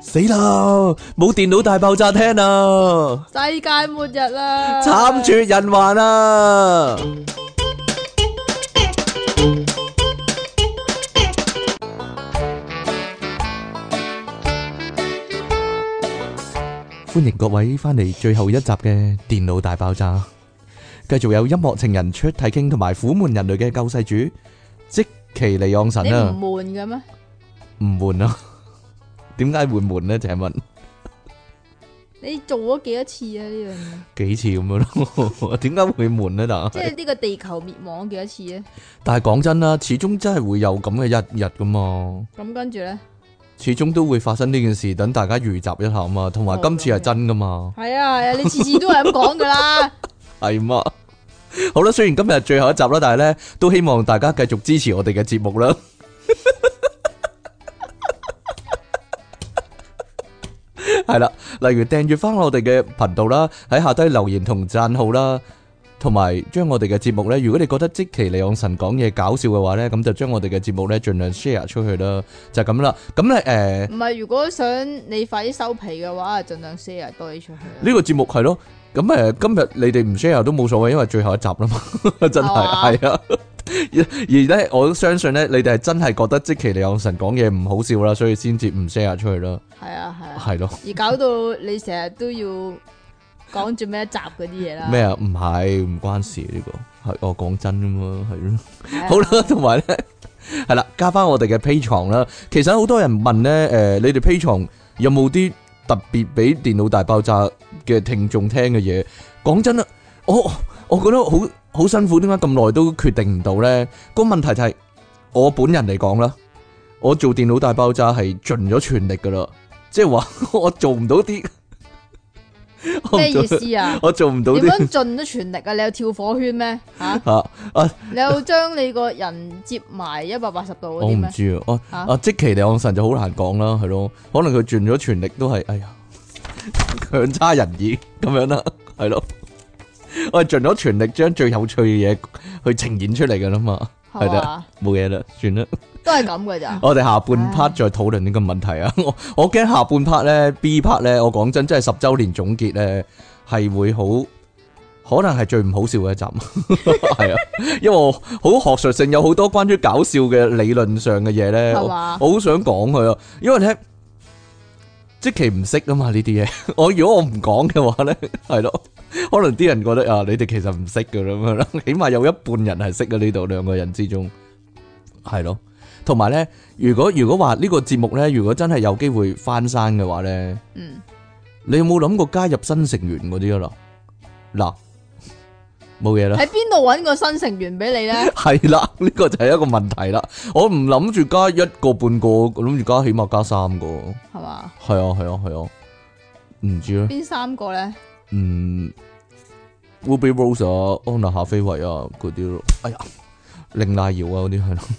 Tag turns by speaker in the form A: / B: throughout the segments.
A: 死啦！冇電腦大爆炸聽啊！
B: 世界末日啊啦！
A: 慘絕人寰啊！歡迎各位翻嚟最後一集嘅電腦大爆炸，繼續有音樂情人出體 king 同埋苦悶人類嘅救世主即其離昂神
B: 你
A: 啊！
B: 唔悶嘅咩？
A: 唔悶啊？點解會悶呢？請問
B: 你做咗幾多次啊？呢
A: 幾次咁樣咯？ 點解會悶呢？但
B: 樣嘢，即係呢個地球滅亡幾多次啊咧？
A: 但係講真啦，始終真係會有咁嘅一日噶嘛，
B: 咁跟住咧，
A: 始終都會發生呢件事，等大家預習一下嘛。同埋
B: 哦
A: 今次係真噶嘛，
B: 係啊係啊，你次次都係咁講噶 啦。
A: 係嘛？好啦，雖然今日係最後一集啦，但係呢都希望大家繼續支持我哋嘅節目啦。 係啦，例如訂閱翻我哋嘅頻道啦，喺下低留言同讚好啦，同埋將我哋嘅節目呢，如果你覺得即其利昂神講嘢搞笑嘅話呢，咁就將我哋嘅節目呢盡量 share 出去啦，就係咁啦。咁呢，誒、呃
B: 唔係，如果想你快啲收皮嘅話，盡量 share 多啲出去啊啦。
A: 呢個節目係咯，咁誒、今日你哋唔 share 都冇所謂，因為最後一集啦嘛， 真係
B: 係
A: 係啊。而而咧，我相信咧，你哋係真係覺得即其利昂神講嘢唔好笑啦，所以先至唔 share 出去啦，
B: 係啊係啊，
A: 係咯。
B: 而搞到你成日都要講最尾一集嗰啲嘢啦。
A: 咩啊？唔係唔關事呢、個，係我講真噶嘛，係咯。
B: 係 啊？
A: 好啦，同埋咧，係啦，加翻我哋嘅 P 床啦。其實好多人問咧，誒、你哋 P 床有冇啲特別俾電腦大爆炸嘅聽眾聽嘅嘢？講真啦，我我覺得好好辛苦，點解咁耐都決定唔到咧？個問題就係、我本人嚟講啦，我做電腦大爆炸係盡咗全力噶啦，即係話 我做唔到啲，我
B: 咩
A: 唔
B: 意
A: 做，
B: 思啊？
A: 我做唔到
B: 點
A: 啲
B: 樣盡咗全力啊？你有跳火圈咩？吓，
A: 吓啊！
B: 你有將你個人接埋一百八十度嗰
A: 我
B: 啲
A: 唔
B: 咩？
A: 知啊，我
B: 嚇
A: 啊，即其利昂神就好難講啦，係咯，可能佢盡咗全力都係，哎呀， 強差人意咁樣啦，係咯，我係盡咗全力將最有趣嘅嘢去呈現出嚟噶啦嘛，係
B: 係嘛
A: 啦？冇嘢啦，算啦，
B: 都係咁噶咋？
A: 我哋下半
B: 唉
A: part 再討論呢個問題啊， 我我驚下半 part 咧 B part 咧，我講真真係十週年總結咧係會好，可能係最唔好笑嘅一集， 係啊，因為我好學術性有好多關於搞笑嘅理論上嘅嘢 咧，
B: 係
A: 我
B: 嘛？
A: 我好想講佢啊，因為咧，即其唔識啊嘛呢 啲嘢。我如果我唔講嘅話咧，係咯，可能啲人覺得啊，你哋其實唔識噶咁樣啦。起碼有一半人係識嘅呢度兩個人之中，係咯。同埋咧，如果如果話呢個節目咧，如果真係有機會翻山嘅話咧，
B: 嗯，
A: 你有冇諗過加入新成員嗰啲啊啦？嗱，冇嘢啦。
B: 喺邊度揾個新成員俾你 咧？
A: 係啦，呢個就係一個問題啦。我唔諗住加一個半個，我諗住加起碼加三個。
B: 係嘛？
A: 係啊，係啊，係啊，唔知咧，
B: 邊三個咧？
A: 嗯，Ruby Rose 啊，安娜夏菲維啊，嗰啲咯，哎呀，令娜瑤啊，嗰啲係咯，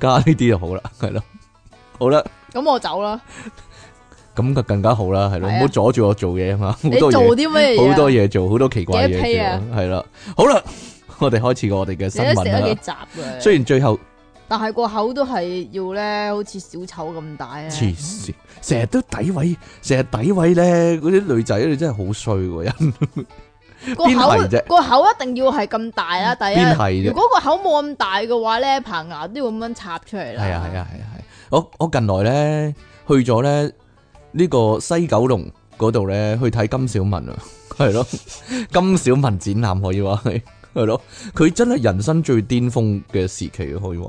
A: 加呢啲就好啦，係咯，好啦，
B: 咁我走啦。
A: 咁就更加好啦，係咯，
B: 係啊
A: 唔好阻住我做嘢啊嘛，好
B: 你
A: 多
B: 做
A: 嘢，
B: 啲乜嘢？啊
A: 好多，嘢做，好多奇怪嘢
B: 幾多批啊
A: 做，係啦，好啦，我哋開始我哋嘅新
B: 你都食
A: 聞
B: 啊
A: 啊
B: 咗幾
A: 啦。
B: 集嘅。
A: 雖然最後
B: 但係個口都係要咧，好似小丑咁大啊咧。
A: 黐線，成日都詆毀，成日詆毀咧，嗰啲女仔你真係好衰喎，人
B: 個
A: 邊係啫
B: 口個口一定要係咁大啦，第
A: 邊係
B: 一。
A: 啫
B: 如。果個口冇咁大嘅話咧，棚牙都要咁樣插出嚟啦。
A: 係啊係啊係啊係啊！我我近來咧去咗咧呢個西九龍嗰度咧去睇金小文啊， 係咯，金小文展覽可以話係係咯，佢真係人生最巔峰嘅時期啊可以話。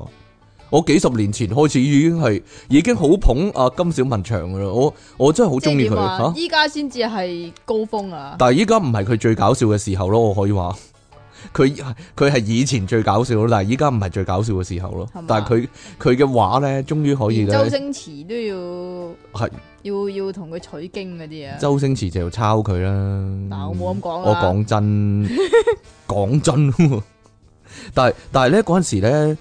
A: 我幾十年前開始已經係已經好捧阿金小文長噶啦，我我真係好
B: 即係
A: 中意佢
B: 點啊
A: 吓。
B: 依家先至係高峰啊！
A: 但係依家唔係佢最搞笑嘅時候咯，我可以話佢佢係以前最搞笑咯，但係依家唔係最搞笑嘅時候咯
B: 係嘛。
A: 但係佢佢嘅畫咧，終於可以
B: 連周
A: 咧。
B: 星馳都要
A: 係
B: 要要同佢取經嗰啲啊！
A: 周星馳就抄佢啦。
B: 嗱，我冇咁講啊。
A: 我講真，講真喎，但係但係咧嗰陣時咧，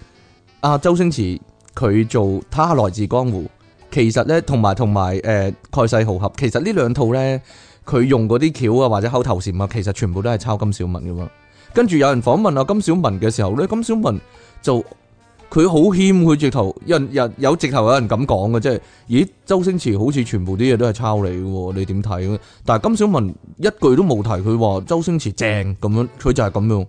A: 阿周星馳佢做《他來自江湖》，其實咧同埋同埋誒蓋世豪俠，其實呢兩套咧，佢用嗰啲橋啊或者口頭禪啊，其實全部都係啊抄金小文噶嘛。跟住有人訪問阿金小文嘅時候咧，金小文就佢好謙，佢直頭有人有有直頭有人咁講嘅，即係咦周星馳好似全部啲嘢都係抄你嘅喎，你點睇咧？但係金小文一句都冇提，佢話周星馳正咁樣，佢就係咁樣。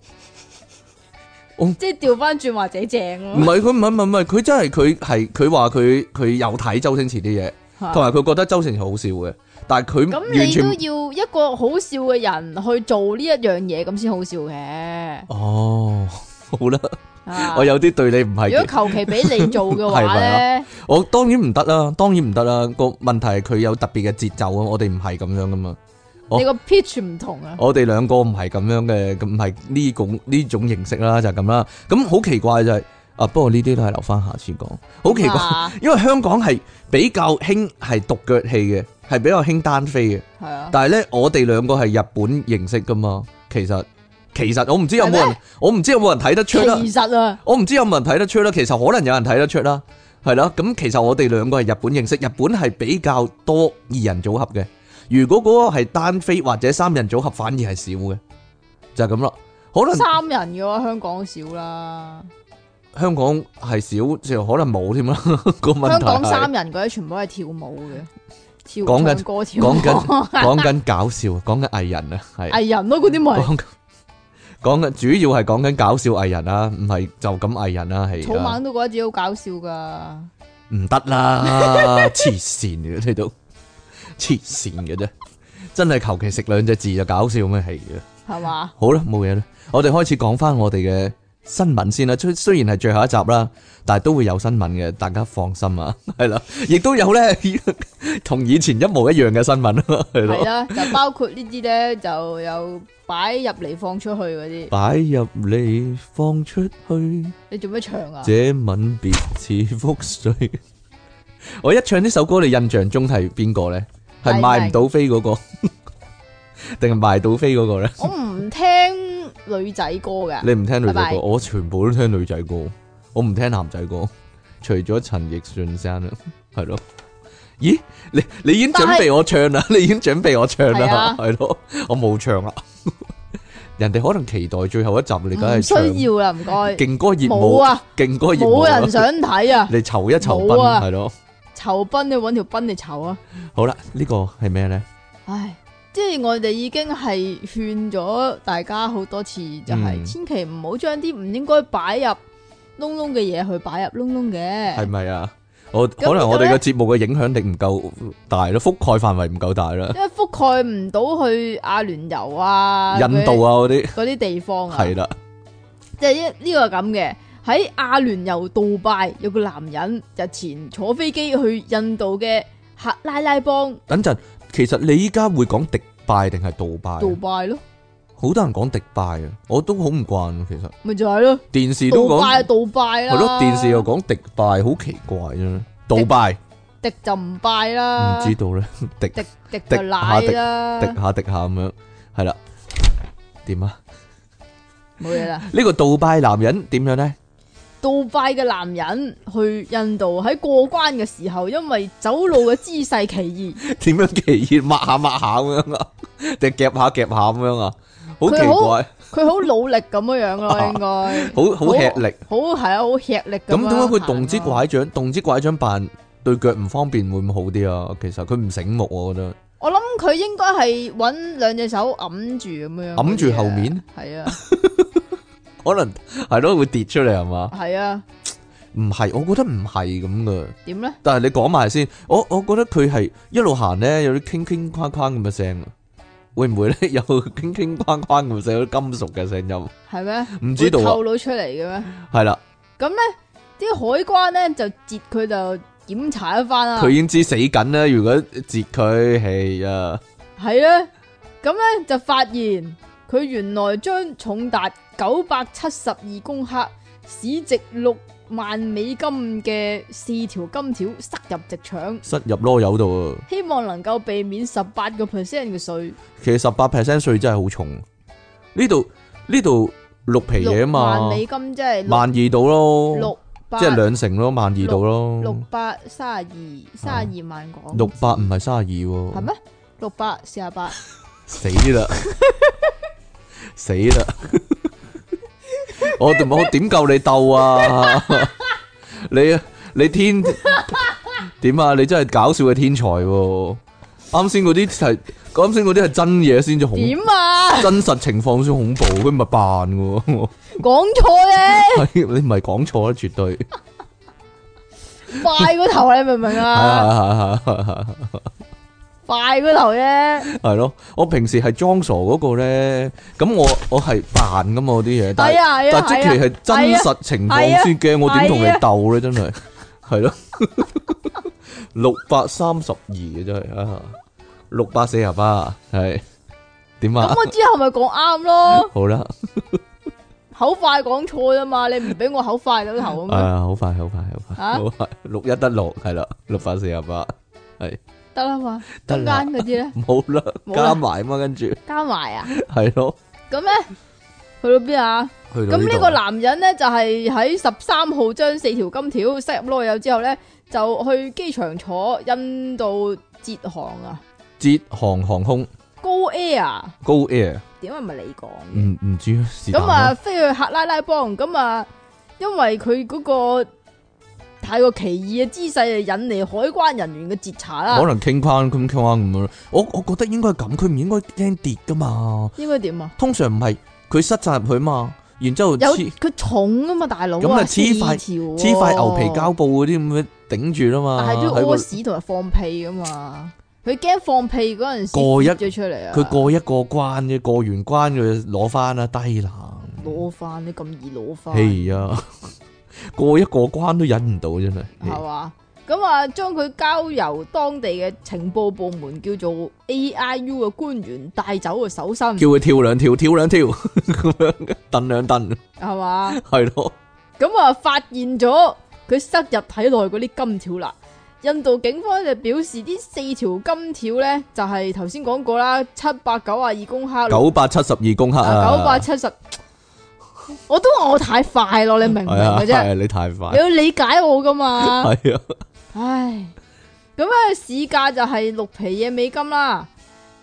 B: 即系调翻转或者正
A: 唔
B: 咯，
A: 係佢唔係唔係唔係，佢真係佢係佢話佢佢有睇周星馳啲嘢，
B: 嚇
A: 同埋佢覺得周星馳好笑嘅，但係佢
B: 咁
A: 完
B: 你
A: 全
B: 都要一個好笑嘅人去做呢一樣嘢，咁先好笑嘅。
A: 哦好啦，
B: 啊
A: 我有啲對你唔係
B: 如
A: 幾
B: 果求其俾你做嘅
A: 係
B: 話
A: 咪啊
B: 咧，
A: 我當然唔得啦，當然唔得啦。個問題係佢有特別嘅節奏啊，我哋唔係咁樣噶嘛。我
B: 你個 pitch 唔同啊。
A: 我哋兩個唔係咁樣嘅，咁唔係呢種呢種形式啦，就係咁啦。咁好奇怪就係、啊，不過呢啲都係留翻下次講。好奇怪，
B: 啊
A: 因為香港係比較興係獨腳戲嘅，係比較興單飛嘅。
B: 係啊，
A: 但係呢，我哋兩個係日本形式噶嘛，其實其實我唔知有冇
B: 係
A: 人，我唔知有冇人睇得
B: 其
A: 出啦。
B: 實啊，
A: 我唔知有冇人睇得出啦，其實可能有人睇得出啦，係啦。咁其實我哋兩個係日本認識，日本係比較多二人組合嘅。如果嗰個係單飛或者三人組合，反而係少嘅，就係咁啦。可能
B: 三人嘅話，香港少啦。
A: 香港係少，就可能冇添啦。 個問
B: 香
A: 題
B: 港三
A: 係
B: 人嗰啲全部都係跳舞嘅，跳
A: 講緊
B: 唱歌跳
A: 講緊
B: 舞，
A: 講緊搞笑，講緊藝人啊，係 啊
B: 藝人咯，嗰啲咪
A: 講緊講緊主要係講緊搞笑藝人啦，唔係就咁藝人啦，係
B: 草
A: 啊
B: 蜢都覺得自己好搞笑噶。
A: 唔得啦， 黐線嘅呢度，黐線嘅啫，真係求其食兩隻字就搞笑咩係嘅。
B: 係嘛？
A: 好啦，冇嘢啦，我哋開始講翻我哋嘅新聞先啦。雖雖然係最後一集啦，但係都會有新聞嘅，大家放心啊， 係啦，亦都有咧 同以前一模一樣嘅新聞啦，係
B: 係
A: 咯，
B: 啊啦，就包括呢啲咧，就有擺入嚟放出去嗰啲。
A: 擺入你放出去。
B: 你做咩唱啊？
A: 這吻別似覆水。 我一唱呢首歌，你印象中係邊個咧？係
B: 係
A: 賣唔到飛 嗰、個，定係賣到飛嗰個咧？
B: 我唔聽女仔歌噶，
A: 你唔聽女
B: 拜
A: 仔
B: 拜
A: 歌，我全部都聽女仔歌，我唔聽男仔歌，除咗陳奕迅先啦，係咯。咦，你你已經準
B: 但係
A: 備我唱啦，你已經準備我唱
B: 係
A: 啦
B: 啊，
A: 係咯、我冇唱啦。 人哋可能期待最後一集，你梗
B: 唔
A: 係
B: 需
A: 唱
B: 要啦，唔該。
A: 勁歌熱舞
B: 冇，啊，
A: 勁歌熱舞
B: 冇
A: 啦
B: 人想睇啊！
A: 你籌一籌
B: 冇啊
A: 賓係咯。
B: 酬賓你揾條賓嚟酬啊！
A: 好啦，呢個係咩咧？
B: 唉，即係我哋已經係勸咗大家好多次，就係、
A: 嗯
B: 千祈唔好將啲唔應該擺入窿窿嘅嘢去擺入窿窿
A: 係
B: 嘅。
A: 咪啊？我
B: 咁
A: 可能我哋嘅
B: 呢
A: 節目嘅影響力唔夠大啦，覆蓋範圍唔夠大啦，
B: 因為覆蓋唔到去阿聯酋啊、
A: 印度
B: 啊
A: 啊嗰啲
B: 嗰啲地方啊，
A: 係啦，
B: 即係呢呢個係咁嘅。喺阿聯酋杜拜有個男人日前坐飛機去印度嘅克拉拉邦
A: 等陣，其實你依家會講迪拜定係杜拜啊？
B: 杜拜咯，
A: 好多人講迪拜啊，我都好唔慣啊其實
B: 咪就係咯，
A: 電視都
B: 杜
A: 講
B: 拜就啊杜拜啦，
A: 係咯，電視又講迪拜，好奇怪啫。杜拜
B: 迪啊就唔拜
A: 唔
B: 啦，
A: 知道咧，迪
B: 迪迪就奶啦，
A: 迪下迪下咁樣，係啦，點啊？
B: 冇嘢啦。
A: 呢個杜拜男人點樣咧？
B: 杜拜嘅男人去印度喺過關嘅時候，因為走路嘅姿勢奇異，
A: 點樣奇異抹下抹下咁樣啊？定夾下夾下咁樣啊？好奇
B: 佢好
A: 怪，
B: 佢好努力咁樣样咯，應該
A: 好好吃力。
B: 好係啊，好吃力咁樣
A: 咁
B: 行
A: 點
B: 咯。
A: 解佢動之拐杖？動之拐杖扮對腳唔方便會唔會好啲啊？其實佢唔醒目，我覺得
B: 我諗佢應該係揾兩隻手揞住咁樣，
A: 揞住
B: à?
A: 後面，
B: 係啊，
A: 可能係咯，會跌出嚟係嘛？
B: 係啊，
A: 唔係，我覺得唔係咁噶。
B: 點咧？
A: 但係你講埋先，我我覺得佢係一路行咧，有啲傾傾框框咁嘅聲啊。會唔會 咧有傾傾框框咁嘅聲，有啲金屬嘅聲音？
B: 係咩？
A: 唔知道
B: 會
A: 啊
B: 透露出嚟嘅咩？
A: 係啦，
B: 咁咧，啲海關咧就截佢就檢查一番啦
A: 佢。已經知死緊啦。如果截佢，係啊。
B: 係啊，咁咧就發現佢原來將重達九百七十二公克、市值六萬美金嘅四條金條塞入直腸，
A: 塞入啰柚度啊！
B: 希望能夠避免十八個 percent 嘅税。
A: 其實十八 percent 税真係好重。呢度呢度六皮嘢啊
B: 六萬
A: 嘛，
B: 美金即係六
A: 萬二度咯，
B: 六百
A: 即係兩成咯，萬二度咯，
B: 六百三十二三十二萬港
A: 六百唔係三十二喎，
B: 係咩？六百四十八，
A: 死啦，死啦！我我點夠你鬥啊？你你天點啊？你真係搞笑嘅天才喎！啱先嗰啲係，啱先嗰啲係真嘢先至恐，
B: 點 啊？
A: 真實情況先恐怖，佢唔係扮嘅喎。
B: 講錯咧，
A: 係 你唔係講錯啦，絕對係
B: 快個頭你明唔 明啊？
A: 係係係係啊
B: 快個頭啫，
A: 係咯。我平時係裝傻嗰個咧，咁我我係扮噶嘛嗰啲嘢，但係
B: 係啊係
A: 但
B: 啊
A: 即
B: 係
A: 期
B: 啊，
A: 係真實情
B: 哎
A: 況先驚，我點同你鬥咧？真係 係咯，六百三十二嘅真係啊，六百四十八係點啊
B: 咁？我之後咪講啱咯，
A: 好啦，
B: 口快講錯啫嘛，你唔俾我口快到頭啊嘛，
A: 啊，好快，好快，好快，
B: 啊
A: 好快，六一得六係啦，六百四十八
B: 得啦嘛，
A: 得
B: 中間
A: 啦
B: 嗰啲咧
A: 冇啦，
B: 冇啦
A: 加埋嘛，跟住
B: 加埋啊，
A: 係咯，
B: 咁咧去到邊啊？
A: 去到
B: 咁呢
A: 呢
B: 個
A: 個
B: 男人咧就係喺十三號將四條金條塞入籮柚之後咧，就去機場坐印度捷航啊
A: 捷航航空
B: ，Go Air，
A: Go Air，
B: 點解唔係你講
A: 唔
B: 嘅？
A: 唔知啊是但
B: 咁啊，
A: 啦，
B: 飛去克拉拉邦，咁啊，因為佢嗰個太過奇異嘅姿勢，就引嚟海關人員嘅截查
A: 可
B: 啦。
A: 能傾翻咁傾翻咁樣咯，我我覺得應該係咁，佢唔應該驚跌噶嘛。
B: 應該點啊？
A: 通常唔係佢塞晒入去嘛，然之後
B: 有
A: 黐
B: 佢重啊嘛，大佬啊
A: 咁啊黐塊
B: 四條喎
A: 黐塊牛皮膠布嗰啲咁樣頂住啦
B: 但
A: 嘛，
B: 係
A: 喺
B: 都要
A: 個
B: 屙屎同埋放屁噶嘛，佢驚放屁嗰陣時
A: 過一
B: 泄咗出嚟啊！
A: 佢過一個關啫，過完關佢攞翻啦，低能，
B: 攞翻，你咁易攞翻，係
A: 係呀， 過一個關都忍唔到真係，
B: 嘛？咁啊，將佢交由當地嘅情報部門叫做 AIU 嘅官員帶走嘅搜身，
A: 叫佢跳兩跳，跳兩 跳咁樣，蹬兩蹬，
B: 係嘛？
A: 係咯，
B: 咁啊，發現咗佢塞入體內嗰啲金條啦。印度警方就表示，呢四條金條咧就係頭先講過啦，七百九啊二公克，
A: 九百七十二公克啊，
B: 九百七十，我都話我太快咯，你明唔明
A: 係啊，
B: 嘅
A: 係
B: 啫？
A: 啊你太快
B: 你，要理解我噶嘛？
A: 係啊，
B: 唉，咁啊市價就係六皮嘢美金啦，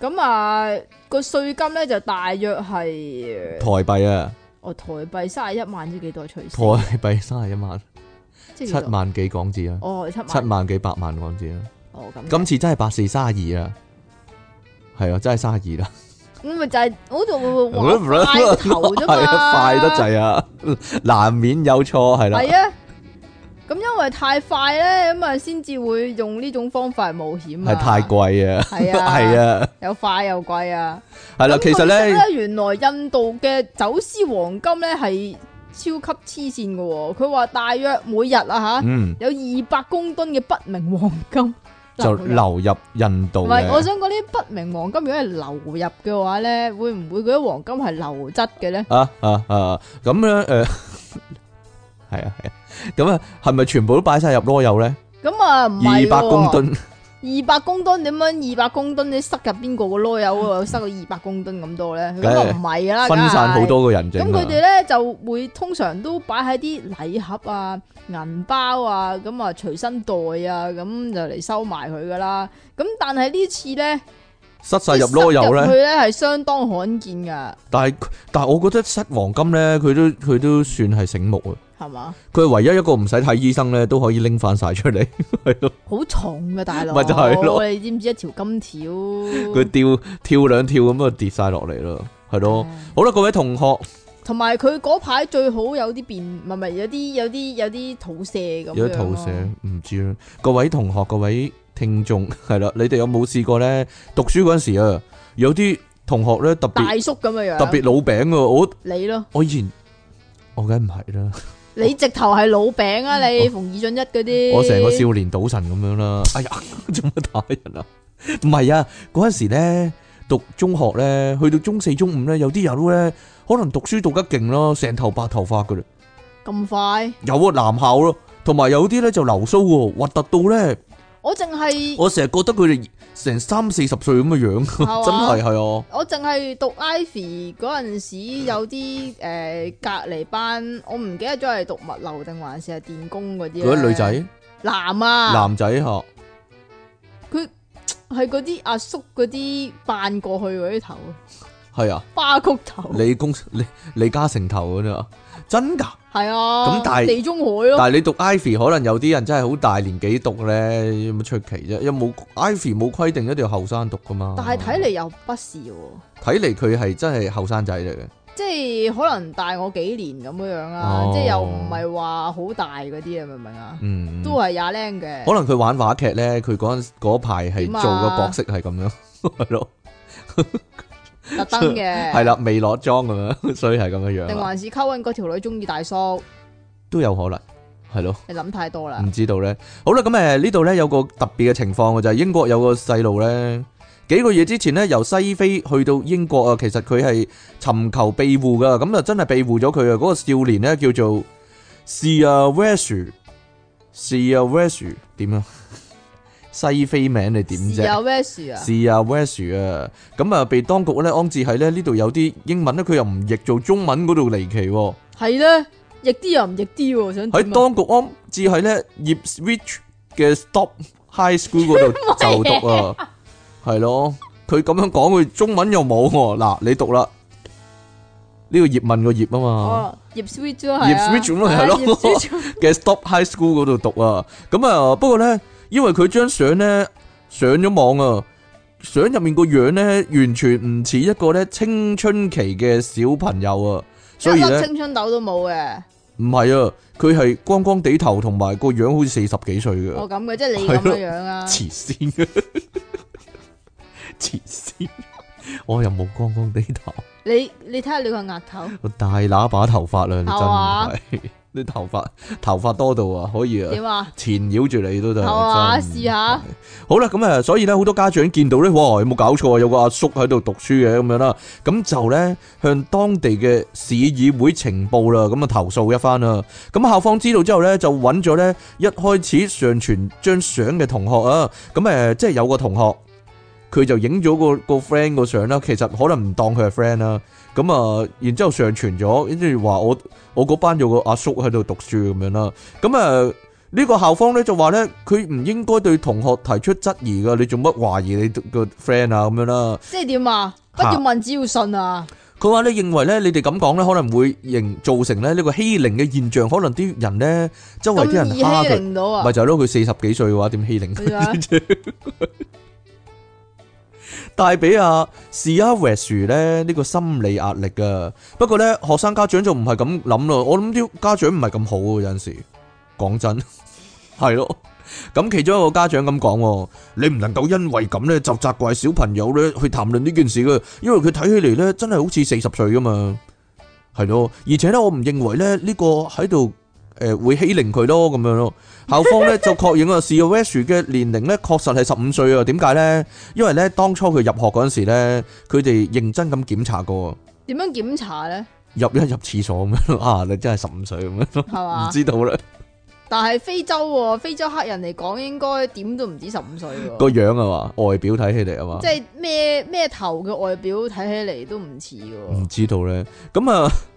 B: 咁啊個税金咧就大約係
A: 台幣啊，
B: 哦台幣三十一萬知幾多取
A: 台幣三十一萬，
B: 即係
A: 七
B: 幾多
A: 萬幾港紙啊，
B: 哦七萬
A: 七萬幾百萬港紙啊。
B: 哦咁
A: 今
B: 嘅，
A: 次真係八四三二啊，係啊，真係三二啦，
B: 咁咪就係我度 會快個頭啫嘛，
A: 係啊快得滯啊，難免有錯係啦，
B: 係啊。咁因為太快咧，咁啊先至會用呢種方法嚟冒險啊！
A: 係太貴啊，
B: 係啊
A: 係啊，
B: 又快又貴啊！
A: 係啦，
B: 咁
A: 其實咧，
B: 咧，原來印度嘅走私黃金咧係超級黐線嘅喎，佢話大約每日啊嚇
A: 嗯，
B: 有二百公噸嘅不明黃金
A: 就
B: 入
A: 流入印
B: 唔
A: 度
B: 係，我
A: 嘅，
B: 想講呢啲不明黃金如果係流入嘅話咧，會唔會嗰啲黃金係流質嘅咧？
A: 啊啊啊，咁樣誒， 係啊係啊，咁啊係咪全部都擺晒入籮柚咧？
B: 咁啊唔係
A: 二百公
B: 喎，
A: 噸，
B: 二百公噸點樣？二百公噸你塞入邊個個籮柚啊？塞到二百公噸咁多咧？咁啊唔係啦，
A: 分散好
B: 梗係
A: 多個人整
B: 咁佢哋
A: 啊，
B: 咧就會通常都擺喺啲禮盒啊、銀包啊、咁啊隨身袋啊，咁就嚟收埋佢噶啦。咁但係呢次咧，
A: 塞晒入籮柚
B: 佢
A: 咧。
B: 咧係相當罕見噶，
A: 但係但係，我覺得塞黃金咧，佢都佢都算係醒目啊。
B: 係嘛？
A: 佢係唯一一個唔使睇醫生咧，都可以拎翻晒出嚟，
B: 嗯
A: 係咯。
B: 好重嘅大佬，
A: 咪就係咯
B: 你知唔知一條金條？
A: 佢跳跳兩跳咁啊，跌晒落嚟咯，係咯。
B: 唉
A: 好啦，各位同學，
B: 同埋佢嗰排最好有啲變，唔係唔係有啲有啲有啲土射咁樣咯。啊
A: 有啲圖寫唔知啦。各位同學，各位聽眾，係啦，你哋有冇試過咧？讀書嗰陣時啊，有啲同學咧特
B: 大
A: 別
B: 叔咁嘅樣，
A: 特別老餅啊！我
B: 你咯，
A: 我以前我梗唔係啦，
B: 你直頭係老餅啊！你逢二進一嗰啲，
A: 我成個少年賭神咁樣啦。哎呀， 做乜打人啊？唔係啊，嗰陣時咧讀中學咧，去到中四、中五咧，有啲人咧可能讀書讀得勁咯，成頭白頭髮噶啦。
B: 咁快。
A: 有啊，男校咯，同埋有啲咧就留鬚喎，核突到咧，
B: 我淨係
A: 我成日覺得佢哋成三四十歲咁嘅樣，
B: 嘛
A: 真係係啊，
B: 我淨係讀 Ivy 嗰陣時，有啲誒、呃隔離班，我唔記得咗係讀物流定還是係電工嗰啲
A: 嗰啲女仔、
B: 男啊，
A: 男仔嚇，
B: 係嗰啲阿叔嗰啲扮過去嗰啲頭，
A: 係啊，
B: 花曲頭，
A: 李公李李嘉誠頭嗰啲啊，真㗎，
B: 係系啊，
A: 咁但係
B: 地中海咯，
A: 但係你讀 Ivy 可能有啲人真係好大年紀讀咧，有乜出奇啫？有冇 Ivy 冇規定一定要後生讀噶嘛？
B: 但係睇嚟又不是喎，
A: 睇嚟佢係真係後生仔嚟嘅，
B: 即係可能大我幾年咁樣樣啦
A: 哦，
B: 即係又唔係話好大嗰啲，你明唔明啊？
A: 嗯，
B: 都係廿零嘅，
A: 可能佢玩話劇咧，佢嗰陣嗰排係
B: 點啊
A: 做個角色係咁樣， 係咯，
B: 特登嘅，
A: 係，啦，未落妝咁樣， 所以係咁樣樣
B: 定
A: 啦，
B: 還是溝緊嗰條女中意大叔？
A: 都有可能係咯。
B: 你諗太多啦
A: 啊唔，知道咧。好啦，咁誒呢度咧有個特別嘅情況嘅就係、英國有個細路咧，幾個月之前咧由西非去到英國啊，其實佢係尋求庇護噶，咁啊真係庇護咗佢啊。嗰、個少年咧叫做 s i a w e s h s i a w e s h 點啊？ 西非名你點
B: 是
A: 啫？
B: 啊 w e s 啊，
A: 是啊 w e s h 啊，咁啊被當局咧安置喺咧呢度有啲英文咧，佢又唔譯做中文嗰度離奇喎。
B: 係咧，逆啲又唔逆啲喎，想
A: 喺
B: 點啊
A: 當局安置喺咧 Ipswich 嘅 Stop High School 嗰 度就讀啊，係咯，佢咁樣講，佢中文又冇喎。嗱，你讀啦，呢個葉問個葉啊嘛，
B: 哦，葉 switch 咯，係
A: 葉
B: 啊
A: switch 咯
B: 係啊
A: 係咯
B: 葉 switch
A: 嘅 Stop High School 嗰度讀啊。咁啊，不過咧，因為佢張相咧上咗網啊，相入面個樣咧完全唔似一個咧青春期嘅小朋友啊，所以
B: 一粒
A: 咧
B: 青春痘都冇嘅，
A: 唔係啊，佢係光光地頭同埋個樣好似四十幾歲嘅。
B: 我咁嘅，即係你
A: 係
B: 咁
A: 咯
B: 樣樣啊，
A: 慈善 嘅，慈善。我又冇光光地頭，
B: 你你睇下你個額頭。
A: 我大喇把頭髮啦，
B: 係
A: 你真係， 你頭髮頭髮多到啊，可以啊，
B: 点啊？
A: 纏繞住你都得啊。
B: 係嘛
A: 真
B: 試下。
A: 好啦，咁啊，所以咧，好多家長見到咧，哇，有冇搞錯啊？有個阿叔喺度讀書嘅咁樣啦，咁就咧向當地嘅市議會情報啦，咁啊投訴一番啦。咁校方知道之後咧，就揾咗咧一開始上傳張相嘅同學啊，咁誒即係有個同學，佢就影咗個個 friend 個相啦，其實可能唔當佢係 friend 啦，咁啊，然之後上傳咗，跟住話我我嗰班有個阿叔喺度讀書咁樣啦，咁啊誒呢個校方咧就話咧，佢唔應該對同學提出質疑噶，你做乜懷疑你個 friend 啊咁樣啦。
B: 即係點啊？不
A: 嚇
B: 要問，只要信啊！
A: 佢話咧認為咧，你哋咁講咧，可能會形造成咧呢個欺凌嘅現象，可能啲人咧周圍啲
B: 咁
A: 人
B: 易
A: 蝦
B: 欺
A: 佢，
B: 凌到啊
A: 咪？就係咯，佢四十幾歲嘅話點欺凌佢
B: 係 啊
A: 啫？ 帶俾阿 s i a w e s 咧呢個心理壓力噶。不過咧，學生家長就唔係咁諗咯。我諗啲家長唔係咁好喎，有陣時講真係咯。咁其中一個家長咁講喎，你唔能夠因為咁咧就責怪小朋友咧去談論呢件事嘅，因為佢睇起嚟咧真係好似四十歲噶嘛，係咯。而且咧，我唔認為咧呢個喺度誒會欺凌佢咯咁樣咯。校方咧就確認啊 s i w e s 嘅年齡咧確實係十五歲啊。點解咧？因為咧當初佢入學嗰陣時咧，佢哋認真咁檢查過，
B: 點樣檢 查咧？
A: 入一入廁所咁樣 啊，你真係十五歲咁樣，
B: 係
A: 唔
B: 嘛？
A: 知道啦。
B: 但係非洲喎，非洲黑人嚟講，應該點都唔止十五歲
A: 個
B: 喎。
A: 樣啊嘛，外表睇起嚟啊嘛
B: 即。係咩咩頭嘅外表睇起嚟都唔似嘅
A: 唔知道咧。咁啊，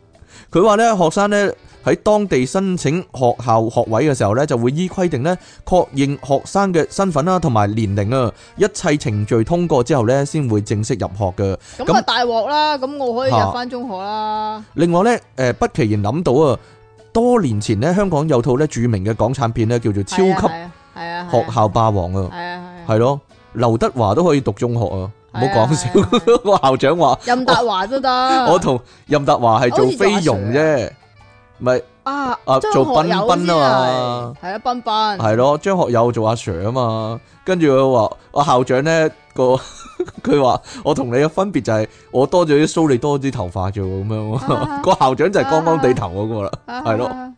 A: 佢話咧學生咧喺當地申請學校學位嘅時候咧，就會依規定咧確認學生嘅身份啦，同埋年齡啊，一切程序通過之後咧，先會正式入學嘅。
B: 喎，咁啊
A: 咁
B: 大鑊啦！咁我可以
A: 嚇
B: 入翻中學啦。
A: 另外咧，誒、不其然諗到啊，多年前咧香港有套咧著名嘅港產片咧叫做《超
B: 係啊
A: 級
B: 係啊係啊
A: 學校霸王》啊，
B: 係啊係啊，
A: 係咯，劉德華都可以讀中學啊，唔好
B: 係啊
A: 講笑
B: 係啊啊係。
A: 個 校長話。
B: 任達華都得。
A: 我同任達華係做菲傭啫，咪
B: 啊
A: 啊
B: 張
A: 做
B: 學友
A: 賓賓啊
B: 先係，係啊賓賓
A: 係咯？張學友做阿 Sir 啊嘛，跟住佢話我校長咧個 佢話我同你嘅分別就係我多咗啲須，你多啲頭髮啫喎咁樣喎。
B: 啊
A: 個校長就係光光地頭嗰個啦，
B: 啊
A: 係咯
B: 啊啊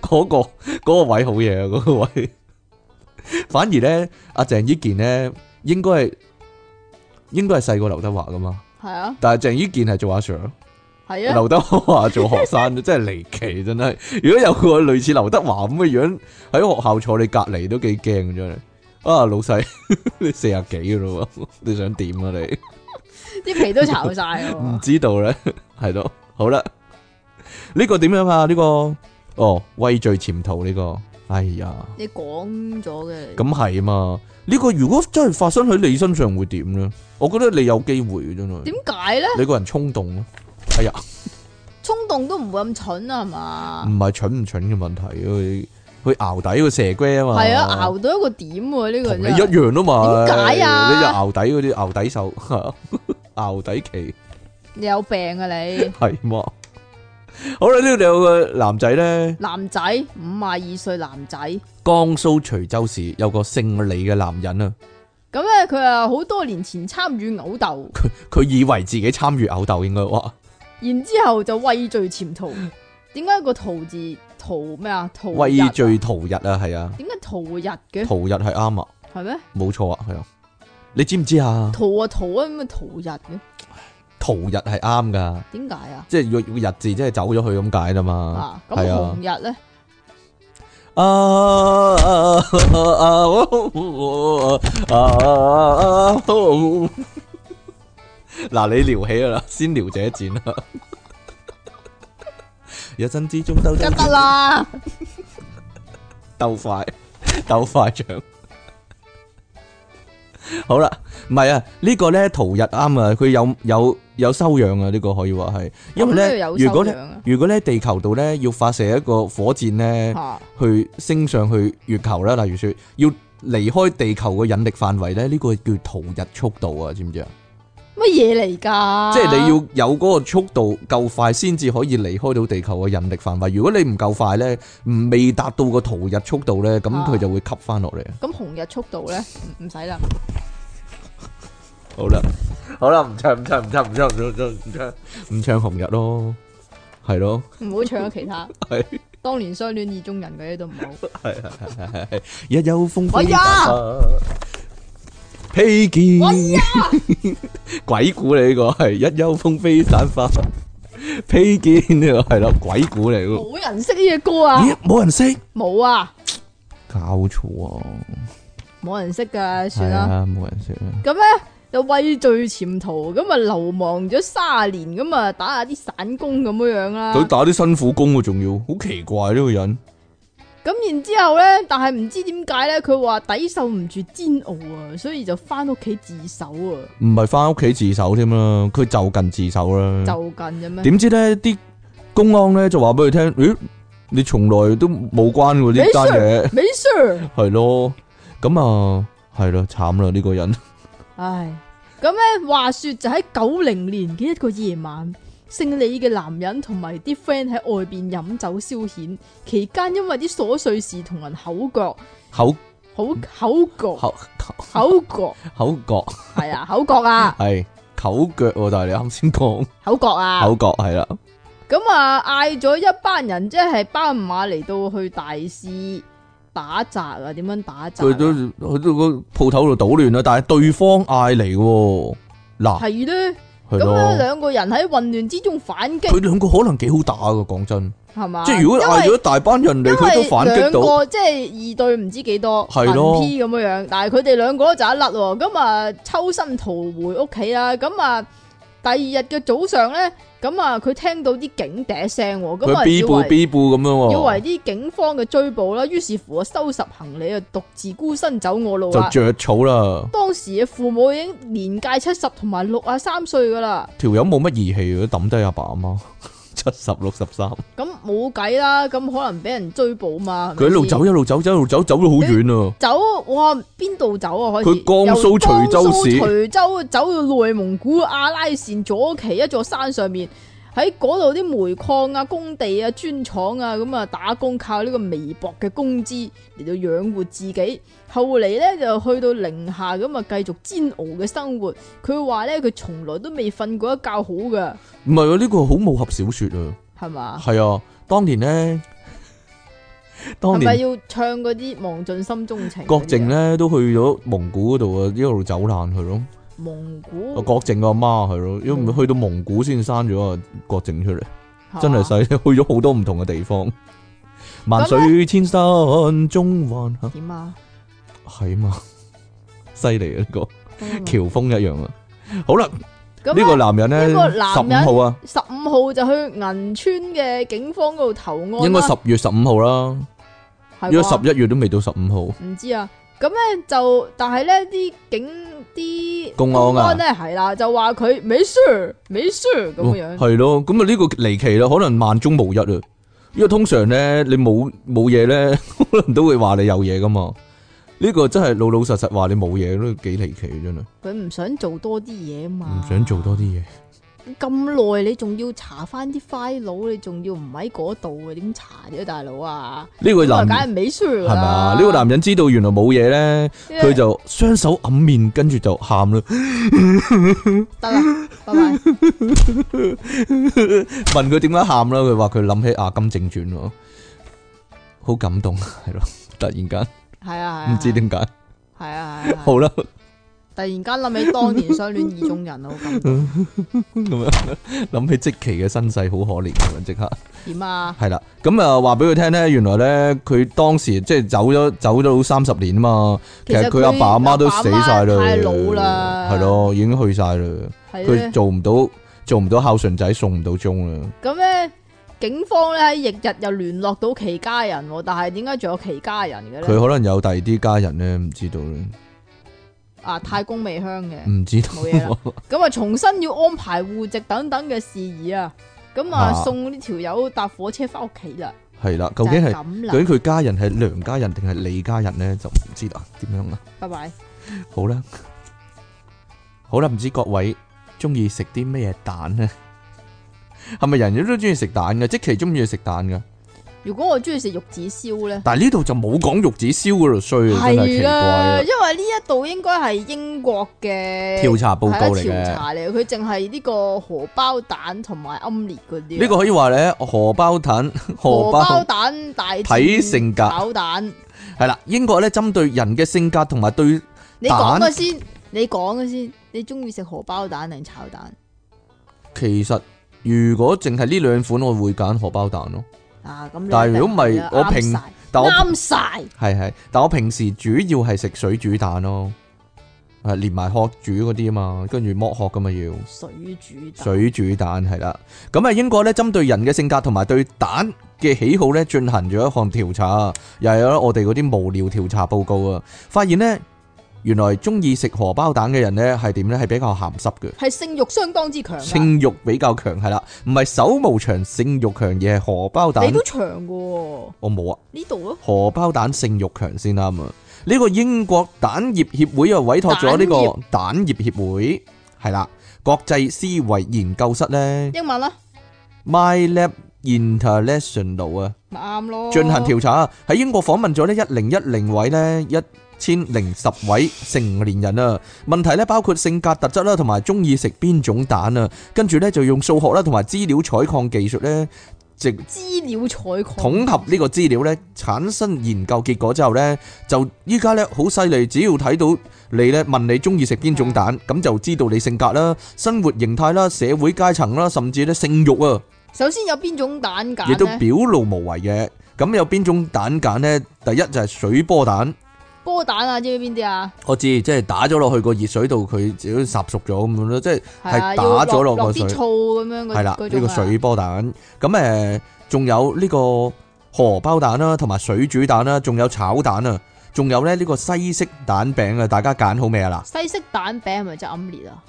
A: 嗰個嗰個位好嘢啊，嗰個位。反而咧，阿鄭伊健咧應該係應該係細過劉德華噶嘛，
B: 係啊
A: 但係鄭伊健係做阿 Sir 咯。
B: 係啊。
A: 劉德華做學生真係離奇，真係。如果有個類似劉德華咁嘅樣喺學校坐你隔離都幾驚真係。啊，老細， 你四廿幾嘅咯喎，你想點啊你？
B: 啲皮都巢晒 喎
A: 唔知道咧，係咯，好啦，呢、個點樣啊？呢、個哦，畏罪潛逃呢、個，哎呀，
B: 你講咗嘅，
A: 咁係嘛？呢、個如果真係發生喺你身上會點咧？我覺得你有機會嘅真係。
B: 點解咧？
A: 啊你個人衝動咯。哎呀，
B: 衝動都唔會咁蠢啊，係嘛？
A: 唔係蠢唔蠢嘅問題，佢佢熬底個蛇龜啊嘛，
B: 係啊，熬到一個點喎，呢個
A: 同你
B: 真
A: 一
B: 係。
A: 樣啊嘛，
B: 點解啊
A: 你就熬底嗰啲熬底手， 熬底期
B: 你有病啊你！
A: 係嘛？好啦，呢度有個男仔咧，
B: 男仔五廿二歲男仔，咁
A: 江蘇徐州市有個姓李嘅男人啊，
B: 咧佢啊好多年前參與毆鬥，
A: 佢佢以為自己參與毆鬥應該話
B: 然之後就畏罪潛逃。點解個逃字逃咩啊？逃日啊嗯
A: 畏罪逃日啊，係啊，
B: 點解逃日嘅？
A: 逃日係啱啊，
B: 係咩？
A: 冇錯啊，係啊，你知唔知啊？
B: 逃啊逃啊咁啊逃日嘅？
A: 逃日係啱噶，
B: 點解啊？
A: 即係個個日字即係走咗去咁解啦嘛
B: 啊，，咁
A: 係啊
B: 紅。日咧，
A: 啊啊啊！嗱，你撩起啦，先撩者戰啦。一陣之中鬥
B: 梗得啦，
A: 鬥快，鬥快長。好啦，唔係啊，呢個咧陶日啱啊，佢有有有修養啊，呢個可以話係，因為
B: 咁都
A: 咧
B: 要，有
A: 如果
B: 修
A: 咧
B: 養啊，
A: 如果咧地球度咧要發射一個火箭咧。
B: 吓
A: 去升上去月球啦，例如說要離開地球嘅引力範圍咧，呢、個叫逃逸速度啊，知唔知啊？
B: 乜嘢嚟噶？
A: 即係你要有嗰個速度夠快，先至可以離開到地球嘅引力範圍。如果你唔夠快咧，唔未達到個逃逸速度咧，咁
B: 啊
A: 佢就會吸翻落嚟。
B: 咁紅日速度咧，唔唔使啦。
A: 好啦，好啦，唔唱唔唱唔唱唔唱唔唱唔唱唔唱紅日咯，係咯，
B: 唔好唱咗其他。
A: 係
B: 當年相戀意中人嗰啲都唔 好。
A: 係係係係係，一有風
B: 哎
A: 飛
B: 呀
A: 披
B: 哎
A: 肩。 鬼故嚟呢個係一休風飛散花，披肩呢個係咯鬼故嚟喎。
B: 冇人識呢只歌啊！
A: 咦，冇人識，
B: 冇啊，
A: 搞錯啊！
B: 冇人識噶，算
A: 係
B: 啦。
A: 啊，冇人識啊。
B: 咁咧就畏罪潛逃，咁啊流亡咗卅年，咁啊打下啲散工咁樣樣啦。
A: 佢打啲辛苦工喎，仲要好奇怪呢個人。
B: 咁然之後咧，但係唔知點解咧，佢話抵受唔住煎熬啊，所以就翻屋企自首啊，
A: 唔係翻屋企自首添啦，佢就近自首啦。
B: 就近嘅
A: 嗯
B: 咩？
A: 點知咧啲公安咧就話俾佢聽，咦，你從來都冇關過呢
B: 你
A: 單
B: sure？
A: 嘢，
B: 美 Sir，
A: 係咯。咁啊，係咯，慘啦呢個人。
B: 唉，咁咧話說就喺九零年嘅一個夜晚，姓李嘅男人同埋啲 friend 喺外邊飲酒消遣，期間因為啲瑣碎事同人口角，
A: 口
B: 好口角，
A: 口口
B: 口角
A: 口角
B: 係啊，口角啊，
A: 係口腳喎，但係你啱先講。
B: 口角啊，
A: 口角係啦，
B: 咁啊，嗌咗一班人，即係斑馬嚟到去大肆打砸啊！點樣打砸啊？
A: 佢都佢都個鋪頭度搗亂啦，啊但係對方嗌嚟喎，嗱
B: 係咧，
A: 係
B: 咁啊
A: 咯，
B: 樣兩個人喺混亂之中反擊，
A: 佢兩個可能幾好打噶，講真，
B: 係嘛？
A: 即係如果嗌
B: 啊因為
A: 咗一大班人嚟，佢都反
B: 因為
A: 擊
B: 兩
A: 到，
B: 個即係二對唔知幾多
A: 係咯
B: 文 P 咁樣樣，但係佢哋兩個就一甩喎，咁啊抽身逃回屋企啦。咁啊第二日嘅早上咧，咁啊佢聽到啲警笛聲喎，咁
A: 佢
B: 啊
A: 逼
B: 以
A: 步
B: 為。
A: 逼步咁
B: 以為
A: 樣
B: 啲警方嘅追捕啦，於是乎啊收拾行李啊，獨自孤身走我路
A: 喎，
B: 啦。
A: 就着草啦，
B: 當時嘅父母已經年屆七十同埋六啊三歲噶啦，
A: 條友冇乜義氣嘅，抌低阿爸阿媽， 七十六十三，
B: 咁冇計啦，咁可能俾人追捕嘛。
A: 佢一路
B: 係咪
A: 走一路走一路走走咗好遠啊，
B: 先走，哇邊度走啊？開始
A: 佢江蘇
B: 由江
A: 徐州市
B: 蘇徐州走到內蒙古阿拉善左旗一座山上面。喺嗰度啲煤礦啊、工地啊、磚廠啊，咁啊打工靠呢個微薄嘅工資嚟到養活自己。後嚟咧就去到寧夏咁啊，繼續煎熬嘅生活。佢話咧佢從來都未瞓過一覺好噶，
A: 唔係啊，呢個好武俠小說啊，
B: 係嘛？
A: 係啊，當年 咧，
B: 係
A: 當
B: 咪
A: 年。
B: 要唱嗰啲忘盡心中情嗰啲啊？
A: 郭靖咧都去咗蒙古嗰度啊，一路走難去咯。
B: 蒙
A: 阿
B: 古
A: 郭靖個阿媽係咯，因為
B: 哦嗯啊
A: 去到蒙古先生咗阿郭靖出嚟，
B: 嚇
A: 真係犀利， 去咗好多唔同嘅地方。萬水千山中環嚇
B: 點啊？
A: 係嘛，犀利啊！呢個
B: 得啦嘛
A: 喬峰一樣啊。好啦，呢
B: 嗯咁啊
A: 個
B: 咧
A: 男人咧，
B: 呢個
A: 十
B: 男人
A: 五號啊，
B: 十五號就去銀川嘅警方嗰度投案啦，
A: 應該十月十五號啦，
B: 啊係
A: 因為
B: 啩
A: 十一月都未到十五號。
B: 唔知啊。咁咧就，但係咧啲警啲
A: 公安啊
B: 咧係啦，就話佢美 Sir 美 Sir 咁樣，
A: 系哦咯，咁啊呢個離奇啦，可能萬中無一啊。因為通常咧，你冇冇嘢咧， 可能都會話你有嘢噶嘛。呢個真係老老實實話你冇嘢都幾離奇真係，
B: 佢唔想做多啲嘢嘛，
A: 唔想做多啲嘢。
B: 咁耐，你仲要查翻啲 file，你仲要唔喺嗰度嘅，點查啫，大佬啊？
A: 呢個
B: 咁啊，梗
A: 男
B: 係美 Sir
A: 係
B: 㗎
A: 咪啊？
B: 啦，嗯
A: 呢個男人知道原來冇嘢咧，
B: 因為
A: 佢就雙手揞面，跟住就喊啦。
B: 得啦，拜拜。
A: 問佢點解喊啦，佢話佢諗起《阿金正傳》喎，好感動 係咯，突然間
B: 係啊，係啊
A: 唔知點解。
B: 係啊係啊，係啊
A: 好啦，
B: 突然間諗起當年相戀意中人啊，好感
A: 嗯
B: 動
A: 咁樣諗起即奇嘅身世好可憐咁樣即刻。
B: 點啊？
A: 系啦，咁啊話俾佢聽咧，原來咧佢當時即係走咗走咗三十年啊嘛，其實佢阿爸阿媽都死晒啦，
B: 太老啦，
A: 係，咯，已經去晒啦，
B: 係啊
A: 佢
B: 咧。
A: 做唔到做唔到孝順仔，送唔到鐘啊啦，
B: 咁咧，警方咧喺翌日又聯絡到其家人喎，但係點解仲有其家人嘅咧？
A: 佢可能有第二啲家人咧，唔知道咧，
B: 啊，太公未香嘅。
A: 唔知道
B: 冇嘢 啦咁啊，重新要安排户籍等等嘅事宜啊，咁啊
A: 啊
B: 送呢條友搭火車翻屋企啦，
A: 係啦，究竟係
B: 就係咁
A: 究
B: 啦，
A: 竟佢家人係梁家人定係李家人咧，就唔知啦，點樣啊啦？
B: 拜拜。
A: 好啦，好啦，唔知各位中意食啲咩蛋呢？係咪人人都中意食蛋嘅？即其中意食蛋嘅，
B: 如果我中意食玉子燒咧，
A: 但系呢度就冇講肉子燒嗰度衰啊，真係奇
B: 係
A: 怪
B: 啦，
A: 啊！
B: 因為呢一度應該係英國嘅
A: 調查報告嚟
B: 係啊調
A: 嘅，
B: 查嚟嘅，佢淨係呢個荷包蛋同埋奄列嗰啲啊。
A: 呢個可以話咧，荷包蛋， 荷
B: 荷包
A: 包
B: 蛋大
A: 睇性格
B: 炒蛋，
A: 係啦。英國咧針對人嘅性格同埋對
B: 你講
A: 蛋
B: 嘅先，你講嘅先，你中意食荷包蛋定炒蛋
A: 其實如果淨係呢兩款，我會揀荷包蛋咯。
B: 啊？咁你
A: 但係
B: 一定
A: 如果唔係
B: 啊
A: 我
B: 啱
A: 平
B: 晒
A: 但我
B: 啱晒。
A: 係係，但我平時主要係食水煮蛋咯，係連埋殼煮嗰啲啊嘛，跟住剝殼噶嘛要。
B: 水煮蛋，
A: 水煮蛋係啦，咁啊英國咧針對人嘅性格同埋對蛋嘅喜好咧進行咗一項調查，又係有我哋嗰啲無聊調查報告啊，發現呢，原來中意食荷包蛋嘅人呢係點呢？係比較鹹濕嘅，
B: 係性慾相當之強㗎。
A: 性慾比較強係啦，唔係手毛長性慾強，而係荷包
B: 你
A: 蛋
B: 都長嘅喎，
A: 我冇啊，
B: 呢度咯。
A: 荷包蛋性慾強先啱啊！呢個英國蛋業協會啊委託咗呢個蛋業協會係啦，國際思維研究室呢。
B: 英文啦，
A: MyLab International 啊，
B: 咪啱咯。
A: 進行調查啊，喺英國訪問咗呢一零一零位呢一千零十位成年人啊，問題呢包括性格特質啦，同埋中意食邊種蛋啊，跟住呢就用數學啦同埋資料採礦技術呢，直
B: 資料採礦，
A: 統合呢個資料呢，產生研究結果之後呢，就依家呢好犀利，只要睇到你呢問你中意食邊種蛋，咁就知道你性格啦、生活形態啦、社會階層啦，甚至呢性慾啊。
B: 首先有邊種蛋
A: 亦
B: 揀
A: 都
B: 咧？
A: 表露無遺嘅。咁有邊種蛋揀呢？第一就係水波蛋，
B: 波蛋啊，知唔知邊啲啊？
A: 我知即係打咗落去個熱水度，佢自己烚熟咗咁樣咯，即係
B: 係啊，
A: 係打
B: 要
A: 咗落個
B: 落
A: 水
B: 啲醋咁樣嗰
A: 係啦
B: 嗰
A: 呢
B: 種
A: 個
B: 啊
A: 水波蛋。咁誒，仲有呢個荷包蛋啦，同埋水煮蛋啦，仲有炒蛋啊，仲有咧呢個西式蛋餅啊，大家揀好未啊？嗱，
B: 西式蛋餅係咪真係暗烈啊？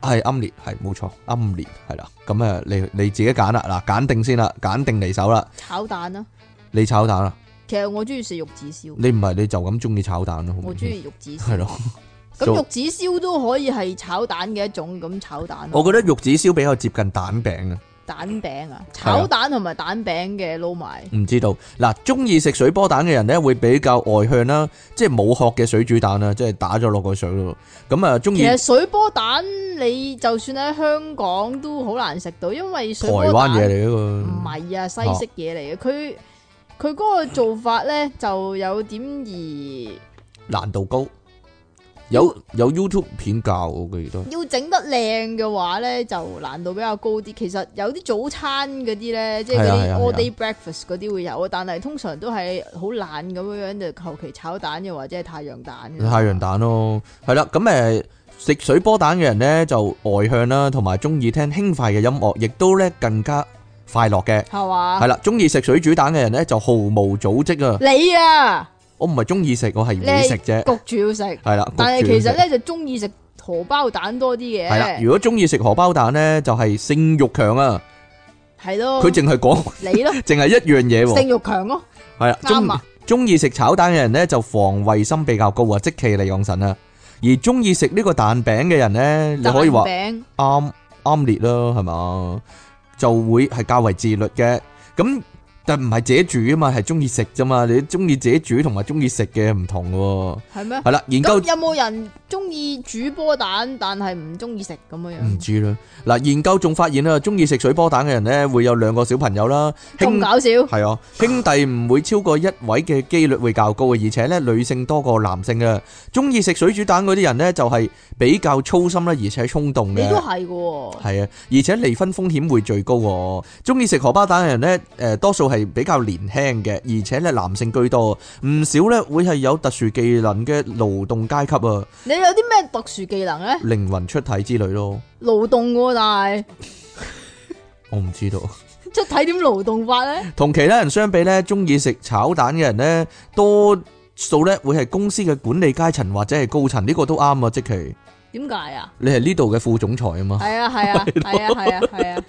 A: 係暗列，係冇錯，暗列係啦。咁誒，你你自己揀啦，嗱，揀定先啦，揀定離手啦，
B: 炒蛋啊，
A: 你炒蛋啦，
B: 其實我中意食玉子燒，
A: 你唔係你就咁中意炒蛋咯，好
B: 我
A: 明
B: 中
A: 顯
B: 意玉子
A: 嗯係
B: 燒。
A: 咯。
B: 咁
A: 做
B: 玉子燒都可以係炒蛋嘅一種，咁炒蛋咯。啊
A: 我覺得玉子燒比較接近蛋餅啊，
B: 蛋餅啊，
A: 係啊
B: 炒蛋同埋蛋餅嘅撈埋，
A: 唔知道嗱，中意食水波蛋嘅人咧會比較外向啦，即係冇殼嘅水煮蛋啊啦，即係打咗落個水度，咁啊中
B: 其
A: 意
B: 實水波蛋你就算喺香港都好難食到，因為
A: 台
B: 水波
A: 灣
B: 蛋
A: 嘢嚟嗰
B: 唔
A: 個，
B: 係啊，西式嘢嚟嘅。佢佢嗰個做法咧就有點而
A: 難度高，有
B: 嗯
A: 有 YouTube 片教我記得，
B: 要整得靚嘅話咧，就難度比較高啲。其實有啲早餐嗰啲咧，即係嗰
A: 係啊係
B: 啲
A: 啊
B: all day breakfast 嗰啲會有啊，但係通常都係好懶咁樣樣，就求其炒蛋又或者係太陽蛋嘅。
A: 太陽蛋咯，係啦，咁誒食水波蛋嘅人咧就外向啦，同埋中意聽輕快嘅音樂，亦都咧更加快樂嘅，
B: 係嘛
A: 係？啦，中意食水煮蛋嘅人咧就毫無組織啊。
B: 你啊，
A: 我唔係中意食，我係會食啫。
B: 焗住 要食，
A: 係啦，
B: 但
A: 係
B: 係其實咧就中意食荷包蛋多啲
A: 係啦，
B: 嘅，
A: 如果中意食荷包蛋咧，就係性慾強啊！
B: 係咯，
A: 佢淨係講，
B: 你咯，
A: 淨係一樣嘢喎。
B: 性欲強咯，
A: 係啦，中
B: 啱啊
A: 中意食炒蛋嘅人咧，就防衞心比較高啊，即其利養神啊。而中意食呢個蛋餅嘅人咧，你可以話。
B: 蛋餅
A: 啱啱列啦，係嘛，就會係較為自律嘅。咁但唔係自己煮啊嘛，係中意食啫嘛。你中意自己煮同埋中意食嘅唔同喎。
B: 係咩？
A: 係啦，研究
B: 咁有冇人中意煮波蛋，但係唔中意食咁樣
A: 唔
B: 樣？
A: 知啦。嗱，研究仲發現啊，中意食水波蛋嘅人呢，會有兩個小朋友啦，
B: 咁
A: 兄
B: 搞笑，
A: 係啊，兄弟唔會超過一位嘅機率會較高嘅，而且呢，女性多過男性嘅。中意食水煮蛋嗰啲人呢，就係比較粗心啦，而且衝動嘅
B: 你。都係嘅喎，
A: 系啊，而且離婚風險會最高、喎。中意食荷包蛋嘅人呢，诶、多數係比較年輕嘅，而且咧男性居多，唔少呢會係有特殊技能嘅勞動階級啊，
B: 你有啲咩特殊技能咧？
A: 靈魂出體之類咯。
B: 勞動喎，但
A: 我唔知道。
B: 係出體點勞動法咧？
A: 同其他人相比呢，中意食炒蛋嘅人呢，多數呢會係公司嘅管理階層或者係高層，呢、個都啱啊！即其
B: 點解啊？
A: 你係呢度嘅副總裁啊嘛，
B: 係 啊係啊係啊係啊係啊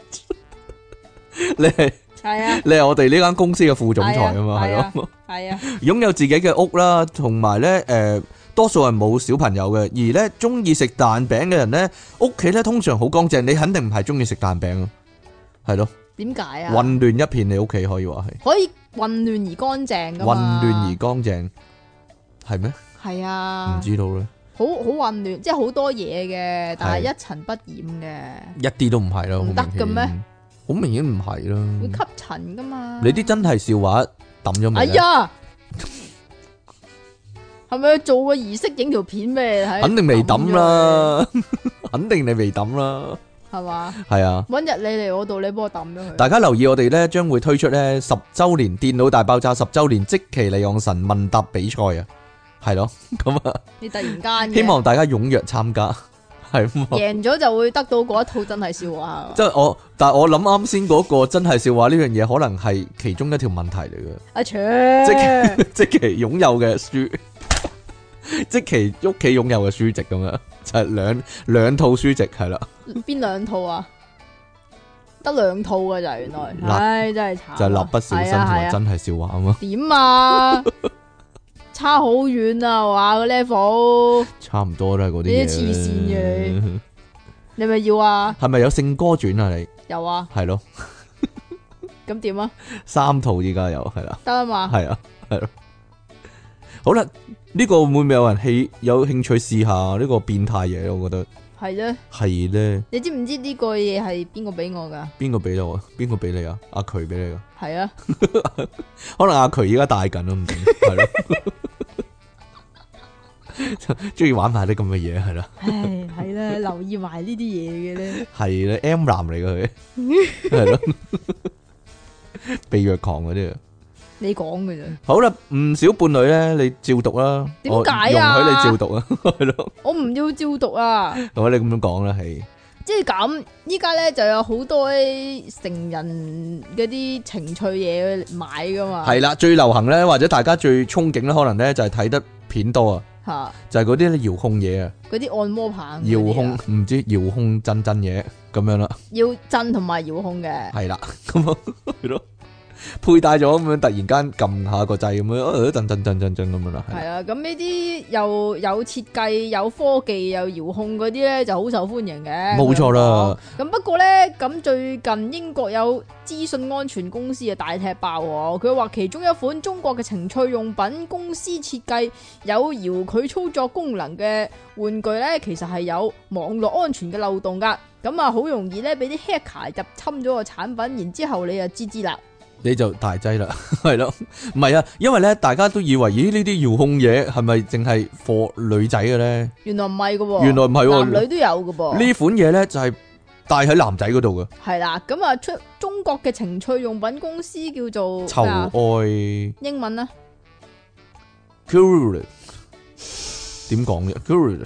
A: 你係
B: 係啊
A: 你係我哋呢間公司嘅副總裁啊嘛，係
B: 係
A: 咯、
B: 啊係啊，
A: 擁有自己嘅屋啦，同埋咧誒，多數係冇小朋友嘅，而咧中意食蛋餅嘅人咧，屋企咧通常好乾淨，你肯定唔係中意食蛋餅啊，係咯，
B: 點解啊？
A: 混亂一片，你屋企可以話
B: 可以混亂而乾淨
A: 係
B: 噶
A: 混
B: 嘛？
A: 亂而乾淨，係咩？
B: 係
A: 唔
B: 啊，
A: 知道咧，
B: 好好混亂，即係好多嘢嘅，但
A: 係
B: 係一塵不染
A: 一啲都唔係啦，好
B: 唔得嘅
A: 明
B: 咩
A: 顯？好明顯唔係
B: 嘅，會吸
A: 啦，
B: 塵噶嘛？
A: 你啲真係笑話抌咗
B: 哎
A: 未呢？
B: 呀，係咪做個儀式影條片俾你睇？
A: 肯定未抌，啦，肯定你未抌啦，
B: 係嘛？
A: 係啊。
B: 搵日你嚟我度，你幫我抌咗佢。
A: 大家留意我哋咧，將會推出咧十週年電腦大爆炸十週年即期利用神問答比賽啊，係咯，咁啊，
B: 你突然間嘅
A: 希望大家踴躍參加，係嘛？
B: 贏咗就會得到嗰一套真係笑話。
A: 哦即係我，但係我諗啱先嗰個真係笑話呢樣嘢，可能係其中一條問題嚟嘅，
B: 阿卓，
A: 即即期擁有嘅書， 即期屋企擁有嘅書籍咁樣，就係兩兩套書籍係啦。
B: 邊兩套啊？得兩套噶咋，原來，
A: 蠟
B: 唉，真係慘啊。
A: 就係蠟筆小新
B: 係啊
A: 同
B: 係
A: 埋
B: 啊
A: 真係笑話啊嘛，
B: 點啊？ 差好遠啊！話個 level，
A: 差唔多都係嗰啲嘢。
B: 你啲黐線你咪要啊？
A: 係咪有聖歌傳啊？你
B: 有啊？
A: 係咯，
B: 咁點啊？
A: 三套依家有係啦，
B: 得啊嘛？
A: 係啊，係咯。好啦，呢、個會唔會有人氣有興趣試下呢個變態嘢？我覺得
B: 係啫。
A: 係咧，
B: 你知唔知呢個嘢係邊個俾我㗎？
A: 邊個俾我啊？邊個俾你啊？阿渠俾你啊？
B: 係啊，
A: 可能阿渠依家戴緊都唔 定係咯。 中意玩埋啲咁嘅嘢係啦，
B: 唉，係啦，留意埋呢啲嘢嘅咧，
A: 係咧 M 男嚟 嘅佢，係咯，被虐狂嗰啲啊。
B: 你講嘅啫。
A: 好啦，唔少伴侶咧，你照讀啦，
B: 點解啊
A: 我容許你照讀啊， 係咯。
B: 我唔要照讀啊，
A: 我你咁樣講啦，係
B: 即係咁。依家咧就有好多啲成人嗰啲情趣嘢買㗎嘛。
A: 係啦，最流行咧，或者大家最憧憬咧，可能咧就係睇得片多啊，
B: 吓，
A: 就係嗰啲遙控嘢啊，
B: 嗰啲按摩棒嗰啲
A: 遙
B: 啊、
A: 控唔知遙控真真嘢咁樣啦，
B: 要震同埋遙控嘅。
A: 係啦，咁啊 係咯，佩戴咗咁樣，突然間撳下個掣咁樣，呃震震震震震咁樣啦，係啦
B: 係啊，咁呢啲又有設計、有科技、有遙控嗰啲咧，就好受歡迎嘅。
A: 冇錯啦。
B: 咁不過咧，咁最近英國有資訊安全公司啊大踢爆喎，佢話其中一款中國嘅情趣用品公司設計有遙距操作功能嘅玩具咧，其實係有網絡安全嘅漏洞噶。咁啊，好容易咧俾啲 hacker 入侵咗個產品，然之後你就知知啦。
A: 你就大劑啦， 係咯，唔係啊，因為咧大家都以為，咦呢啲遙控嘢係咪淨係 for 女仔嘅咧？
B: 原來唔係噶喎，
A: 原來唔係喎
B: 哦男女都有噶噃。
A: 呢款嘢咧就係戴喺男仔嗰度嘅，
B: 系啦，咁啊出中國嘅情趣用品公司叫做
A: 求
B: 咩啊
A: 愛。
B: 英文啊
A: curious 點講啫？curious
B: 嗯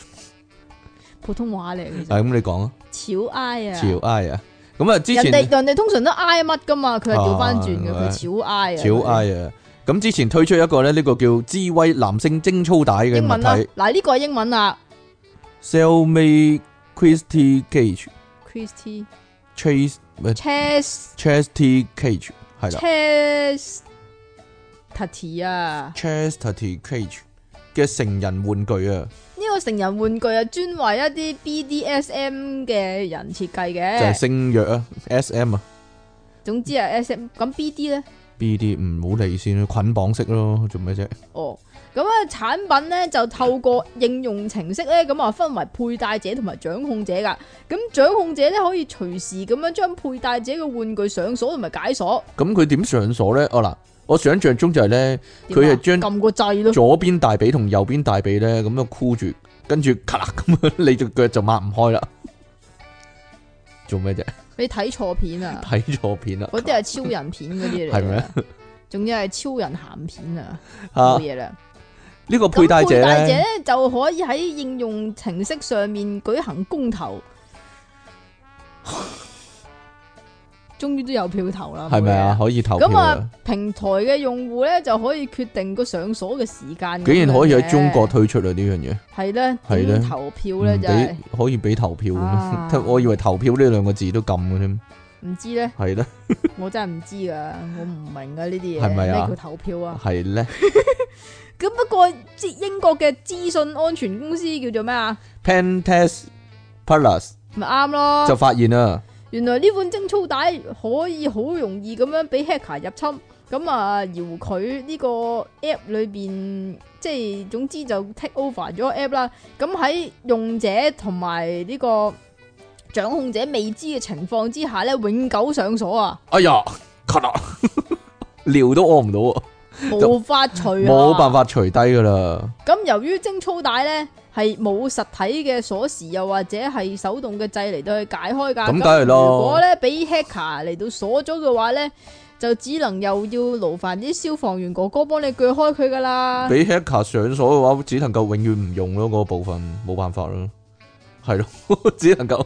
B: 普通話嚟嘅
A: 係咁你講啊，
B: 其實，潮 I 啊，
A: 潮 I 啊，咁啊之
B: 人
A: 前
B: 哋人哋通常都 I 乜噶嘛，佢係調翻轉嘅，
A: 啊
B: 佢潮 I 啊，
A: 潮 I 啊，咁之前推出一個咧，呢個叫智慧男性精粗帶嘅
B: 英
A: 物
B: 文啦
A: 體，
B: 嗱呢個係英文啊啦
A: Selmay Christie Cage
B: ，Christy
A: Chase 咩
B: Chess
A: Chasty Cage 係啦
B: Chess Tati 啊，
A: ，Chastity Cage 嘅成人玩具啊，
B: 呢個成人玩具啊，專為一啲 BDSM 嘅人設計
A: 就係
B: 嘅。
A: 性藥啊，SM 啊
B: 總之啊，SM 咁 BD 咧，
A: ，BD 唔好理先啦，捆綁式咯，做咩啫？
B: 哦，咁啊產品咧就透過應用程式咧，咁啊分為佩戴者同埋掌控者噶。咁掌控者咧可以隨時咁樣將佩戴者嘅玩具上鎖同埋解鎖。
A: 咁佢點上鎖咧？哦嗱，我想象中就係咧，
B: 點啊
A: 佢係將
B: 撳個掣咯，
A: 左邊大髀同右邊大髀咧咁樣箍住，跟住咔啦咁樣，你隻腳就擘唔開啦。做咩啫？
B: 你睇錯片啊！
A: 睇錯片啦，
B: 嗰啲係超人片嗰啲嚟，
A: 係咩？
B: 仲要係超人鹹片啊，
A: 啊
B: 冇！嘢啦。
A: 呢個
B: 咁
A: 佩戴者
B: 戴者
A: 咧，
B: 咧就可以喺應用程式上面舉行公 投，終於都有票投啦，
A: 係咪啊？
B: 冇嘢啦？
A: 可以投票
B: 咁
A: 啊
B: 啊！，平台嘅用戶咧就可以決定個上鎖嘅時間。
A: 竟然可以喺中國，推出啊！呢樣嘢
B: 係咧，
A: 係
B: 係
A: 咧
B: 咧，投票
A: 唔
B: 咧就係
A: 俾可以俾投票
B: 啊
A: 咁樣， 我以為投票呢兩個字都禁嘅添，
B: 唔知咧，
A: 係咧，
B: 我真係唔知噶，我唔明噶呢啲嘢，
A: 係咪啊
B: 咩叫投票啊？
A: 係咧。
B: 咁不過，即英國嘅資訊安全公司叫做咩啊？
A: Pentest Plus
B: 咪啱咯，
A: 就發現啊啦，
B: 原來呢款精粗帶可以好容易咁樣俾 hacker 入侵，咁啊搖佢呢個 app 裏邊，即係總之就 take over 咗個 app 啦。咁喺用者同埋呢個掌控者未知嘅情況之下咧，永久上鎖啊，
A: 哎呀，咳啦， 尿都屙唔到啊，
B: 無法除啊，
A: 冇辦。法除低噶啦。
B: 咁由於精粗帶咧係冇實體嘅鎖匙，又或者係手動嘅掣嚟到去解開㗎。
A: 咁梗係咯
B: 如果咧俾 hacker 嚟到鎖咗嘅話咧，就只能又要勞煩啲消防員哥哥幫你鋸開佢噶啦。
A: 俾 hacker 上鎖嘅話，只能夠永遠唔用咯，嗰、個部分冇辦法咯，係咯， 只能夠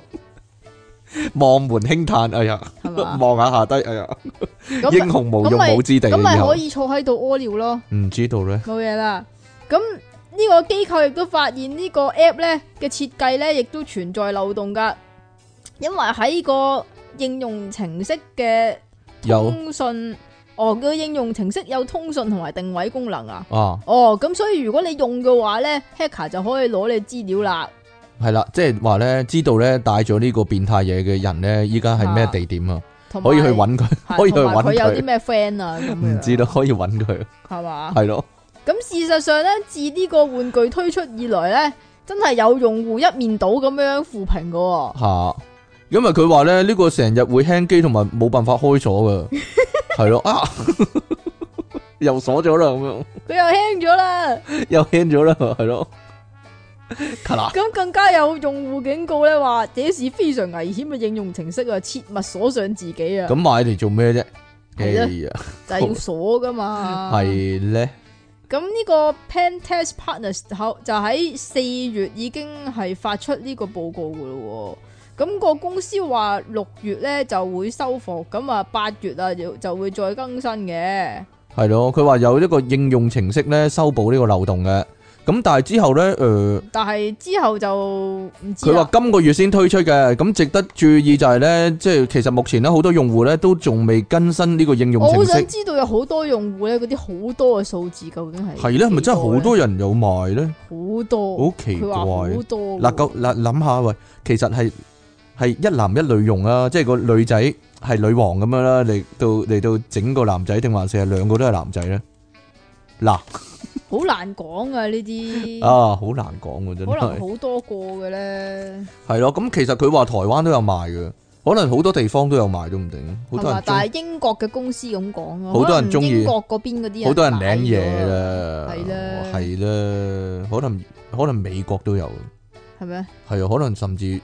A: 望門輕嘆，哎呀，
B: 係嘛
A: 望下下低，哎呀，英
B: 咁
A: 雄無
B: 咁
A: 用
B: 咪
A: 武之地，啊
B: 咁咪
A: 以後
B: 可以坐喺度屙尿咯，
A: 唔知道咧，
B: 冇嘢啦。咁呢個機構亦都發現呢個 app 咧嘅設計咧，亦都存在漏洞噶，因為喺個應用程式嘅。
A: 有
B: 通讯哦，佢應用程式有通訊同埋定位功能啊。
A: 啊，
B: 哦，咁所以如果你用嘅話咧，hacker 就可以攞你資料啦。
A: 係啦，即係話咧，知道咧帶咗呢個變態嘢嘅人咧，依家係咩
B: 啊
A: 地點啊？
B: 同埋
A: 可以去，揾佢，
B: 係 啊
A: 可以去
B: 同埋
A: 揾
B: 佢有
A: 佢
B: 啲，咩 friend 啊？咁樣
A: 唔知道可以揾佢，
B: 係嘛？
A: 係咯，
B: 咁事實上咧，自呢個玩具推出以來咧，真係有用戶一面倒咁樣負評嘅喎。
A: 吓，因為啊佢話咧呢個成日會輕機同埋冇辦法開鎖 噶，係咯啊，又鎖咗啦咁樣。
B: 佢又輕咗啦，
A: 又 end 咗啦，系咯，卡啦，
B: 咁更加有用戶警告咧話，這是非常危險嘅應用程式啊，切勿鎖上自己啊
A: 咁，買嚟做咩啫？哎
B: 係啊
A: 呀，
B: 就係要鎖噶嘛。
A: 系咧，
B: 咁呢個 Pentest Partners 後就喺四月已經係發出呢個報告噶咯喎。咁、個公司話六月咧就會收貨，咁啊八月啊就就會再更新嘅。
A: 系咯，佢話有一個應用程式咧修補呢個漏洞嘅，咁但係之後咧，呃诶、
B: 但係之後就唔知
A: 佢
B: 啦
A: 話。今個月先推出嘅，咁值得注意就係咧，即係其實目前咧好多用戶咧都仲未更新呢個應
B: 我
A: 用
B: 好
A: 程
B: 想
A: 式，
B: 知道有好多用戶咧，嗰啲好多嘅數字究竟係
A: 係咧，係咪真係好多人有賣咧？
B: 好多
A: 好奇
B: 佢話
A: 怪。啊
B: 好多
A: 嗱，
B: 喎
A: 夠嗱諗下喂，其實係係一男一女用啦，即係個女仔係女王咁樣啦，嚟到嚟到整個男仔定還是係兩個都係男仔咧？嗱
B: 好難講啊呢啲，
A: 啊，好難講嘅真
B: 可
A: 係，
B: 能好多個嘅咧，
A: 係咯。咁其實佢話台灣都有賣嘅，可能好多地方都有賣都唔定，好
B: 係
A: 多
B: 嘛
A: 人？中
B: 但係英國嘅公司咁講啊，
A: 好多人
B: 可能
A: 鍾意
B: 英國嗰邊嗰啲人
A: 好多人
B: 買
A: 領
B: 咗
A: 嘢，啦，
B: 係啦
A: 係啦，可能可能美國都有，
B: 係咪？
A: 係啊，可能甚至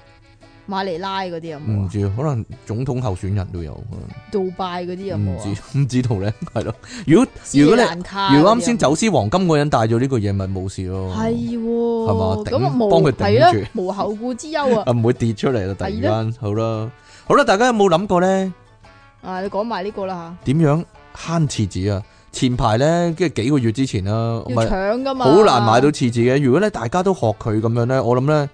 B: 馬尼拉嗰啲有冇
A: 唔
B: 啊？
A: 知，可能總統候選人都有，可能。
B: 杜拜嗰啲有
A: 唔
B: 冇啊？
A: 知唔 知道咧，系咯。如果
B: 斯里
A: 如果你
B: 蘭卡
A: 如果啱先
B: 就
A: 走私黃金嗰人帶咗呢個嘢，咪冇事咯。
B: 係啊
A: 係
B: 喎，
A: 嘛
B: 咁啊
A: 頂
B: 無
A: 幫佢頂
B: 係啦
A: 住，
B: 無後顧之 憂啊！
A: 啊，唔會跌出嚟啦。突然
B: 係
A: 間，好啦，好啦，大家有冇諗過咧？
B: 啊，你講埋呢個啦
A: 點樣慳廁紙啊？前排咧，跟住幾個月之前啦，
B: 要
A: 咪
B: 搶噶嘛，
A: 好難買到廁紙嘅。如果咧大家都學佢咁樣咧，我諗咧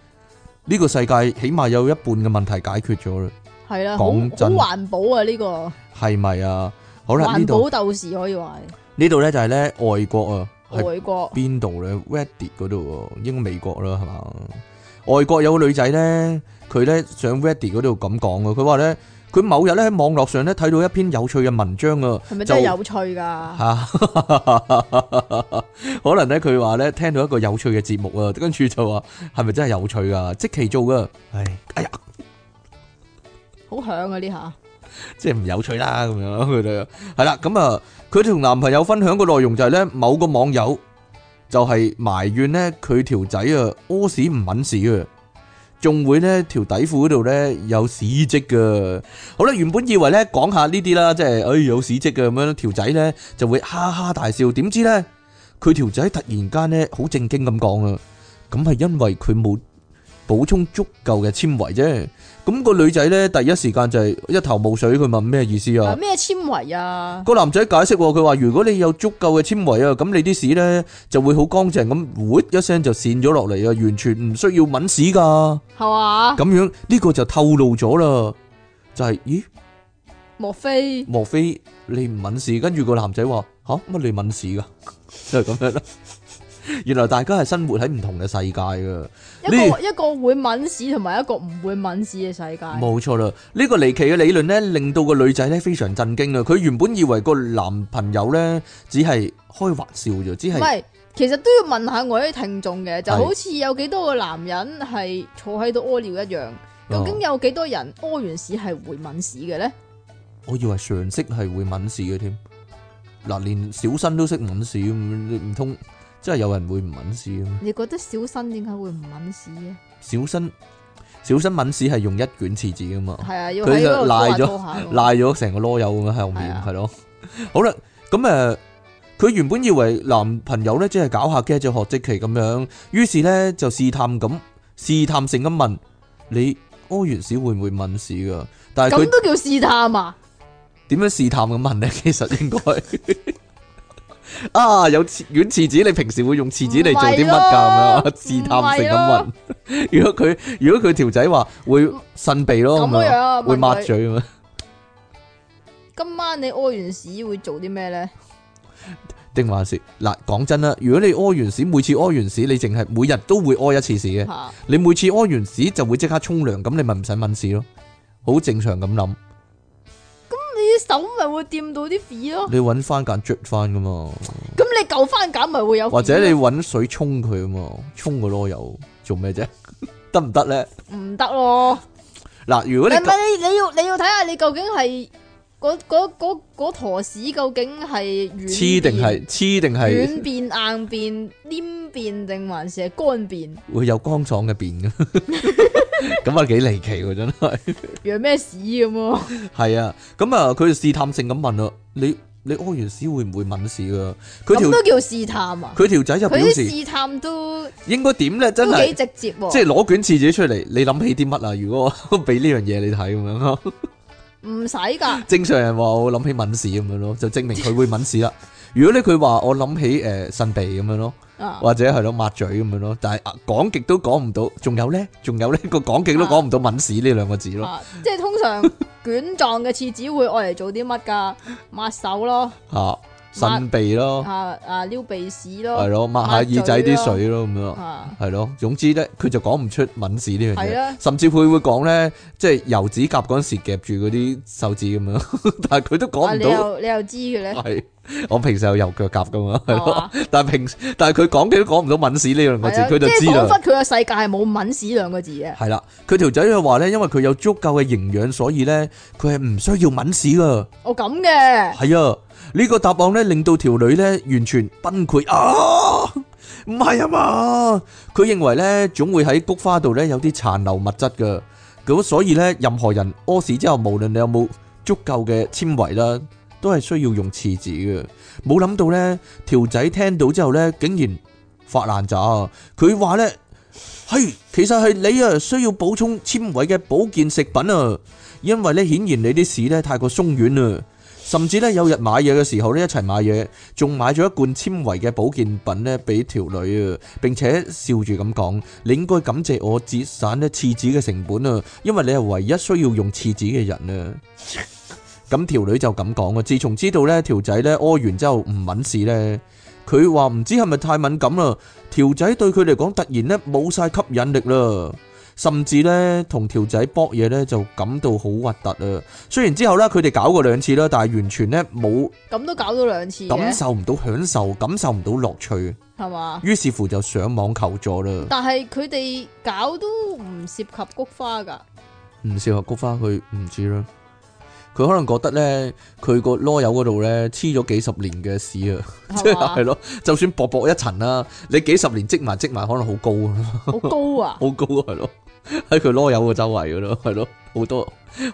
A: 呢個世界起碼有一半嘅問題解決咗啦，
B: 係啦，好好
A: 講真
B: 環保啊呢個，
A: 係咪啊？好啦，呢
B: 環
A: 度
B: 保鬥士可以話
A: 呢度咧就係咧外國啊，係
B: 係外國
A: 邊度咧 r e d d i t 嗰度喎，應該美國啦，係嘛？外國有個女仔咧，佢咧上 r e d d i t 嗰度咁講嘅，佢話咧，佢某日咧喺網絡上咧睇到一篇有趣嘅文章啊，
B: 係
A: 就
B: 咪真係有趣㗎？
A: 吓， 可能咧佢話咧聽到一個有趣嘅節目啊，跟住就話係咪真係有趣噶？即期做噶，唉，哎呀，
B: 好響啊呢下，
A: 即係唔有趣啦咁樣，佢哋係啦，咁啊，佢同男朋友分享個內容就係咧，某個網友就係埋怨咧佢條仔啊屙屎唔揾屎啊。仲會咧條底褲嗰度咧有屎跡噶，好啦，原本以為咧講下呢啲啦，即係哎有屎跡嘅咁樣，條仔咧就會哈哈大笑，點知咧佢條仔突然間咧好正經咁講啊，咁係因為佢冇補充足夠嘅纖維啫。咁、個女仔咧第一時間就係一頭霧水，佢問咩意思啊
B: 啊？咩纖維啊？
A: 個男仔解釋喎，佢話如果你有足夠嘅纖維啊，咁你啲屎咧就會好乾淨咁，噗一聲就跣咗落嚟啊，完全唔需要揾屎噶。
B: 係嘛？
A: 咁樣呢個就透露咗啦，就係、咦，
B: 莫非
A: 莫非你唔敏事？跟住個男仔話吓乜你敏事噶，就係咁樣啦。原來大家係生活喺唔同嘅世界噶，
B: 一個一個會抿屎同埋一個唔會抿屎嘅世界？
A: 冇錯啦。呢、個離奇嘅理論呢，令到個女仔呢非常震驚啊！佢原本以為個男朋友呢只係開玩笑啫，只
B: 唔
A: 係
B: 係，其實都要問下我啲聽眾嘅，就好似有幾多個男人係坐喺度屙尿一樣，究竟
A: 哦
B: 有幾多人屙完屎係會抿屎嘅咧？
A: 我以為常識係會敏事嘅添。嗱，連小新都識敏事，唔唔通真係有人會唔敏事嘅咩？
B: 你覺得小新點解會唔抿屎嘅？
A: 小新小新抿屎係用一卷廁紙噶嘛，
B: 係啊，要
A: 哦佢
B: 喺
A: 就
B: 嗰度
A: 賴
B: 拖下
A: 咗
B: 拖下喎。
A: 賴咗成個啰柚咁樣喺後
B: 係
A: 面，
B: 啊
A: 係咯。好啦，咁誒，佢原本以為男朋友咧即係搞下 g 就學即期咁樣，於是咧就試探咁試探性咁問你屙完屎會唔會抿屎噶？但係佢
B: 咁都叫試探啊？
A: 點樣試探咁問咧？ 其實應該 啊，有廁軟廁紙，你平時會用廁紙嚟做啲乜㗎？咁樣試探性咁問。 如果佢如果佢條仔話會擤鼻咯，
B: 咁
A: 咁樣
B: 樣
A: 哦
B: 啊
A: 會抹
B: 問佢
A: 嘴咁樣。
B: 今晚你屙完屎會做啲咩咧？
A: 定還是嗱？講真啦，如果你屙完屎，每次屙完屎，你淨係每日都會屙一次屎 嘅。
B: 吓，
A: 你每次屙完屎就會即刻沖涼，咁你咪唔使問屎咯。好正常咁諗，
B: 你啲手咪會掂到啲屎咯。
A: 你揾番梘捽翻噶嘛，
B: 咁你嚿番梘咪會有，
A: 或者你揾水沖佢啊嘛，沖個啰柚做咩啫？ 得唔得咧？
B: 你唔得咯。
A: 嗱，如果你
B: 唔係你你要你要睇下你究竟係嗰嗰嗰嗰坨屎究竟係軟
A: 黐定係黐定係
B: 軟變硬變黏變定還是係乾變？
A: 會有乾爽嘅便 嘅，咁啊幾離奇喎真係。
B: 養咩屎咁咯？
A: 係啊，咁啊佢就試探性咁問啦，你你屙完屎會唔會抿屎噶？佢條
B: 咁都叫試探啊！
A: 佢條仔就
B: 佢
A: 表
B: 啲
A: 示
B: 試探都都
A: 應該點咧？真
B: 幾
A: 係
B: 直接喎，
A: 即係攞卷廁紙出嚟，你諗起啲乜啊？如果我俾呢樣嘢你睇咁樣咯，
B: 唔使㗎，
A: 正常人話我諗起抿屎咁樣咯，就證明佢會抿屎啦。如果咧佢話我諗起誒擤鼻咁樣咯，
B: 啊
A: 或者係咯抹嘴咁樣咯，但係啊講極都講唔到，仲有咧，仲有 咧個講極都講唔到抿屎呢兩個字咯
B: 啊即係通常卷狀嘅廁紙會愛嚟做啲乜㗎？抹手咯，
A: 嚇，擤鼻咯，
B: 啊啊撩鼻屎
A: 哦係
B: 咯，
A: 咯，抹下耳仔啲水咯咁樣。
B: 啊
A: 係咯，總之咧，佢就講唔出敏字呢樣
B: 係
A: 嘢
B: 啊，
A: 甚至佢會講咧，即係油指甲嗰陣時夾住嗰啲手指咁樣， 但係佢都
B: 啊
A: 講唔
B: 你
A: 到。
B: 又你又知嘅咧，哦
A: 係，我平時有右腳甲噶嘛，係
B: 係
A: 咯
B: 嘛，
A: 但係平但係佢講嘅都講唔到敏字呢兩個字，
B: 係啊
A: 佢就知
B: 即係彷
A: 啦。
B: 彿佢嘅世界係冇抿屎兩個字 啊嘅。
A: 係啦，佢條仔就話咧，因為佢有足夠嘅營養，所以咧佢係唔需要敏屎噶。
B: 我咁嘅，
A: 係啊，呢、個答案咧令到條女咧完全崩潰啊！唔係啊嘛，佢認為咧總會喺菊花度咧有啲殘留物質噶，咁所以咧任何人屙屎之後，無論你有冇足夠嘅纖維啦，都係需要用廁紙嘅。冇諗到咧，條仔聽到之後咧，竟然發爛渣啊！佢話咧。係，其實係你啊，需要補充纖維嘅保健食品啊，因為咧顯然你啲屎咧太過鬆軟啦。Sự kiện này khiến cho bạn cảm thấy rất khó khăn. Vì vậy, bạn cần phải bổ sung thêm một số chất dinh dưỡng để giúp bạn có thể duy trì sự hoạt động của cơ thể. Bạn cần phải bổ sung thêm một số chất dinh dưỡng để giúp bạn có thể duy trì sự hoạt động của cơ thể. Sự kiện này khiến cho bạn cảm thấy rất khó khăn. Vì vậy, bạn cần phải bổ sung thêm một số chất dinh dưỡng để giúp bạn có thể duy trì sự hoạt động của cơ thể. Sự kiện này khiến cho bạn cảm thấy rất khó khăn. Vì vậy, bạn cần phải bổ sung thêm một số chất dinh dưỡng để giúp bạn có thể duy trì sự hoạt động của cơ thể. Sự kiện này khiến cho bạn cảm thấy rất khó khăn. Vì vậy, bạn cần phải bổ sung thêm một số chất dinh dưỡng để giúp bạn có thể duy trì sự hoạt động của cơ thể. Sự kiện này khiến cho bạn cảm thấy rất khó khăn. Vì vậy, bạn cần phải bổ sung thêm một số chất dinh dưỡng để giúp bạn có thể duy trì sự hoạt động của cơ thể. Sự kiện này khiến cho bạn cảm thấy rất khó khăn. Vì vậy, bạn cần phải bổ sung thêm một số chất dinh dưỡng để giúp bạn có thể duy trì sự hoạt động của cơ thể. Sự kiện này khiến cho bạn cảm thấy rất khó khăn. Vì vậy, bạn cần phải bổ s 甚至咧有日買嘢嘅時候咧一齊買嘢，仲買咗一罐纖維嘅保健品咧俾條女啊，並且笑住咁講：你應該感謝我節省咧廁紙嘅成本啊，因為你係唯一需要用廁紙嘅人啊。咁條女就咁講啊，自從知道咧條仔咧屙完之後唔揾屎咧，佢話唔知係咪太敏感啦，條仔對佢嚟講突然咧冇晒吸引力啦。甚至咧同條仔搏嘢咧就感到好核突啊！雖然之後咧佢哋搞過兩次啦，但係完全咧冇
B: 咁都搞咗兩次
A: 感
B: 嘅，
A: 受唔到享受，感受唔到樂趣，
B: 係嘛？
A: 於是乎就上網求助啦。
B: 但係佢哋搞都唔涉及菊花㗎，
A: 唔適嗯合菊花，佢唔知啦。佢可能覺得咧，佢個啰柚嗰度咧黐咗幾十年嘅屎 啊， 即
B: 係嘛
A: 係？咯，就算薄薄一層啦，你幾十年積埋積埋，可能好高啊。
B: 好 高啊！
A: 好高係咯，喺佢啰柚嘅周圍嗰度係咯，好多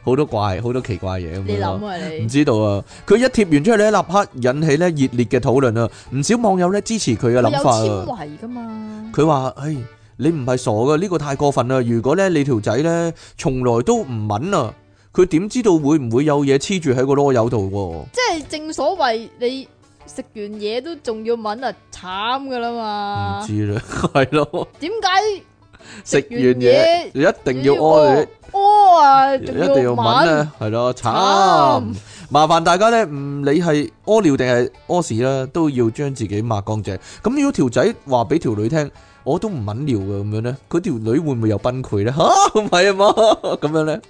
A: 好多怪好多奇怪嘢咁
B: 你
A: 樣咯
B: 諗啊
A: 唔
B: 你，
A: 知道啊！佢一貼完出嚟咧，立刻引起咧熱烈嘅討論啊！唔少網友咧支持佢嘅
B: 佢
A: 諗
B: 有
A: 法
B: 纖
A: 啊！
B: 維㗎嘛？
A: 佢話：，唉，你唔係傻噶，呢個太過分啦！如果咧你條仔咧從來都唔揾啊，佢點知道會唔會有嘢黐住喺個啰柚度
B: 即係正所謂你食完嘢都仲要揾啊，慘㗎啦
A: 喎？唔
B: 嘛？
A: 知啦， 係咯，
B: 點解
A: 食
B: 完
A: 完嘢
B: 嘢
A: 就一定要屙你。
B: 屙啊？
A: 一
B: 仲
A: 定要
B: 揾
A: 問咧，係咯，慘
B: 慘！
A: 麻煩大家咧，唔理係屙尿定係屙屎啦，都要將自己抹乾淨。咁如果條仔話俾條女聽，我都唔揾尿嘅咁樣咧，佢條女會唔會又崩潰 咧？嚇，唔係啊嘛，咁樣咧，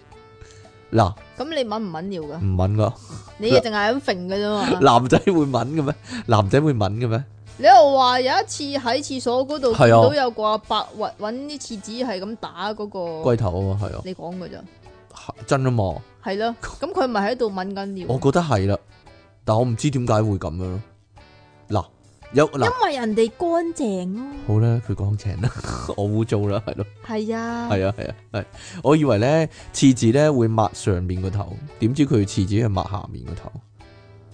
A: 嗱
B: 咁你揾唔揾尿㗎？
A: 唔揾噶，
B: 你就淨係咁揈㗎啫嘛？
A: 男仔會揾嘅咩？男仔會揾嘅咩？
B: 你又話有一次喺廁所嗰度
A: 係啊
B: 見到有個阿伯揾揾啲廁紙係咁打嗰、個，
A: 龜頭啊嘛，係啊
B: 你講㗎咋？，
A: 真啊嘛，
B: 係咯，咁佢咪喺度揾緊尿？
A: 我覺得係啦，但我唔知點解會咁樣咯。嗱，有嗱
B: 因為人哋乾淨啊咯，
A: 好啦，佢乾淨 啦，我污糟啦， 係咯。
B: 係啊，
A: 系啊系啊系，我以為咧廁紙咧會抹上面個頭，點知佢廁紙係抹下面個頭，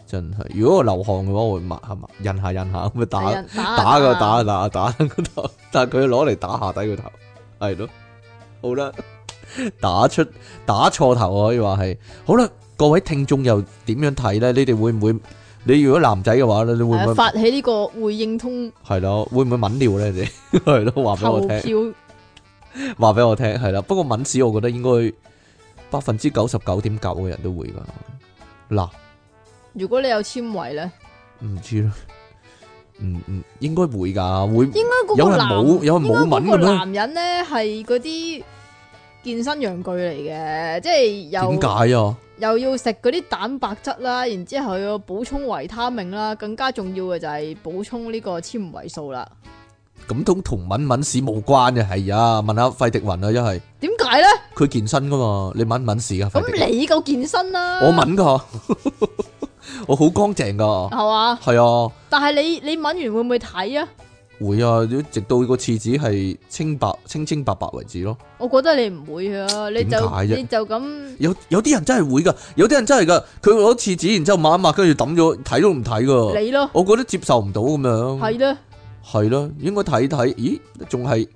A: 真係。如果我流汗嘅話，我會抹下抹，印下印下咁咪
B: 係
A: 打
B: 啊打
A: 打
B: 㗎
A: 噶打打打個頭， 但係佢攞嚟打下底個頭，係咯。好啦，打出打錯頭啊可以話係。好啦，各位聽眾又點樣睇咧？你哋會唔會？你如果男仔嘅話咧，你會唔
B: 係啊
A: 會
B: 發起呢個回應通
A: 係咯？會唔會抿尿咧？你哋 係咯，話俾我
B: 投
A: 聽。
B: 票，
A: 話俾我聽，係啦。不過敏屎，我覺得應該百分之九十九點九嘅人都會噶。嗱，
B: 如果你有纖維咧，
A: 唔知啦，唔唔應該會噶，會
B: 應
A: 有
B: 該嗰個
A: 人
B: 男
A: 冇有人冇
B: 應該嗰
A: 敏嘅咩
B: 個男人咧係嗰啲健身陽具嚟嘅，即
A: 點
B: 係又
A: 解啊？
B: 又要食嗰啲蛋白質啦，然之後要補充維他命啦，更加重要嘅就係補充呢個纖維素啦。
A: 咁都同敏敏屎冇關嘅，係啊。問下費迪雲啊，一係
B: 點解咧？
A: 佢健身噶嘛，你敏敏屎啊？費迪
B: 咁你啊夠健身啦，
A: 我敏噶， 我好乾淨噶，
B: 係嘛？
A: 係啊，
B: 但係你你敏完會唔會睇啊？
A: 會啊，直到個廁紙係清白清清白白為止咯。
B: 我覺得你唔會啊，你
A: 點
B: 就
A: 解啫
B: 你就咁
A: 有有啲人真係會噶，有啲人真係噶，佢攞廁紙然之後抹一抹，跟住抌咗，睇都唔睇噶。
B: 你咯，
A: 我覺得接受唔到咁樣，
B: 係咯，
A: 係咯，應該睇睇，咦，仲係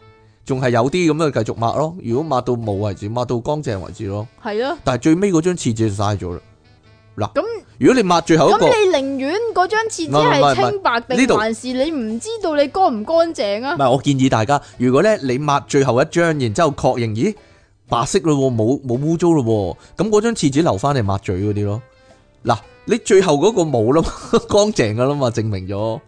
A: 仲係有啲咁樣繼續抹咯。如果抹到冇為止，抹到乾淨為止咯。
B: 係咯。
A: 但係最尾嗰張廁紙就嘥咗啦。嗱，
B: 咁
A: 如果你抹最後一
B: 咁
A: 個，
B: 你寧願嗰張廁紙
A: 唔係唔係
B: 係
A: 唔係
B: 清白
A: 呢度
B: 定還是你唔知道你乾唔乾淨
A: 唔
B: 啊？
A: 係我建議大家，如果咧你抹最後一張，然之後確認，咦，白色嘞喎，冇冇污糟嘞喎，咁嗰張廁紙留翻嚟抹嘴嗰啲咯。嗱，你最後嗰個冇啦嘛， 乾淨噶啦嘛，證明咗。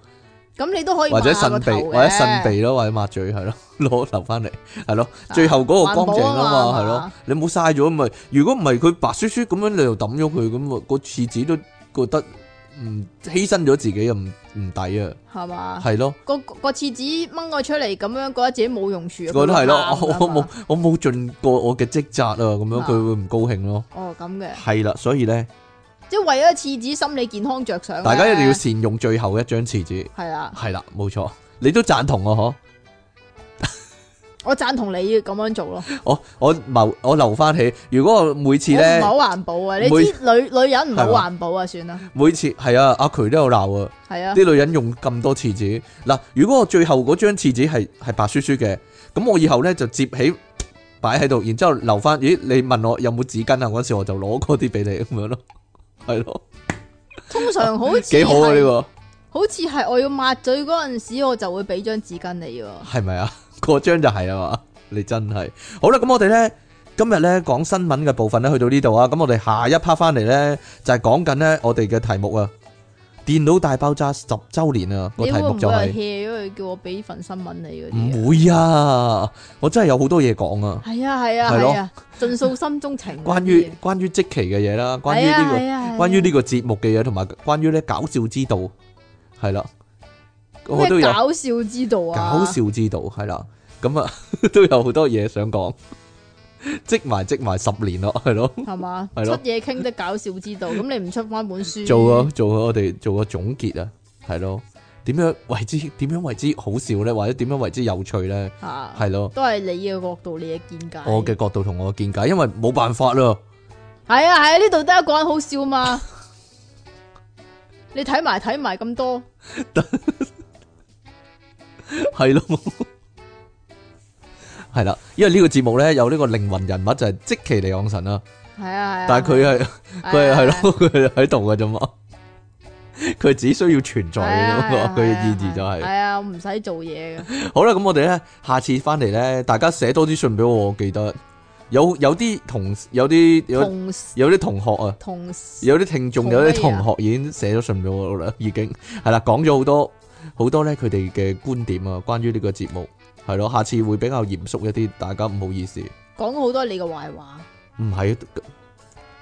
B: 咁你都可以
A: 或者
B: 抹下
A: 擤
B: 個
A: 鼻
B: 頭嘅
A: 或者擤鼻咯，或者抹嘴係咯， 攞留翻嚟係咯，最後嗰個乾淨啊
B: 啊環保啊
A: 嘛
B: 嘛
A: 係
B: 係
A: 咯
B: 嘛，
A: 你冇嘥咗咪？如果唔係佢白雪雪咁樣，你又抌咗佢咁啊，個廁紙都覺得唔犧牲咗自己又唔唔抵啊，
B: 係嘛？
A: 係咯，
B: 個個廁紙掹我出嚟咁樣，覺得自己冇用處，
A: 我都係咯，我
B: 佢會喊㗎
A: 我冇
B: 嘛
A: 我冇盡過我嘅職責啊，咁樣
B: 啊
A: 佢會唔高興咯，
B: 哦咁嘅，
A: 係啦，所以咧，
B: 即係為咗廁紙心理健康着想咧。
A: 大家一定要善用最後一張廁紙，
B: 係啦，
A: 係啦，冇錯，你都贊同我嗬。
B: 我贊同你咁樣做咯。
A: 我我留我留翻起，如果我每次
B: 我
A: 咧
B: 唔係，好環保啊！你
A: 每
B: 知女女人唔好
A: 係嘛
B: 環保啊，算啦，
A: 每次係啊，阿渠都有鬧啊，
B: 係啊，
A: 啲女人用咁多廁紙。嗱，如果我最後嗰張廁紙係係白雪雪嘅，咁我以後咧就接起擺喺度，然之後留翻。咦，你問我有冇紙巾啊？嗰時我就攞嗰啲俾你咁樣咯，係咯，
B: 通 常好似
A: 幾好啊呢
B: 係
A: 個，
B: 好似系我要抹嘴嗰阵时，我就会俾张纸巾你喎。
A: 係咪啊？ 嗰張就係啊嘛，你真係好啦，咁我哋咧今日咧講新聞嘅部分咧去到呢度啊，咁我哋下一 part 翻嚟咧就係講緊咧我哋嘅題目啊，電腦大爆炸十週年啊，個
B: 你
A: 題
B: 會唔
A: 目就
B: 會
A: 係、
B: 係 hea 咗佢叫我俾份新聞你嗰啲啊
A: 唔會啊！我真係有好多嘢講啊，
B: 啊？系啊係啊
A: 係咯
B: 係啊，盡訴心中情嗰啲嘢。啊
A: 關於關於即期嘅嘢啦，關於
B: 係啊
A: 呢、個。
B: 係啊係啊
A: 關於呢個節目嘅嘢，同埋關於咧搞笑之道，係啦，我都
B: 啊咩
A: 有
B: 搞笑之道啊！
A: 搞笑之道，係啦，咁啊 都有好多嘢想講， 積埋積埋十年咯，係咯，
B: 係嘛？出
A: 係咯
B: 嘢傾得搞笑之道，咁你唔出翻本書
A: 做個做個我哋做個總結啊，係咯，點樣為之點樣為之好笑咧，或者點樣為之有趣咧，
B: 啊？
A: 係咯，
B: 都係你嘅角度，你嘅見解。
A: 我嘅角度同我嘅見解，因為冇辦法啦，
B: 係啊係啊，呢度得一個人好笑嘛？ 你睇埋睇埋咁多，
A: 係咯。係啦，因為呢個節目咧有呢個靈魂人物就係即其尼昂神啦，
B: 係啊係啊。
A: 但係佢係
B: 係
A: 佢係
B: 啊
A: 系，咯， 佢係喺度嘅啫嘛，佢只需要存在嘅啫嘛，佢嘅意義就係
B: 啊係啊，我唔使做嘢嘅。
A: 好啦，咁我哋咧下次翻嚟咧，大家寫多啲信俾我，我記得有有啲同有啲有
B: 同
A: 有啲同學啊，
B: 同
A: 有啲聽眾
B: 同
A: 有
B: 乜嘢啊
A: 啲同學已經寫咗信俾我啦， 已經係啦，講咗好多好多咧佢哋嘅觀點啊，關於呢個節目係咯，下次會比較嚴肅一啲，大家唔好意思，
B: 講好多你嘅壞話。
A: 唔係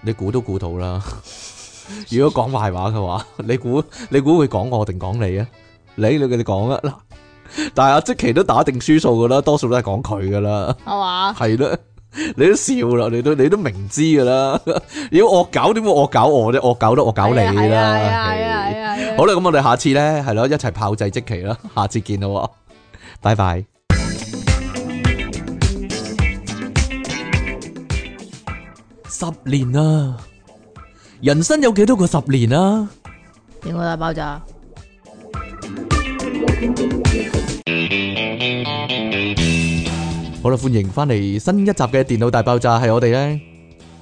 A: 你估都估到啦。 如果講壞話嘅話，你估你估會講我定講你啊？你你你講啊嗱，但係阿即奇都打定輸數噶啦，多數都係講佢噶啦，
B: 係嘛？
A: 係啦，你都笑啦，你都你都明知噶啦，如果惡搞點會惡搞我啫？惡搞都惡搞你
B: 係啊係
A: 啦
B: 啊係啊
A: 係。
B: 係啊係啊！
A: 好啦，咁我哋下次咧係咯，一齊炮製即奇 啦，下次見啦喎，拜拜。十年啦，人生有幾多個十年啊？
B: 點解大爆炸？
A: 好啦，歡迎翻嚟新一集嘅電腦大爆炸，係我哋咧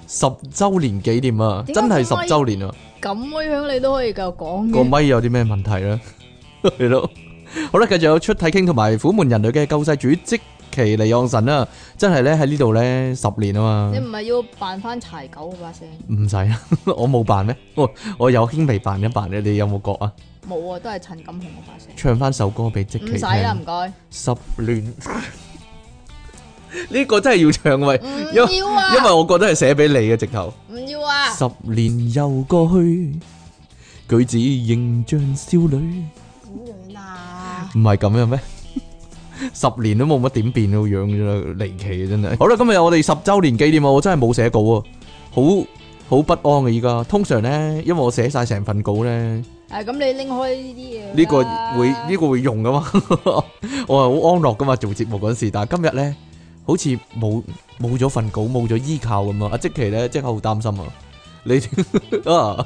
A: 十週年紀念啊，
B: 點解
A: 真係十
B: 咁威
A: 週年啊！
B: 咁樣你都可以繼續講
A: 個
B: 嘅。
A: 咪有啲咩問題咧？ 係咯，好啦，繼續有出體傾同埋虎門人類嘅救世主即其尼昂神啦，真係咧喺呢度咧十年啊嘛
B: 你，唔係要扮翻柴狗嗰把聲？
A: 唔使啦，我冇扮咩？我我有輕微扮一扮咧，你有冇覺啊？
B: 冇啊，都係陳錦鴻嗰把聲。
A: 唱翻首歌俾即
B: 唔
A: 其
B: 使啦，
A: 聽
B: 唔，該。
A: 十年呢個真係要唱喂，因
B: 唔
A: 為
B: 要啊，
A: 因為我覺得係寫俾你嘅直頭。
B: 唔要啊。
A: 十年又過去，舉止形象少女。
B: 點樣啊？
A: 唔係咁樣咩？十年都冇乜點變到樣啫啦，離奇啊真係。好啦，今日我哋十週年紀念啊，我真係冇寫稿啊，好好不安啊依家。通常咧，因為我寫晒成份稿咧，呢、
B: 誒，咁你拎開呢啲嘢。
A: 呢個會呢、個會用噶嘛， 我係好安樂噶嘛做節目嗰時，但係今日咧好似冇冇咗份稿，冇咗依靠咁啊！阿即奇咧即刻好擔心啊！你 啊，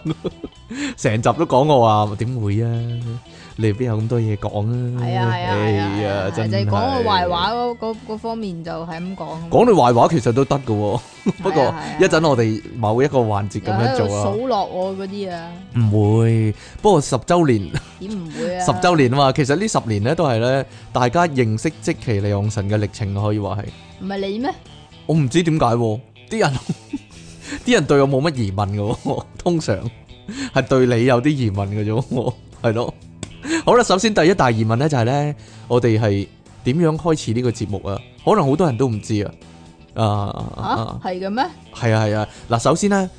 A: 成集都講我話點會啊？你邊有咁多嘢講啊？
B: 係啊係啊
A: 哎
B: 係
A: 呀
B: 啊係啊，就
A: 真
B: 係講
A: 係
B: 我壞話嗰嗰嗰方面就係咁講。
A: 講你壞話其實都得嘅喎，不過
B: 係啊
A: 一陣我哋某一個環節咁樣
B: 又喺度
A: 做啊，
B: 數落我嗰啲啊，
A: 唔會。不過十週年，
B: 點唔會啊？
A: 十週年啊嘛，其實呢十年咧都係咧，大家認識即其利昂神嘅歷程啊可以話係。
B: 唔係你咩？
A: 我唔知點解喎，啲人 啲人對我冇乜疑問嘅喎， 通常係對你有啲疑問嘅啫喎，係咯。好啦，首先第一大疑問咧就係咧，我哋係點樣開始呢個節目啊？可能好多人都唔知啊。啊啊啊
B: 嚇係嘅咩？
A: 系啊系啊，嗱，首先咧，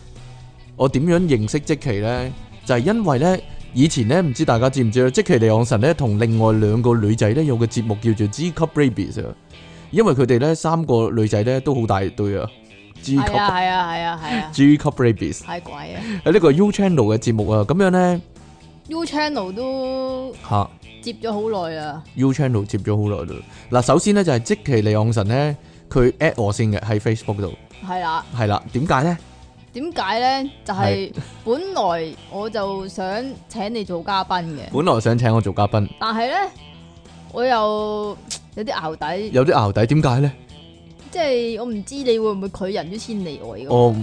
A: 我點樣認識即奇咧？就係因為咧，以前咧唔知大家知唔知咧，即奇利昂神咧同另外兩個女仔咧有個節目叫做 G Cup Babies 啊，因為佢哋咧三個女仔咧都好大堆啊，G
B: 係啊
A: Cup
B: 係啊係啊係啊，
A: G Cup Babies
B: 太鬼啊
A: 喺呢個 U Channel 嘅節目啊，咁樣咧
B: ！U Channel 都
A: 吓
B: 接咗好耐啦，
A: U Channel 接咗好耐啦。嗱，首先咧就係即奇利昂神咧，佢 at 我先嘅喺 Facebook 度，
B: 係啦。
A: 係啦，點解咧？
B: 點解咧？就係本來我就想請你做嘉賓 嘅，
A: 本來想請我做嘉賓，
B: 但係咧我又有啲淆底，
A: 有啲淆底，點解咧？ 哦
B: 即係我唔知你會唔會拒人於千里外咁。
A: 我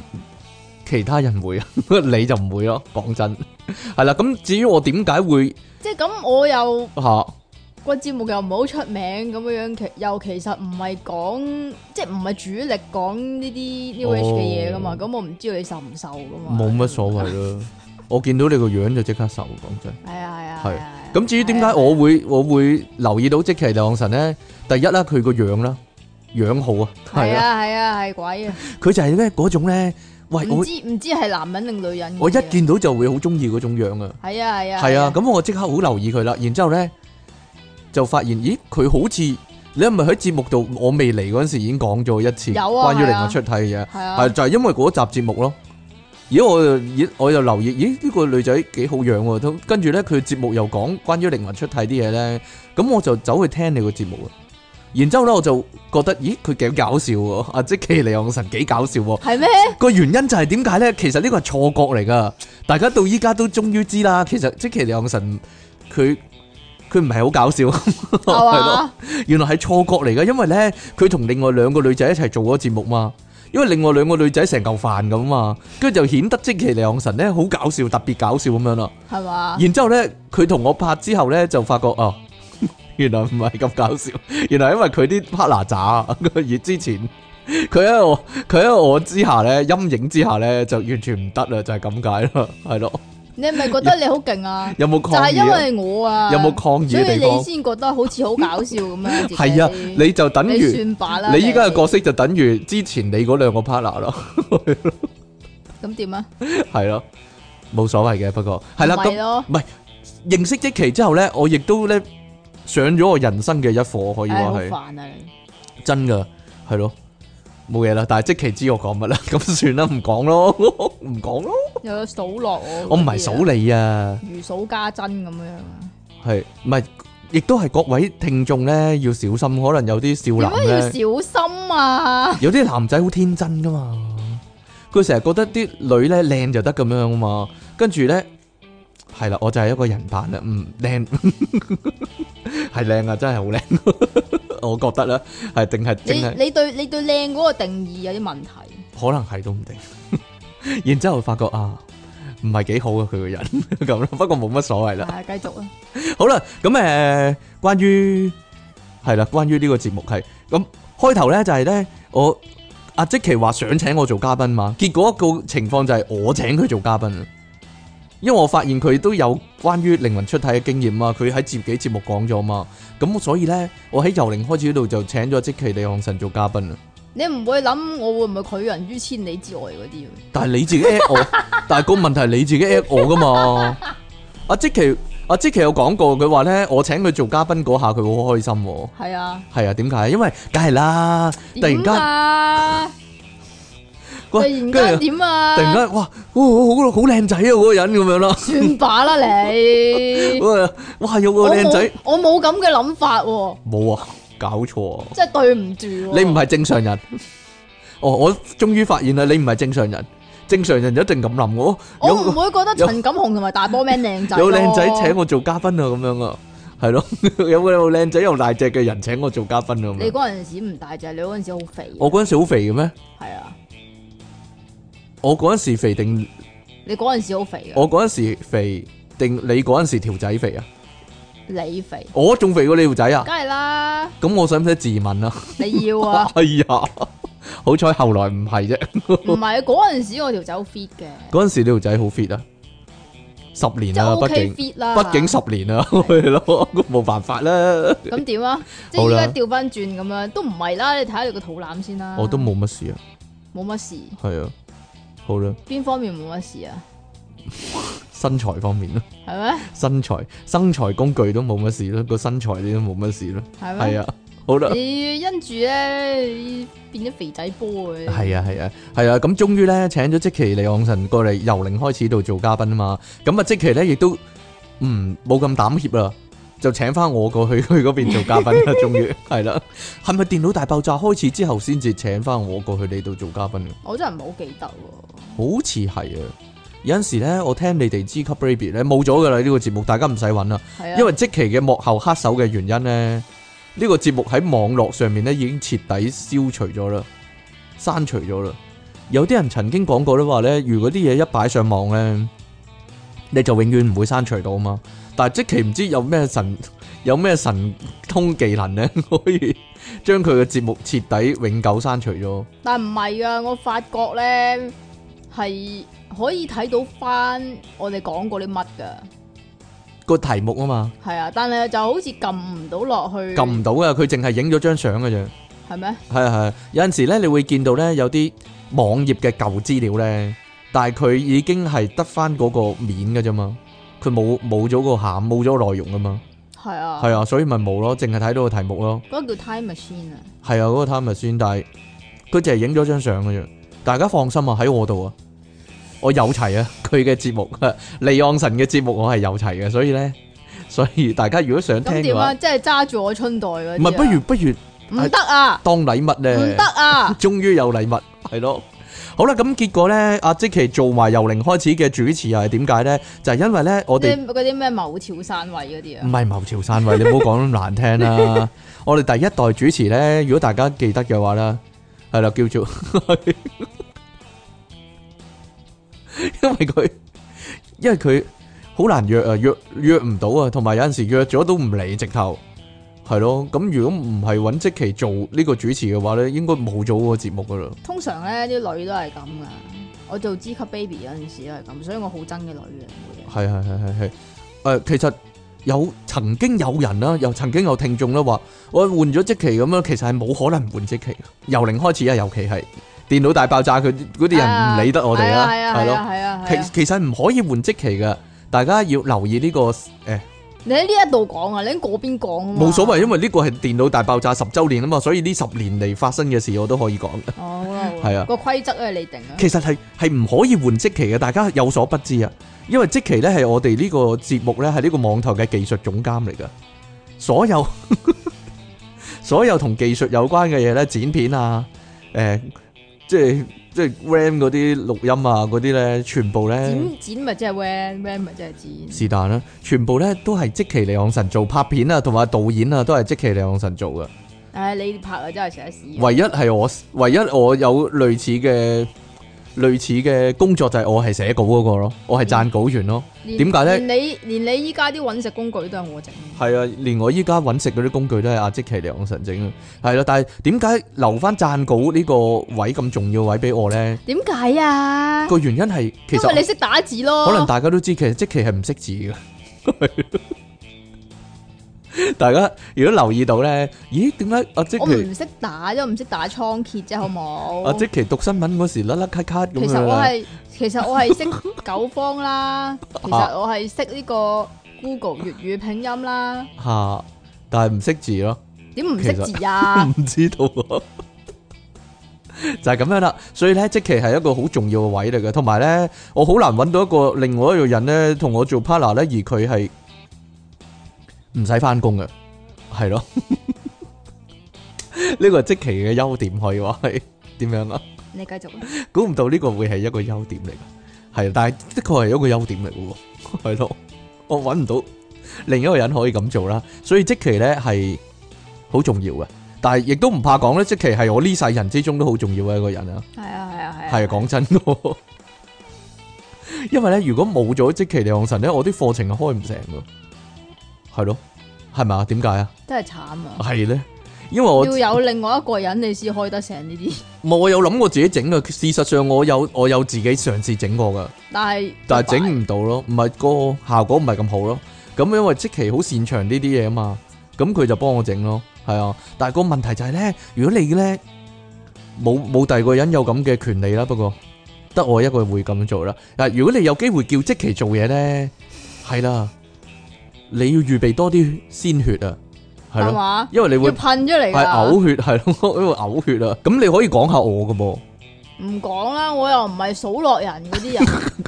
A: 其他人會啊，你就唔會咯。講真，係啦。咁至於我點解會
B: 即係咁，我又
A: 吓、
B: 個節目又唔好出名咁樣樣，其又其實唔係講，即係唔係主力講呢啲 New Age 嘅嘢噶
A: 哦
B: 嘛，咁我唔知道你受唔受噶嘛。
A: 冇乜所謂咯。我見到你個樣就即刻受，講真。
B: 係啊係啊
A: 係
B: 係啊。係啊
A: 咁至於點解我會我會留意到即其兩神咧？第一啦，佢個樣啦，樣好啊，
B: 係
A: 係啊，
B: 啊係啊係鬼啊！
A: 佢就係咧嗰種咧，喂
B: 唔
A: 我
B: 知唔知係男人定女人嘅。
A: 我一見到就會好中意嗰種樣啊。
B: 係啊係啊
A: 係啊，，咁我即刻好留意佢啦。然之後咧就發現，咦，佢好似你係咪喺節目度我未嚟嗰陣時已經講咗一次
B: 有啊
A: 關於
B: 係
A: 靈
B: 啊
A: 魂出體嘅嘢，
B: 係啊
A: 係就係因為嗰集節目咯。咦，我就咦我又留意，咦呢個女仔幾好樣喎。咁跟住咧佢節目又講關於靈魂出體啲嘢咧，咁我就走去聽你個節目啊。然之後咧我就覺得，咦佢幾搞笑喎，阿即奇利昂神幾搞笑喎。
B: 係咩？
A: 個原因就係點解咧？其實呢個係錯覺嚟噶，大家到依家都終於知啦。其實即其兩神佢佢唔係好搞笑，
B: 係 啊
A: 係咯，
B: 嘛？
A: 原來係錯覺嚟噶，因為咧佢同另外兩個女仔一齊做嗰個節目嘛。因為另外兩個女仔成嚿飯咁嘛，跟住就顯得即其兩神咧好搞笑，特別搞笑咁樣啦。
B: 係嘛？
A: 然之後咧，佢同我拍之後咧，就發覺哦， 原來唔係咁搞笑，原來因為佢啲 partner 渣啊，而之前佢喺我佢喺我之下咧，陰影之下咧，就完全唔得啦，就係咁解啦，係咯，
B: 你係咪覺得你好勁啊？
A: 有冇
B: 就
A: 抗
B: 係因
A: 議啊？
B: 為我啊，
A: 有冇抗議
B: 所
A: 嘅
B: 以
A: 地
B: 你
A: 方？
B: 先覺得好似好搞笑咁 樣。自己
A: 係啊，你就等
B: 你
A: 於
B: 算罷啦。
A: 你依家嘅角色就等於之前你嗰兩個 partner 咯，
B: 咁點啊？
A: 係咯，冇所謂嘅，不過係啦，
B: 咪
A: 咁
B: 咯，
A: 認識即期之後咧，我亦都咧上咗我人生嘅一課，可以
B: 唉
A: 話
B: 好
A: 係。
B: 煩啊！你
A: 真噶，系咯，冇嘢啦。但系即其知我講乜啦， 咁算啦，唔講咯， 唔講咯。
B: 又數落我，
A: 我唔係數，你啊，
B: 如數家珍咁樣。啊
A: 係唔係？亦都係各位聽眾咧要小心，可能有啲
B: 點
A: 少
B: 解
A: 男
B: 要
A: 咧，
B: 小心啊？
A: 有啲男仔好天真噶嘛，佢成日覺得啲女咧靚就得咁樣啊嘛，跟住咧係啦，我就係一個人扮啦，嗯靚 係靚啊，真係好靚， 我覺得啦，係定係
B: 你
A: 淨係。
B: 你對你對靚嗰個定義有啲問題。
A: 可能係都唔定。 然之後發覺啊，唔係幾好啊佢個人 咁咯。不過冇乜所 謂啦。
B: 係繼續啊！
A: 好啦，咁誒、呃，關於係啦，關於呢個節目係咁開頭咧就係、呢，咧，我阿即奇話想請我做嘉賓嘛，結果個情況就係我請佢做嘉賓啊。因為我發現佢都有關於靈魂出體嘅經驗啊，佢喺自己節目講咗嘛，咁所以咧，我喺由零開始呢度就請咗即奇李漢臣做嘉賓啊。
B: 你唔會諗我會唔會拒人於千里之外嗰啲啊喎
A: 但係你自己 at 我，但係個問題係你自己 at 我噶嘛？阿即奇，阿即奇有講過，佢話咧，我請佢做嘉賓嗰下，佢好開心喎。
B: 係啊，
A: 係啊，點解？因為梗係啦，突然
B: 點
A: 間，
B: 啊？突然
A: 喂跟
B: 間
A: 住
B: 點啊？
A: 突然間，哇，哇好好靚仔啊，嗰個人咁 樣啦，
B: 算罷啦你。
A: 哇哇，有 個
B: 我
A: 靚仔
B: 冇，我冇咁嘅諗法喎，
A: 冇啊，搞錯 啊！
B: 真係對唔住喎。
A: 你唔係正常人。哦，我終於發現啦，你唔係正常人。正常人一定咁諗我，
B: 我
A: 有個
B: 唔會覺得陳錦鴻同埋大波 man 靚仔咯，
A: 有靚仔請我做嘉賓啊，咁樣啊，係咯， 有個有靚仔又大隻嘅人請我做嘉賓啊，咁樣。
B: 你嗰陣時唔大隻，你嗰陣時好肥，啊
A: 我嗰陣時好肥嘅咩？
B: 係啊，
A: 我嗰陣時肥定
B: 你嗰陣時好肥啊嘅，
A: 我嗰陣時肥定你嗰陣時條仔肥啊？
B: 你肥，
A: 我仲肥過你條仔啊？
B: 梗係啦，
A: 咁我使唔使自問啊？
B: 你要 啊，
A: 哎呀，好彩後來唔係啫。
B: 唔係嗰陣時我條仔好 fit 嘅，
A: 嗰陣時你條仔好 fit 啊，十年
B: 即係
A: 啦，畢
B: OK
A: 竟
B: fit 啦，
A: 畢竟十 年啦，係咯，冇辦法啦。
B: 咁 點啊？即
A: 好
B: 係依
A: 啦
B: 家調翻轉咁樣，都唔係啦，你睇下你個肚腩先啦，
A: 我都冇乜事啊，
B: 冇乜事，
A: 係啊，好啦，
B: 邊方面冇乜事啊？
A: 身材方面啦。
B: 係咩？
A: 身材、生財工具都冇乜事啦，個身材你都冇乜事啦，
B: 係
A: 係
B: 咩？
A: 啊，好啦，
B: 你因住咧變咗肥仔波嘅，
A: 係啊，係啊，係啊，咁終於咧請咗即奇李昂臣過嚟由零開始度做嘉賓啊嘛，咁啊即奇咧亦都嗯冇咁膽怯啦，就請翻我過去 佢嗰邊做嘉賓啦，終於係啦，係咪電腦大爆炸開始之後先至請翻我過去你度做嘉賓嘅？
B: 我真係唔係好記得喎。
A: 好似係啊，有陣時咧我聽你哋 G 級 Baby 咧冇咗噶啦呢個節目，大家唔使揾啦。
B: 係啊，
A: 因為即期嘅幕後黑手嘅原因呢，呢、個節目喺網絡上面咧已經徹底消除咗啦，刪除咗啦。有啲人曾經講過咧話咧，如果啲嘢一擺上網咧，你就永遠唔會刪除到啊嘛。但係即期唔知有咩神 有咩神通技能咧， 可以將佢嘅節目徹底永久刪除咗。
B: 但唔係噶，我發覺咧係可以睇到翻我哋講過啲乜噶，
A: 個題目啊嘛，
B: 係啊，但係就好似撳唔到落去，
A: 撳唔到啊，佢淨係影咗張相嘅啫。
B: 係咩？
A: 係啊係啊，有陣時咧，你會見到咧有啲網頁嘅舊資料咧，但係佢已經係得翻嗰個面嘅啫嘛，佢冇冇咗個餡，冇咗個內容啊嘛，
B: 係啊，
A: 係啊，所以咪冇咯，淨係睇到個題目咯，
B: 嗰個叫 Time Machine 啊，
A: 係啊，嗰、個 time machine，但係佢淨係影咗張相嘅啫，大家放心啊，喺我度啊，我有齊啊， 佢嘅節目，利昂神嘅節目我係有齊嘅，所以咧，所以大家如果想聽
B: 咁
A: 嘅
B: 點
A: 話
B: 啊？，即係揸住我春袋嗰
A: 唔
B: 啲啊
A: 係不如不如
B: 唔得啊，
A: 當禮物咧，
B: 唔得啊，
A: 終於有禮物，係咯。好啦，咁結果呢，阿即奇做埋由零開始嘅主持又係點解呢？就係因為呢，我
B: 即
A: 哋
B: 係嗰啲咩謀朝散位嗰啲
A: 唔
B: 啊，
A: 係謀朝散位，你唔好講咁難聽啦。我哋第一代主持呢，如果大家記得嘅話啦，係啦，叫做 因為佢因為佢好難約啊，約約唔到啊，同埋有陣時約咗都唔嚟，直頭係咯。咁如果唔係揾即奇做呢個主持嘅話呢，應該冇咗個節目噶啦。
B: 通常咧啲女都係咁噶，我做 G 級 baby 嗰陣時都係咁，所以我好憎嘅女嘅，冇嘢
A: 係係係係係，誒、其實有曾經有人啦，又曾經有聽眾啦話，我換咗即期咁樣，其實係冇可能換即期嘅，由零開始啊，尤其係電腦大爆炸，佢嗰啲人唔理得我哋啦，
B: 啊係啊
A: 係
B: 係
A: 咯，
B: 啊係啊係啊
A: 其，其實唔可以換即期嘅，大家要留意呢、個誒
B: 你喺呢一度講啊，你喺嗰邊講啊嘛
A: 冇所謂，因為呢個係電腦大爆炸十週年啊嘛，所以呢十年嚟發生嘅事我都可以講。
B: 哦，好啦好啦
A: 係啊
B: 個規則係你定啊，
A: 其實係係唔可以換即期嘅，大家有所不知啊。因為即期咧係我哋呢個節目咧係呢個網台嘅技術總監嚟噶，所有 所有同技術有關嘅嘢咧，剪片啊，誒、即係即係 RAM 嗰啲錄音啊，嗰啲咧，全部咧
B: 剪剪咪即係 van van 咪即係剪，
A: 是但啦，全部咧都係即期李昂臣做拍片啊，同埋導演啊，都係即期李昂臣做噶。
B: 唉你拍啊真係成日屎，
A: 唯一係我，唯一我有類似嘅類似嘅工作就係我係寫稿嗰個咯，我係撰稿員咯。
B: 連
A: 點解咧
B: 連你連你依家啲揾食工具都係我整，
A: 係啊，連我依家揾食嗰啲工具都係阿即奇嚟講神整啊。係啦，但係點解留翻撰稿呢個位咁重要位俾我咧？
B: 點解啊？
A: 個原因係其
B: 因為你
A: 實
B: 識打字咯，
A: 可能大家都知，其實即奇係唔識字嘅。 大家如果留意到咧，咦？點解阿即
B: 我
A: 奇
B: 唔識打，因為唔識打倉頡啫，好冇？
A: 阿即奇讀新聞嗰時甩甩咳咳咁
B: 其
A: 樣
B: 實我
A: 啦？
B: 係其實我係識九方 啦，其實我係識呢個 Google 粵語拼音啦，
A: 嚇，但係唔識字咯。
B: 點唔識
A: 其實
B: 字啊？
A: 唔知道啊，就係咁樣啦。所以咧，即其係一個好重要嘅位嚟嘅，同埋咧，我好難揾到一個另外一個人咧，同我做 partner 咧，而佢係唔使翻工嘅，係咯。呢個係即其嘅優點可以話係點樣啊？
B: 你繼續啦，
A: 估唔到呢個會係一個優點嚟嘅，係，但係的確係一個優點嚟嘅喎，係 咯，我揾唔到另一個人可以咁做啦，所以即期呢係好重要嘅，但係亦都唔怕講咧，即期係我呢世人之中都好重要嘅一個人啊，
B: 係啊係啊係
A: 係
B: 啊，
A: 講真嘅， 因為呢，如果冇咗即期李昂神呢，我啲課程係開唔成嘅，係咯，係咪啊？點解啊？
B: 真係慘啊！
A: 係呢，因為我
B: 要有另外一個人你先開得成呢啲，
A: 冇我有諗過自己整嘅，事實上我有我有自己嘗試整過㗎。
B: 但係
A: 但係整唔到咯，唔係個效果唔係咁好咯。咁因為即期好擅長呢啲嘢啊嘛，咁佢就幫我整咯，係啊。但係個問題就係咧，如果你咧冇冇第二個人有咁嘅權利啦，不過得我一個會咁做啦。嗱，如果你有機會叫即期做嘢咧，係啦，你要預備多啲鮮血啊，係
B: 係
A: 咯，
B: 嘛？
A: 因為你
B: 要啊
A: 會
B: 噴出嚟
A: 係
B: 㗎，
A: 嘔血，係咯，因為嘔血啊。咁你可以講下我噶噃，
B: 唔講啦，我又唔係數落人嗰 啲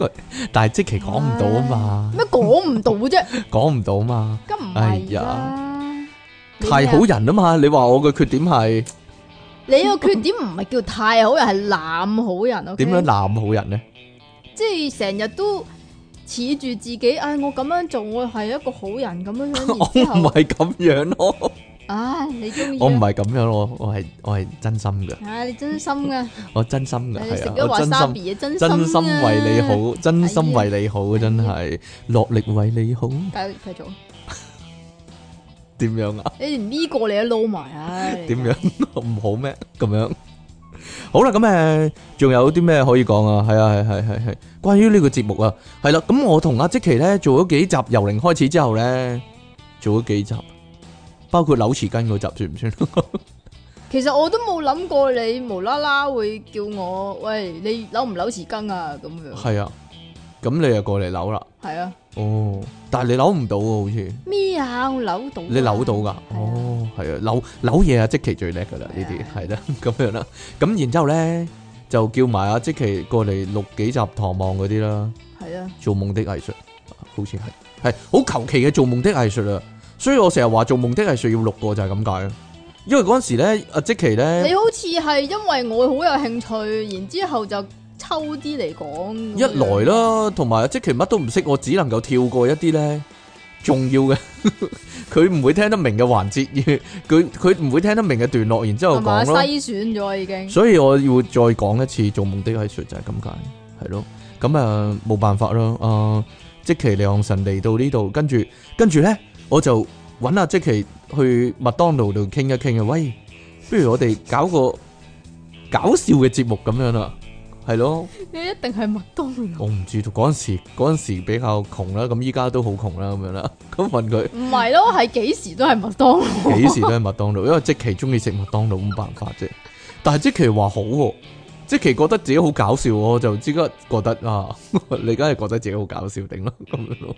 B: 人，
A: 但係即期講唔到啊 嘛，
B: 咩講唔到啫？
A: 講唔到嘛。
B: 咁唔
A: 哎
B: 係
A: 呀
B: 啦，你
A: 太
B: 咩啊
A: 好人啊嘛！你話我嘅缺點係
B: 你個缺點唔係叫太好人，係濫好人。
A: 點樣？濫好人呢？
B: 即係成日都恃住自己，唉、我咁樣做，我係一個好人咁樣樣，
A: 我
B: 然之
A: 唔
B: 後
A: 係咁樣咯，
B: 唉，你中意啊
A: 我唔係咁樣，我我係我係真心噶，
B: 唉，你真 心噶，
A: 我真心噶，
B: 哦你食
A: 係
B: 咗
A: 啊，我真心。
B: wasabi 啊，真心
A: 真心
B: 㗎
A: 為你。好，真心為你好，真
B: 啊
A: 係落力為你好，
B: 繼繼續，
A: 點樣啊？
B: 你連呢個你都撈埋，唉，
A: 點樣 唔好咩？咁樣好啦，咁誒，仲有啲咩可以講啊？係啊，係係係係，關於呢個節目啊，係啦，咁我同阿積奇咧做咗幾集由零開始之後咧，做咗幾集，包括扭匙羹嗰集算唔算？
B: 其實我都冇諗過你無啦啦會叫我，喂，你扭唔扭匙羹啊？咁樣
A: 係啊，咁你又過嚟扭啦，
B: 係啊，
A: 哦，但係你扭唔到喎，好似。
B: 咩啊？我扭到啊，
A: 你扭到噶？
B: 係啊
A: 哦，係啊，扭扭嘢啊，即奇最叻噶啦，呢
B: 係啊
A: 啲係啦， 咁樣啦。咁然之後咧，就叫埋阿即奇過嚟錄幾集《唐望》嗰啲啦，
B: 係啊，
A: 《做夢的藝術》好似係係好求其嘅《做夢的藝術》啊。所以我成日話《做夢的藝術》要錄過就係咁解咯。因為嗰陣時咧，阿即奇
B: 你
A: 咧
B: 好似係因為我好有興趣，然之後就抽啲嚟講。
A: 一來啦，同埋阿即奇乜都唔識，我只能夠跳過一啲咧重要嘅， 佢唔會聽得明嘅環節，佢佢唔會聽得明嘅段落，然之後
B: 係嘛，
A: 講咯。
B: 篩選咗已經。
A: 所以我要再講一次做夢的藝術就係咁解，係咯。咁啊冇辦法咯。啊、即其利昂神嚟到呢度，跟住跟住咧，我就揾阿即其去麥當勞度傾一傾啊。喂，不如我哋搞個搞笑嘅節目咁樣啦，係咯。
B: 你一定係麥當勞，
A: 我唔知道嗰陣時嗰陣時比較窮啦，咁依家都好窮啦咁樣啦。咁問佢。
B: 唔係咯，係幾時都係麥當勞。
A: 幾時都係麥當勞，因為即期中意食麥當勞，冇辦法啫。但係即期話好喎、即期覺得自己好搞笑喎，我就即刻覺得啊， 你梗係覺得自己好搞笑定咯咁樣咯。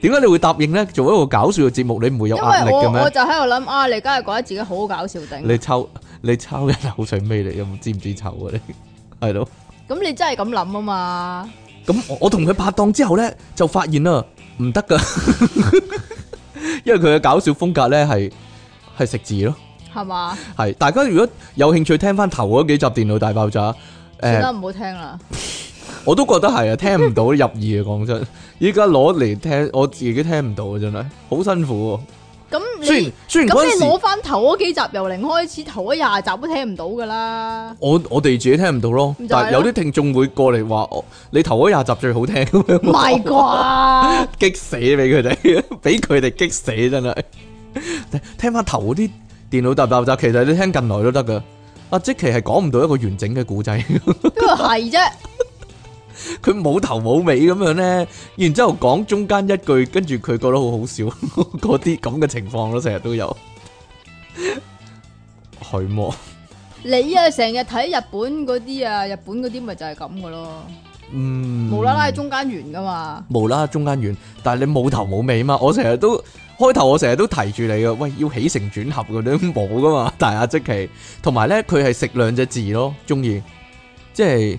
A: 點解你會答應咧？做一個搞笑嘅節目，你唔會有
B: 因
A: 壓力
B: 為我
A: 嘅
B: 我
A: 咩？
B: 就喺度諗啊，你梗係覺得自己好搞笑頂。
A: 你抽你抽人口水尾你，有冇知唔知臭啊？你係咯。
B: 咁你真係咁諗啊嘛？
A: 咁我我同佢拍檔之後咧，就發現啦，唔得噶， 因為佢嘅搞笑風格咧係係食字咯。
B: 係嘛？
A: 系，大家如果有興趣聽翻頭嗰幾集《電腦大爆炸》，
B: 算
A: 诶、
B: 啦，唔好聽啦。
A: 我都覺得係啊，聽唔到入耳啊，講 真，依家攞嚟聽，我自己聽唔到啊，真係好辛苦、
B: 咁
A: 喎。雖
B: 你
A: 然雖然嗰
B: 咁
A: 阵
B: 你
A: 时，
B: 攞翻頭嗰幾集由零開始，頭嗰廿集都聽唔到噶啦。
A: 我我哋自己聽唔到咯
B: 咪，就係
A: 但係有啲聽眾會過嚟話我，你頭嗰廿集最好聽咁樣
B: 唔係啩？
A: 激死俾佢哋， 俾佢哋激死真係。聽翻頭嗰啲電腦大爆炸，其實你聽近來都得噶。阿即奇係講唔到一個完整嘅古仔。
B: 邊個係啫？
A: 佢冇頭冇尾咁樣咧，然之後講中間一句，跟住佢覺得好好笑， 嗰啲咁嘅情況咯，成日都有。係麼？
B: 你啊，成日睇日本嗰啲啊，日本嗰啲咪就係咁噶咯，
A: 嗯，
B: 無啦啦喺中間完噶嘛。
A: 無啦啦中間完，但係你冇頭冇尾嘛。我成日都開頭我成日都提住你嘅，喂，要起承轉合嗰啲冇噶嘛。 但係阿即奇同埋咧，佢係食兩隻字咯，中意即係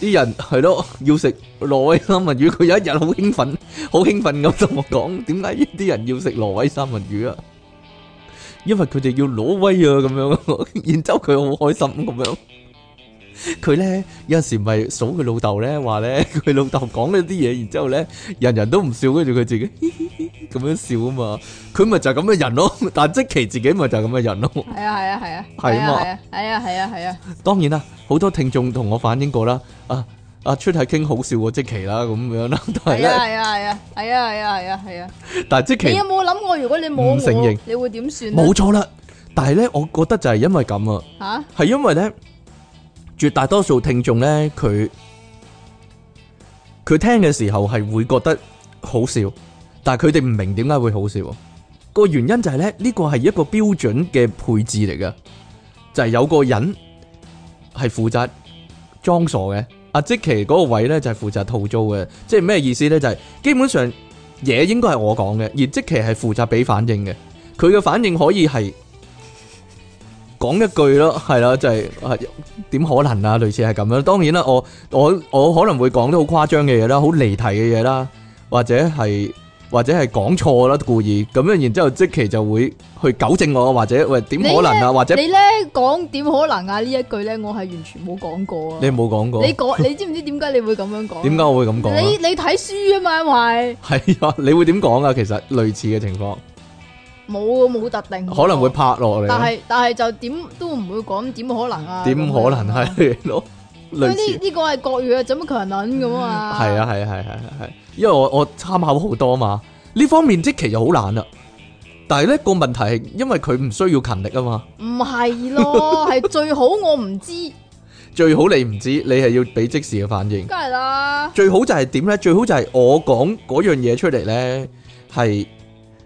A: 啲人係咯？要食挪威三文魚，佢有一日好興奮，好興奮咁同我講，點解啲人要食挪威三文魚啊？因為佢哋要挪威啊咁 樣，然之後佢好開心咁樣。佢咧有陣時咪數佢老豆咧，話 咧佢老豆講咗啲嘢，然之後咧人人都唔笑，跟住佢自 己咁樣笑啊嘛。佢咪就係咁嘅人咯，但即其自己咪就係咁嘅人咯。
B: 係啊係啊係啊
A: 係啊嘛
B: 係啊係啊係啊係啊！
A: 當然啦，好多聽眾同我反映過啦，啊啊出係傾好笑過即期啦咁樣啦， 但係
B: 係啊
A: 咧，
B: 係啊係啊係啊係啊係啊係啊！
A: 但係即
B: 你有
A: 期
B: 冇諗過如果你冇
A: 唔承認
B: 我，你會點算啊
A: 冇錯啦。但係咧，我覺得就係因為咁啊，
B: 吓？
A: 係因為咧，絕大多數聽眾咧，佢佢聽嘅時候係會覺得好笑，但係佢哋唔明點解會好笑。個原因就係咧，呢個係一個標準嘅配置嚟嘅，就係、有個人係負責裝傻嘅。阿即奇嗰個位咧就係負責套租嘅，即係咩意思咧？就係、基本上嘢應該係我講嘅，而即奇係負責俾反應嘅。佢嘅反應可以係講一句咯，係啦，就係、係點可能啊？類似係咁樣。當然啦，我我我可能會講啲好誇張嘅嘢啦，好離題嘅嘢啦，或者係或者係講錯啦，故意咁樣，然之後即期就會去糾正我，或者喂點可能啊？或者
B: 你咧講點可能啊？呢一句咧，我係完全冇講過啊！
A: 你冇講過
B: 你，講，你知唔知點解你會咁樣講啊？
A: 點解我會咁講啊？
B: 你你睇書啊嘛，因為
A: 係啊，你會點講啊？其實類似嘅情況，
B: 冇冇特定，
A: 可能會，拍落嚟
B: 哦但
A: 啊，
B: 係但係就點都唔會講點可能啊？
A: 點可能
B: 咁樣啊？
A: 係咯？
B: 因 為
A: 類似
B: 呢呢個係國語啊，怎麼強撚咁啊？
A: 係啊，係啊，係啊係啊係啊，因為我我參考好多嘛，呢方面即其就好難啦。但係咧個問題係因為佢唔需要勤力啊嘛，
B: 唔係 咯，係最好我唔知，
A: 最好你唔知，你係要俾即時嘅反應。
B: 梗係啦。
A: 最好就係點咧？最好就係我講嗰樣嘢出嚟咧，係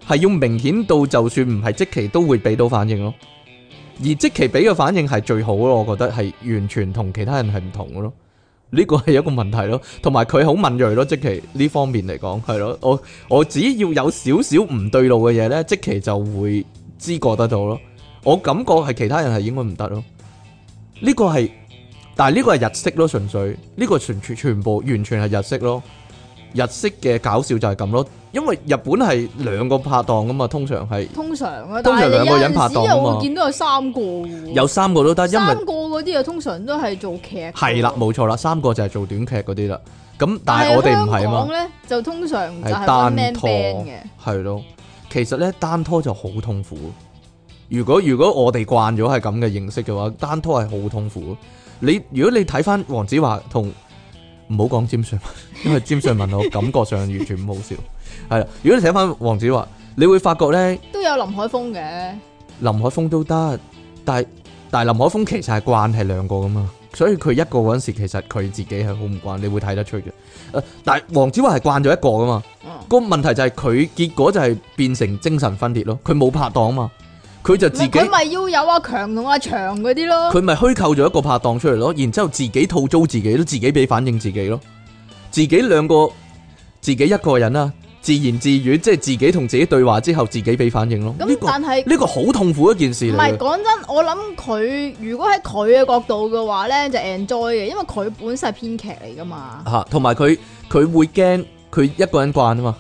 A: 係要明顯到，就算唔係即期都會俾到反應咯。而即期俾嘅反應係最好咯，我覺得係完全同其他人係唔同嘅咯。呢個係一個問題咯，同埋佢好敏鋭咯，即期呢方面嚟講係咯。我我只要有少少唔對路嘅嘢咧，即期就會知覺得到咯。我感覺係其他人係應該唔得咯。呢個係。但係呢個係日式咯，純粹呢個全全全部完全係日式咯。日式嘅搞笑就係咁咯，因為日本係兩個拍檔噶嘛，通常係
B: 通常
A: 通
B: 啊，
A: 常
B: 但係
A: 兩
B: 你有
A: 個人拍
B: 陣時
A: 檔啊嘛
B: 又會見到有三個喎。
A: 有三個都得，因為
B: 三個嗰啲啊，通常都係做劇。
A: 係啦，。冇錯啦，三個就係做短劇嗰啲啦。咁但係我哋唔係啊
B: 香港
A: 嘛，
B: 咧就通常就
A: 係
B: 係 one
A: 單
B: man
A: 拖
B: band 嘅，
A: 係咯。其實咧單拖就好痛苦。如果如果我哋慣咗係咁嘅形式嘅話，單拖係好痛苦。你如果你睇翻黃子華同唔好講詹瑞文，因 為詹瑞文我感覺上完全唔好笑。係啦，如果你睇翻黃子華，你會發覺咧
B: 都有林海峰嘅，
A: 林海峰都得，但係但係林海峰其實係慣係兩個噶嘛，所以佢一個嗰陣時其實佢自己係好唔慣，你會睇得出嘅。誒、但係黃子華係慣咗一個噶嘛。
B: 嗯，
A: 個問題就係佢結果就係變成精神分裂咯，佢冇拍檔嘛，佢就自己
B: 佢咪要有阿強同阿長嗰啲咯，
A: 佢咪虛構咗一個拍檔出嚟咯，然之後自己套租自己咯，自己俾反應自己咯，自己兩個自己一個人啦，自言自語，即係自己同自己對話之後自己俾反應咯。呢、
B: 咁
A: 個
B: 但係
A: 呢個好痛苦一件事
B: 唔
A: 嚟嘅，
B: 係講真，我諗佢如果喺佢嘅角度嘅話咧，就 enjoy 嘅，因為佢本身係編劇嚟噶嘛，
A: 吓，同埋佢佢會驚佢一個人慣啊嘛，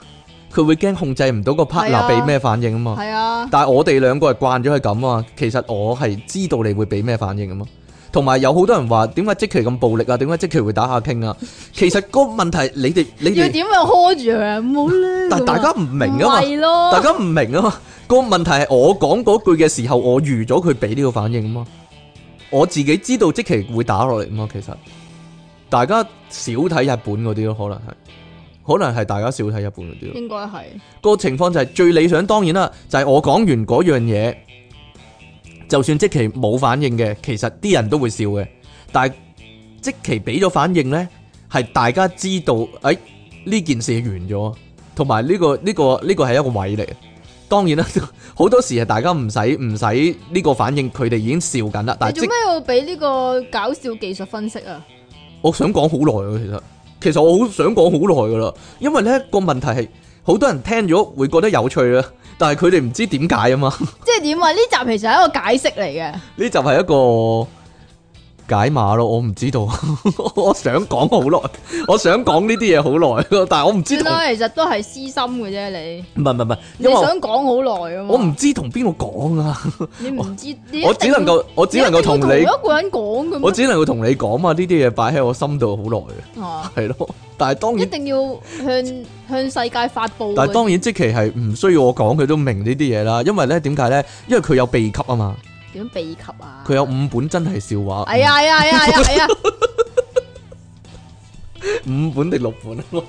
A: 佢會驚控制唔到個
B: 係
A: partner
B: 啊
A: 俾咩反應啊嘛。
B: 係啊，
A: 但係我哋兩個係慣咗係咁啊，其實我係知道你會俾咩反應啊嘛。同埋有好多人話點解即期咁暴力啊？點解即期會打下傾啊？其實個問題你哋你
B: 要
A: 哋，
B: 點樣 hold 住佢啊，唔好啦，
A: 但
B: 咁
A: 大
B: 啊
A: 家唔明啊
B: 唔
A: 嘛，
B: 係咯，
A: 大家唔明啊嘛。個問題係我講嗰句嘅時候，我預咗佢俾呢個反應啊嘛。我自己知道即期會打落嚟啊嘛，其實大家少睇日本嗰啲咯，可能係，可能係大家少睇日本嗰啲咯。
B: 應該係
A: 個情況就係最理想，當然啦，就係、我講完嗰樣嘢，就算即期冇反應嘅，其實啲人都會笑嘅。但係即期俾咗反應呢，係大家知道，誒、呢件事完咗，同埋呢個呢、個呢、個係一個位嚟。當然啦， 好多時係大家唔使唔使呢個反應，佢哋已經笑緊啦。但
B: 你
A: 係
B: 做
A: 即
B: 咩要俾呢個搞笑技術分析啊？
A: 我想講好耐啊，其實其實我好想講好耐噶啦，因為呢個問題係好多人聽咗會覺得有趣啦，但係佢哋唔知點解啊嘛。
B: 即係點啊？呢集其實係一個解釋嚟嘅。
A: 呢就係一個解碼咯，我唔知道， 我想講好耐，我想講呢啲嘢好耐，但係我唔知
B: 算
A: 同
B: 啦，其實都係私心嘅啫，你
A: 唔係唔係唔係，
B: 你
A: 因為我
B: 想講好耐啊嘛，
A: 我唔知同邊個講啊，
B: 你唔知，你一定
A: 我只能夠我只能夠同
B: 一定
A: 你
B: 要，同一個人講啊咁，
A: 我只能夠同你講嘛，啊呢啲嘢擺喺我心度好
B: 啊
A: 耐，係咯，但係當
B: 一
A: 然，
B: 定要向向世界發布。
A: 但係當然即期係唔需要我講，佢都明呢啲嘢啦，因為咧點解咧？因為佢有秘笈啊嘛，
B: 點秘笈啊？
A: 佢有五本真係笑話，
B: 哎呀哎呀哎呀哎呀 哎呀！
A: 五本定六本啊嘛，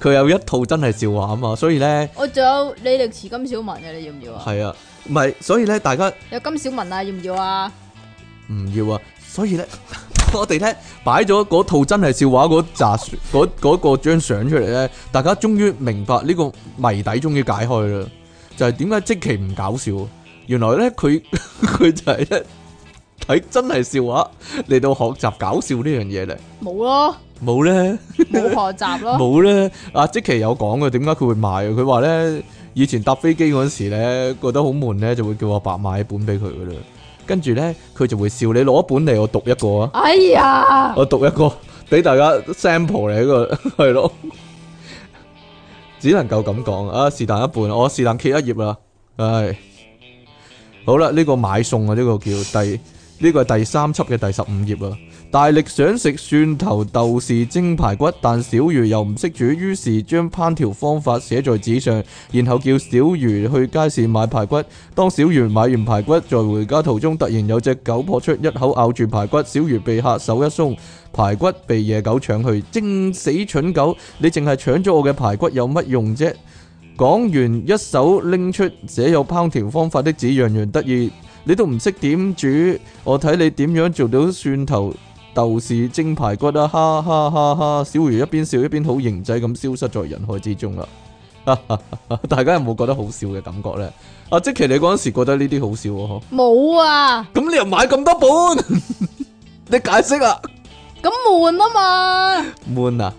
A: 佢有一套真係笑話啊嘛，所以咧。
B: 我仲有李力持金小文嘅，你要唔要啊？
A: 系啊，唔系，所以咧，大家
B: 有金小文啊，要唔要啊？
A: 唔要啊，所以咧， 我哋咧擺咗嗰套真係笑話嗰扎嗰嗰個張相出嚟咧，大家終於明白呢個謎底終於解開啦，就係點解即期唔搞笑？原來咧佢 佢就係咧睇真係笑話嚟到學習搞笑呢樣嘢咧，
B: 冇咯，
A: 冇咧。
B: 冇學習咯。
A: 冇咧，阿即奇有講嘅，點解佢會買啊？佢話咧，以前搭飛機嗰陣時咧，覺得好悶咧，就會叫阿爸買一本俾佢嘅啦。跟住咧佢就會笑你攞一本嚟，我讀一個啊，
B: 哎呀，
A: 我讀一個俾大家 sample 嚟一個 係咯，只能夠咁講啊，是但一半，我是但揭一頁啦，唉，好啦，呢、個買餸啊，呢、個叫第呢、個係第三輯嘅第十五頁啊。大力想食蒜頭豆豉蒸排骨，但小魚又唔識煮，於是將烹調方法寫在紙上，然後叫小魚去街市買排骨。當小魚買完排骨，在回家途中突然有隻狗撲出，一口咬住排骨，小魚被嚇手一鬆，排骨被野狗搶去。精死蠢狗，你淨係搶咗我嘅排骨有乜用啫？講完一手拎出寫有烹調方法的紙，洋洋得意。你都唔識點煮，我睇你點樣做到蒜頭豆豉蒸排骨啊！哈哈哈哈！小魚一邊笑一邊好型仔咁消失在人海之中啦。大家有冇覺得好笑嘅感覺呢？啊，即其你嗰陣時覺得呢啲好笑喎，嗬
B: 冇啊，
A: 咁你又買咁多本， 你解釋啊？
B: 咁悶啊嘛，
A: 悶啊！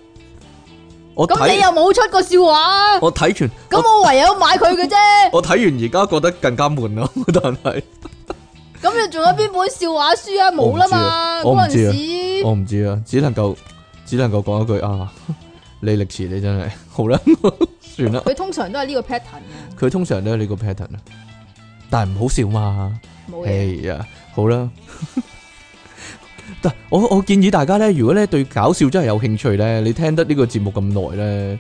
A: 我
B: 咁你
A: 睇
B: 又冇出過笑話，
A: 我睇完
B: 咁我唯有買佢嘅啫，
A: 我睇完而家覺得更加悶咯， 但係
B: 咁你仲有邊本笑話書啊？冇啦嘛，
A: 我
B: 嗰
A: 唔知啊
B: 陣時
A: 我唔知啊，只能夠只能夠講一句啊，李力持你真係 好啦，算啦。
B: 佢通常都係呢個 pattern 嘅
A: 佢通常都有呢個 pattern 啊，但係唔好笑嘛。
B: 冇嘢。
A: 係啊，好啦。 但我我建議大家咧，如果咧對搞笑真係有興趣咧，你聽得呢個節目咁耐咧，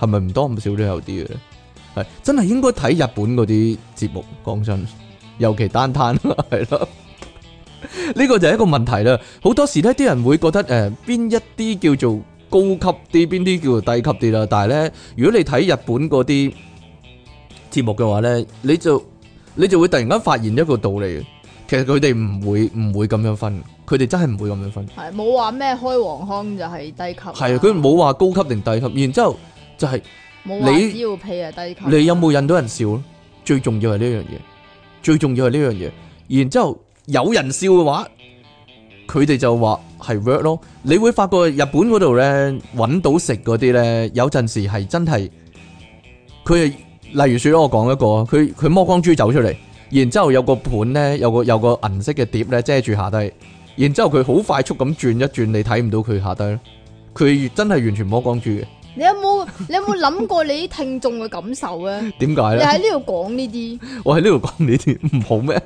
A: 係咪唔多唔少都有啲嘅咧？係真係應該睇日本嗰啲節目，講真，尤其單攤係咯。 呢個就係一個問題啦。好多時咧，啲人會覺得誒邊、一啲叫做高級啲，邊啲叫做低級啲啦。但係咧，如果你睇日本嗰啲節目嘅話咧，你就你就會突然間發現一個道理，其實佢哋唔會唔會咁樣分，佢哋真係唔會咁樣分。
B: 系冇話咩開黃腔就係低級，
A: 係啊，佢冇話高級定低級，然之後就係
B: 冇話
A: 你
B: 只要屁啊低級。
A: 你有冇引到人笑咯？最重要係呢樣嘢，最重要係呢樣嘢。然之後有人笑嘅話，佢哋就話係 work 咯。你會發覺日本嗰度咧揾到食嗰啲咧，有陣時係真係佢係例如説我講一個，啊佢佢剝光豬走出嚟，然之後有個盤咧，有個有個銀色嘅碟咧遮住下低，然之後佢好快速咁轉一轉，你睇唔到佢下低咯。佢真係完全剝光豬嘅，
B: 你有冇你有冇諗過你啲聽眾嘅感受咧？
A: 點解
B: 你
A: 咧？
B: 喺呢度講呢啲，
A: 我喺呢度講呢啲唔好咩？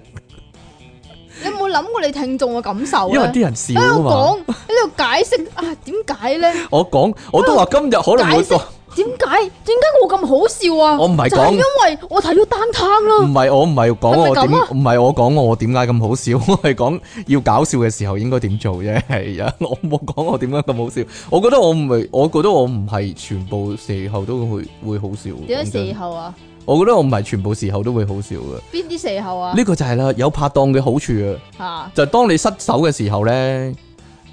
B: 你有冇諗過你聽眾嘅感受
A: 因為
B: 咧？
A: 啲人笑
B: 喺
A: 啊
B: 度
A: 嘛。
B: 講喺度解釋啊，點解咧？
A: 我講，我都話今日可能會
B: 解釋
A: 講，
B: 點解點解我咁好笑啊？
A: 我唔係講
B: 就係因為我睇到單攤
A: 唔
B: 咯，
A: 係我唔係講
B: 係咪
A: 我點，
B: 咁啊
A: 唔係我講我點解咁好笑， 我係講要搞笑嘅時候應該點做啫。 係啊，我冇講我點解咁好笑。我覺得我唔係，我覺得我唔係全部時候都會會好笑。
B: 點
A: 講
B: 解
A: 真
B: 四後啊？
A: 我覺得我唔係全部時候都會好笑嘅。
B: 邊啲四後啊？
A: 呢個就係啦，有拍檔嘅好處啊，
B: 吓
A: 就係當你失手嘅時候咧，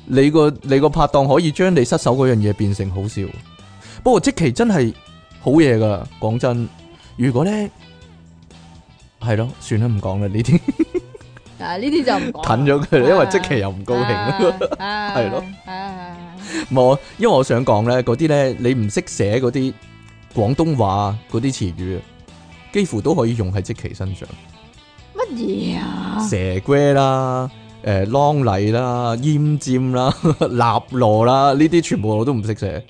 A: 你個你個拍檔可以將你失手嗰樣嘢變成好笑。不過即期真係好嘢噶，講真，如果咧係咯，算啦，唔講啦，呢啲
B: 啊呢啲就唔講啦
A: 褪咗佢啦，因為即期又唔高興。
B: 啊，
A: 係咯
B: 啊，啊
A: 冇，因為我想講咧，嗰啲咧你唔識寫嗰啲廣東話嗰啲詞語，幾乎都可以用喺即期身上。
B: 乜嘢啊？
A: 蛇龜啦、誒啷禮啦、奄尖啦、 臘螺啦，呢啲全部我都唔識寫，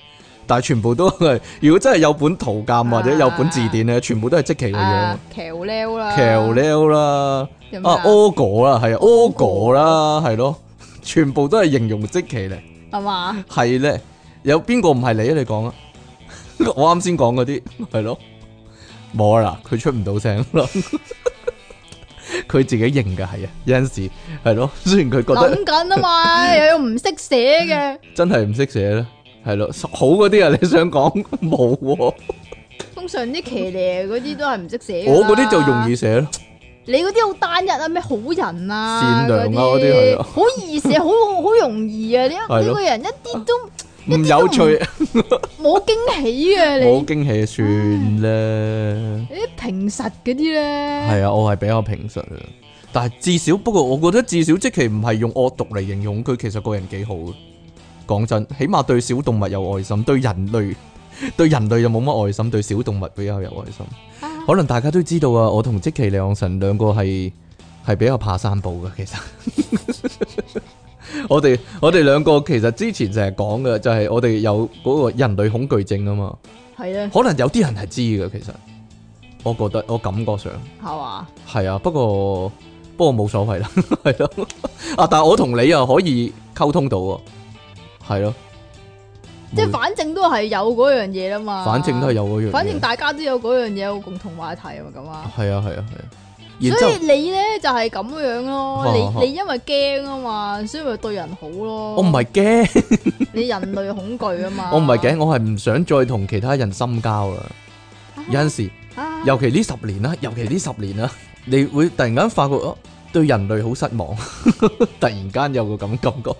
A: 但係全部都係， 如果真係有本圖鑑或者有本字典咧，全部都係即期嘅樣
B: 啊，。橋撩啦，
A: 橋撩啦，
B: 有咩
A: 啊
B: 啊，
A: 柯果啦，係啊，柯果
B: 柯果
A: 啦，係咯， 全部都係形容即期咧，
B: 係嘛？
A: 係咧，有邊個唔係你啊？你講啊， 我啱先講嗰啲係咯，冇啦，佢出唔到聲啦， 佢自己認噶，係啊，有陣時係咯，雖然佢覺得。
B: 諗緊啊 嘛，又有唔識寫嘅，
A: 真係唔識寫咧，係咯，好嗰啲啊，你想講冇喎，
B: 通常啲騎呢嗰啲都係唔識寫㗎啦。
A: 我嗰啲就容易寫咯，
B: 你嗰啲好單一啊，咩好人啊，
A: 善良啊嗰啲係
B: 啲
A: 啊
B: 好易寫，好好容易啊！
A: 咯
B: 呢呢個人一啲都
A: 唔有趣，
B: 冇驚喜啊！
A: 冇
B: 你
A: 驚喜算啦。
B: 你啲平實嗰啲咧，
A: 係啊，我係比較平實啊，但係至少不過我覺得至少即其唔係用惡毒嚟形容佢，其實個人幾好嘅。講真，起碼對小動物有愛心，對人類 對人類就冇乜愛心，對小動物比較有愛心。
B: 啊
A: 可能大家都知道啊，我同即其李昂臣兩個係係比較怕散步嘅，其實。 我哋我哋兩個其實之前成日講嘅就係我哋有嗰個人類恐懼症啊嘛，
B: 係咧，
A: 可能有啲人係知嘅，其實我覺得我感覺上
B: 係嘛？
A: 係啊，不過不過冇所謂啦， 係咯啊，但係我同你又可以溝通到喎，係咯，
B: 即係
A: 冇
B: 反正都係有嗰樣嘢啦嘛。
A: 反正都係有嗰樣嘢，
B: 反正大家都有嗰樣嘢有共同話題啊嘛，咁啊。
A: 係啊係啊係啊，然之
B: 所以
A: 後
B: 你咧就係咁樣咯，
A: 啊啊
B: 你你因為驚啊嘛，所以咪對人好咯。
A: 哦我唔係驚。
B: 你人類恐懼啊嘛。
A: 我唔係嘅，我係唔想再同其他人深交啦。有陣時，
B: 啊，
A: 尤其呢十年啦，尤其呢十年啦，你會突然間發覺，哦，對人類好失望， 突然間有個咁感覺。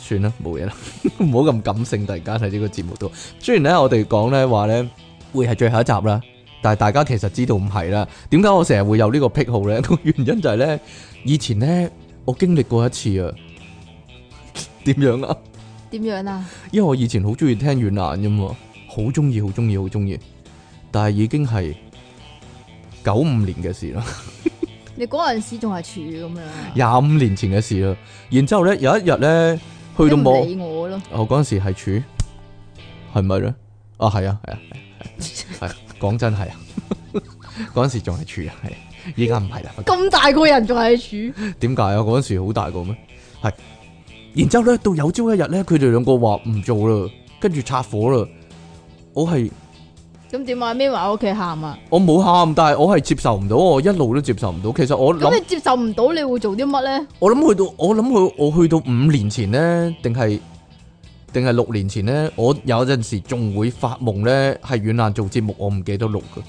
A: 算啦，冇嘢啦， 唔好咁感性。突然間喺呢個節目度，雖然咧我哋講咧話咧會係最後一集啦，但係大家其實知道唔係啦。點解我成日會有呢 個癖好咧？個原因就係咧，以前咧我經歷過一次啊， 點樣啊？
B: 點樣啊？
A: 因為我以前好中意聽軟硬音喎，好中意，好中意，好中意，但係已經係九五年嘅事啦，
B: 你嗰陣時仲係處咁樣啊，
A: 廿五年前嘅事啦。然之後咧，有一日咧，去到
B: 你唔
A: 我
B: 理我咯。
A: 我嗰陣時係處，係咪咧？啊，係啊，係啊，係啊係 啊講真係啊，嗰陣時仲係處啊，係啊，依家唔係啦。
B: 咁大個人仲係處，
A: 點解啊？嗰陣時好大個咩？係，然之後咧，到有朝一日咧，佢哋兩個話唔做啦，跟住拆火啦。我係。
B: 咁點啊？孭埋喺屋企喊啊？
A: 我冇喊，但係我係接受唔到，我一路都接受唔到。其實我
B: 咁
A: 諗，
B: 你接受唔到，你會做啲乜咧？
A: 我諗去到，我諗去，我去到五年前呢，定係定係六年前呢，我有陣時仲會發夢呢，係遠難做節目，我唔記得錄嘅。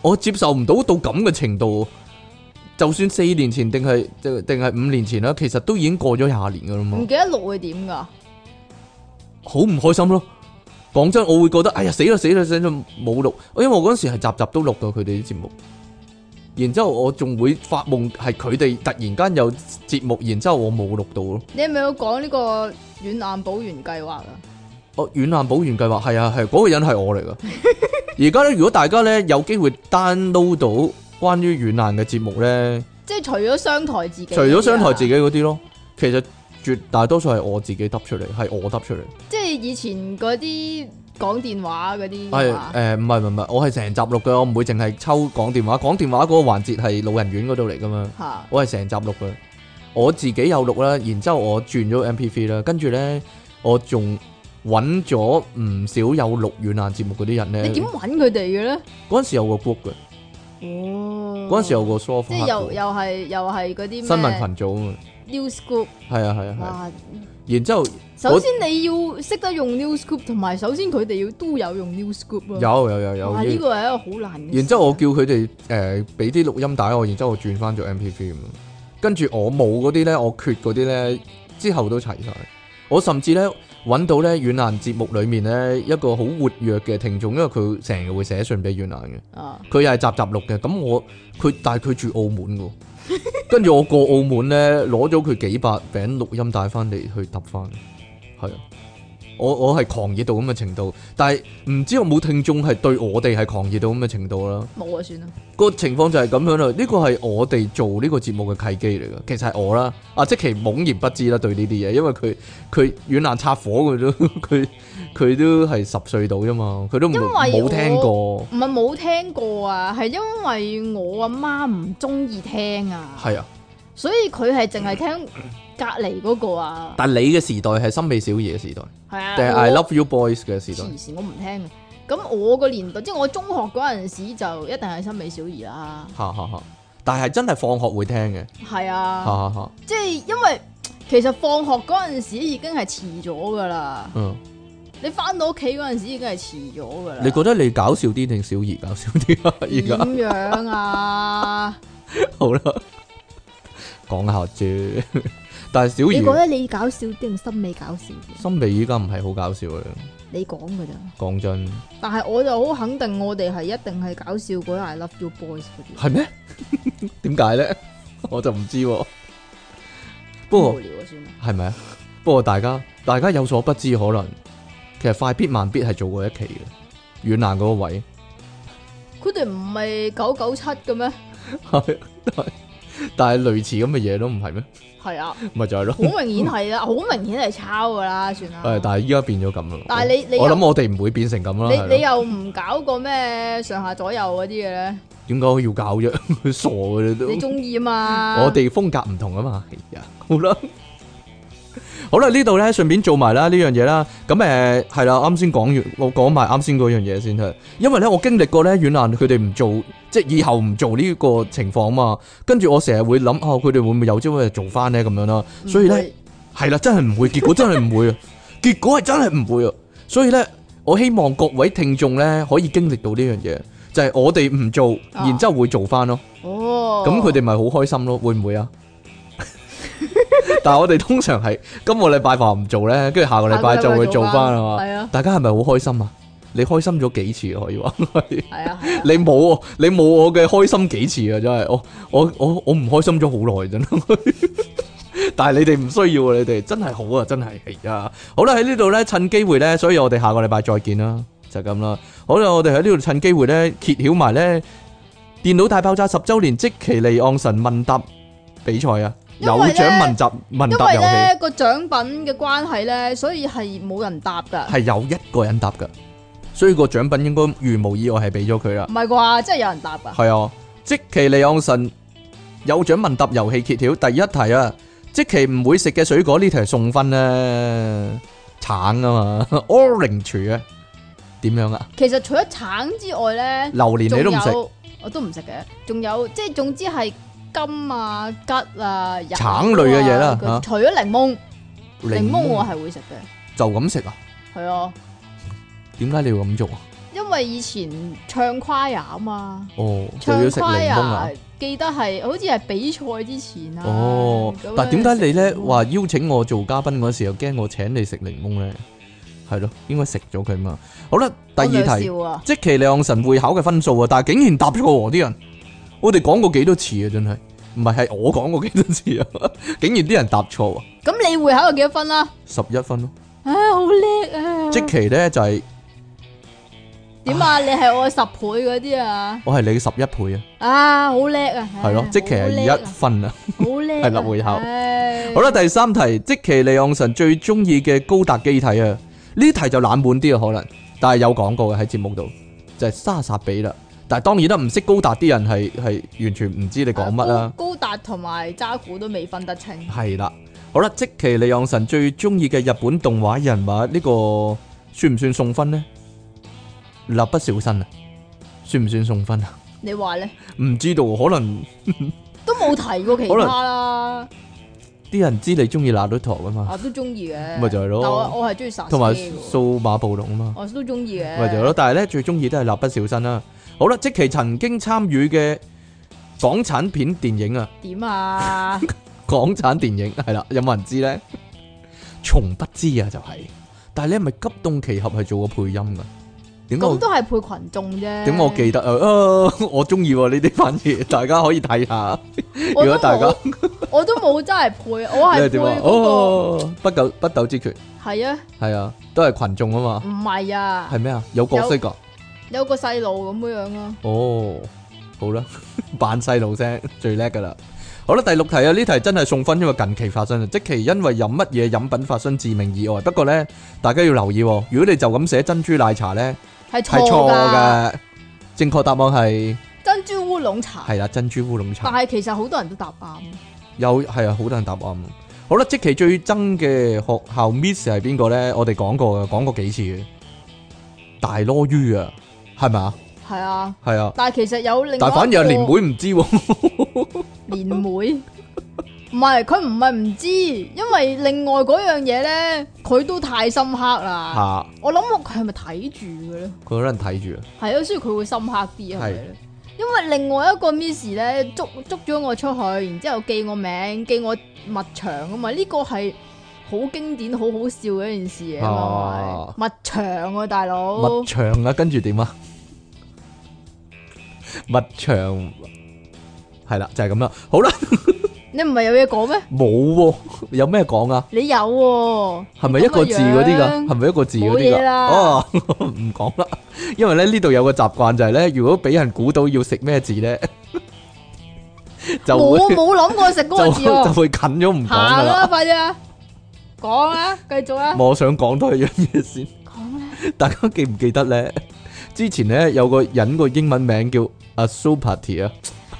A: 我接受唔到到咁嘅程度，就算四年前定係定定係五年前啦，其實都已經過咗廿年噶啦嘛
B: 唔。記得錄會點㗎？
A: 好唔開心咯。講真，我會覺得哎呀死啦死啦死啦冇錄，因為我嗰陣時係集集都錄到佢哋啲節目，然之後我仲會發夢係佢哋突然間有節目，然之後我冇錄到咯。
B: 你係咪要講呢個軟硬保元計劃啊？
A: 哦，軟硬保元計劃係啊係，嗰、個人係我嚟噶。而家咧，如果大家咧有機會 download 到關於軟硬嘅節目咧，
B: 即係除咗商台自己，啊
A: 除咗商台自，己嗰啲咯，其實絕大多數係我自己揼出嚟，係我揼出嚟。
B: 即係以前嗰啲講電話嗰啲
A: 係
B: 啊
A: 誒，唔係唔係唔係，我係成集錄嘅，我唔會淨係抽講電話。講電話嗰個環節係老人院嗰度嚟噶嘛，
B: 嚇，
A: 我係成集錄嘅。我自己有錄啦，然之後我轉咗 MP3 啦，跟住咧我仲揾咗唔少有錄軟硬節目嗰啲人咧。
B: 你點揾佢哋嘅咧？
A: 嗰陣時有個 group 嘅，
B: 哦，
A: 嗰陣時有個 sofa，
B: 即係又又係又係嗰啲咩
A: 新聞群組啊
B: news group
A: 嘛，係啊係啊係啊。
B: 哇！
A: 然之後
B: 首先你要識得用 news group，同埋首先佢哋要都有用 news group 啊。
A: 有有有有
B: 哇，呢個係一個好難嘅事啊。
A: 然之後我叫佢哋誒俾啲錄音帶我，然之後我轉翻做 MP3 咁。跟住我冇嗰啲咧，我缺嗰啲咧，之後都齊晒。我甚至咧揾到咧遠難節目裡面咧一個好活躍嘅聽眾，因為佢成日會寫信俾遠難嘅，
B: 啊，
A: 佢又係集集錄嘅。咁我佢但係佢住澳門嘅喎，跟住我過澳門咧攞咗佢幾百餅錄音帶翻嚟去揼翻，係啊。我我係狂熱到咁嘅程度，但係唔知有冇聽眾係對我哋係狂熱到咁嘅程度啦。
B: 冇啊，算啦。
A: 個情況就係咁樣啦，呢個係我哋做呢個節目嘅契機嚟嘅，其實係我啦，啊即其懵然不知啦對呢啲嘢，因為佢佢軟爛插火佢都 佢佢都係十歲到啫嘛，佢都冇
B: 因為
A: 冇
B: 我
A: 聽過，
B: 唔係冇聽過啊，係因為我阿媽唔中意聽啊，
A: 係啊，
B: 所以佢係淨係聽隔離嗰個啊，
A: 但你嘅時代係森美小儀嘅時代，
B: 係啊，
A: 定係
B: 我
A: I Love You Boys 嘅時代，
B: 黐線，我唔聽嘅。咁我個年代，即係我中學嗰陣時就一定係森美小儀啦，
A: 哈哈哈，但係真係放學會聽嘅，
B: 係
A: 哈
B: 啊，
A: 哈哈，
B: 即係因為其實放學嗰陣時已經係遲咗噶啦，
A: 嗯，
B: 你翻到屋企嗰陣時已經係遲咗噶啦。
A: 你覺得你搞笑啲定小儀搞笑啲啊？而家
B: 點 樣啊？
A: 好啦，講下啫，但係小
B: 你覺
A: 儀
B: 得你搞笑啲定森美搞笑啲？
A: 森美依家唔係好搞笑嘅。
B: 你講噶咋？
A: 講真，
B: 但係我就好肯定，我哋係一定係搞笑嗰啲 I Love You Boys 嗰
A: 係咩？ 點解 咧？我就唔知、喎。不
B: 啲，無
A: 過
B: 聊啊算啦。
A: 係咪啊？不過大家大家有所不知，可能其實快必慢必係做過一期嘅，遠難嗰個位
B: 佢哋唔係九九七嘅咩？
A: 係但係類似咁嘅嘢都唔係咩？
B: 系啊，
A: 咪就係咯
B: 好。 明顯係啦，好明顯係抄噶啦，算啦。
A: 诶，但係依家變咗咁啦。
B: 但係你你
A: 我
B: 又
A: 諗我哋唔會變成咁啦。係咯
B: 你你又唔搞個咩上下左右嗰啲嘅咧？
A: 點解我要搞啫？ 傻嘅你都。
B: 你中意啊嘛？
A: 我哋風格唔同啊嘛，係啊，好啦，好啦，呢度咧順便做埋啦呢樣嘢啦，咁誒係啦，啱先講完，我講埋啱先嗰樣嘢先啦，因為咧我經歷過咧遠難佢哋唔做，即係以後唔做呢個情況嘛，跟住我成日會諗啊，佢哋會唔會有朝一日做翻咧咁樣啦，
B: 唔
A: 所以咧
B: 會
A: 係啦，真係唔會，結果真係唔 會啊，結果係真係唔會啊，所以咧我希望各位聽眾咧可以經歷到呢樣嘢，就係、我哋唔做，
B: 啊
A: 然之後會做翻咯。
B: 哦，
A: 咁佢哋咪好開心咯，會唔會啊？ 但係我哋通常係今個禮拜話唔做咧，跟住下個禮拜就會做翻啊嘛。
B: 係啊，
A: 大家係咪好開心啊？你開心咗幾次啊可以話？係
B: 係啊，係啊
A: 你冇我，你冇我嘅開心幾次啊！真係，我我我我唔開心咗好耐真係。 但係你哋唔需要啊！你哋真係好啊！真係係啊！好啦，喺呢度咧，趁機會咧，所以我哋下個禮拜再見啦，就咁啦。好啦，我哋喺呢度趁機會咧，揭曉埋咧電腦大爆炸十週年即其利昂神問答比賽啊！
B: 因
A: 有
B: 為呢
A: 獎問答問
B: 因
A: 答
B: 為
A: 遊戲
B: 咧個獎品嘅關係咧，所以係冇人答噶，
A: 係有一個人答噶，所以個獎品應該如無意外係俾咗佢啦
B: 唔。係啩？真係有人答噶？
A: 系啊，即其利昂神有奖问答游戏揭晓第一题啊，即其唔会食嘅水果呢题送分咧，橙啊嘛 ，orange 啊，点样啊？
B: 其實除咗橙之外咧，
A: 榴莲你都唔食
B: 仲，有，我都唔食嘅，仲有即係總之係金啊、桔啊、柚啊
A: 橙類嘅嘢啦
B: 佢
A: 嚇
B: 除咗檸檬，檸
A: 檸
B: 檬我係會食嘅，
A: 就咁食啊？
B: 係啊，
A: 点解你要咁做啊？
B: 因為以前唱 choir 啊嘛。
A: 哦，就
B: 唱
A: 要食
B: choir
A: 柠檬啊？
B: 記得係好似係比賽之前啊。
A: 哦
B: 咁，
A: 但
B: 樣
A: 系点解你咧
B: 食檸檬
A: 话邀请我做嘉宾嗰时又惊我请你食柠檬咧？系咯，应该食咗佢嘛。好啦，第
B: 我
A: 二
B: 兩
A: 题。
B: 笑啊？
A: 即其兩神會考嘅分數啊，但係竟然答錯喎啲人，我哋講過幾多次啊，真係唔係係我講過幾多次啊， 竟然啲人答錯啊，
B: 咁你會考有幾多分啦？
A: 十一分咯，
B: 啊，好叻啊！
A: 即其咧就係、
B: 點啊？你係我十倍嗰啲啊？
A: 我係你十一倍啊，
B: 啊，好叻啊！
A: 係咯
B: 唉，
A: 即其係
B: 好叻
A: 二一
B: 啊
A: 分啊，
B: 好叻 啊，
A: 係啦會考
B: 唉
A: 好啦，，第三題即其利昂神最中意嘅高達機體啊，呢題就冷門啲啊可能，但係有講過嘅喺節目度就係、莎莎比啦，但係當然啦，唔識高達啲人係係完全唔知你講乜啊啦。
B: 高高達同埋渣古都未分得清。
A: 系啦，好啦，即其利昂神最中意嘅日本動畫人物呢、個算唔算送分呢？蠟筆小新啊，算唔算送分啊？
B: 你話咧
A: 唔知道，可能
B: 都冇提過其
A: 可能
B: 他啦，
A: 啲人知你中意那魯陀噶嘛，
B: 我都中意嘅。
A: 咪就係
B: 係
A: 咯
B: 哦我我係哦中意殺
A: 同埋
B: 車嘅
A: 數碼暴龍啊嘛，
B: 我都中意嘅。
A: 咪就係咯。但係咧最中意都係蠟筆小新啦。好啦，即其曾經參與嘅港產片電影啊，
B: 點 啊？
A: 港產電影係啦，有冇人知呢？從不知啊，就係、但係你係咪急凍奇俠係做過配音噶？點解我
B: 咁都係配群眾啫。
A: 點我記得啊？啊 我中意喎呢啲，反 而大家可以睇下。
B: 我
A: 如果
B: 都
A: 大家
B: 冇， 我都冇真係配，我
A: 你係
B: 係配
A: 點啊？
B: 嗰
A: 哦，不鬥不鬥之拳
B: 個係啊，
A: 係啊，都係群眾啊嘛。
B: 唔係啊
A: 係，咩啊？有角色噶。
B: 有個細路咁樣咯。
A: 哦，好啦， 扮細路聲最叻噶啦。好啦，第六題啊，呢題真係送分，因為近期發生啊，即期因為飲乜嘢飲品發生致命意外。不過呢，大家要留意喎，如果你就咁寫珍珠奶茶呢，
B: 係
A: 係
B: 錯
A: 錯
B: 㗎，
A: 嘅。正確答案係
B: 珍珠烏龍茶，
A: 係啦，珍珠烏龍
B: 但
A: 茶
B: 係其實好多人都答啱，
A: 有係啊，好多人答啱。好啦，即期最憎嘅學校 Miss 係邊個呢？我哋講過嘅，講過幾次嘅大羅於啊，係咪啊？
B: 係啊，
A: 係啊，
B: 但係其實有另
A: 但反而係
B: 連
A: 連妹唔知喎。
B: 連妹，唔係佢唔係唔知，因為另外嗰樣嘢咧，佢都太深刻啦。
A: 嚇
B: 我諗我佢係咪睇住嘅咧？
A: 佢可能睇住啊。
B: 係啊，所以佢會深刻啲係咪咧？因為另外一個 Miss 咧捉捉咗我出去，然之後記我名，記我密場啊嘛，呢、個係好經典、好好笑嘅一件事嚟
A: 哦
B: 啊嘛，密場啊大佬
A: 密，場啊，跟住點啊？密場係啦，就係咁啦。好啦，
B: 你唔係有嘢講咩？
A: 冇喎，有咩講啊？
B: 你有喎、
A: 係咪一個字嗰啲㗎？
B: 咁嘅樣
A: 係咪一個字嗰
B: 冇
A: 啲
B: 嘢
A: 㗎？
B: 啦
A: 哦， 唔講啦，因為咧呢度有個習慣就係咧，如果俾人估到要食咩字咧， 就
B: 我
A: 會
B: 冇諗過食嗰個字
A: 就就
B: 喎。
A: 會近咗唔講噶
B: 行
A: 啦。
B: 啦，快啲啊！講啊，繼續啊，
A: 我想講多一樣嘢先。
B: 講啦。
A: 大家記唔記得咧？之前咧有個人個英文名叫阿 Supati 啊，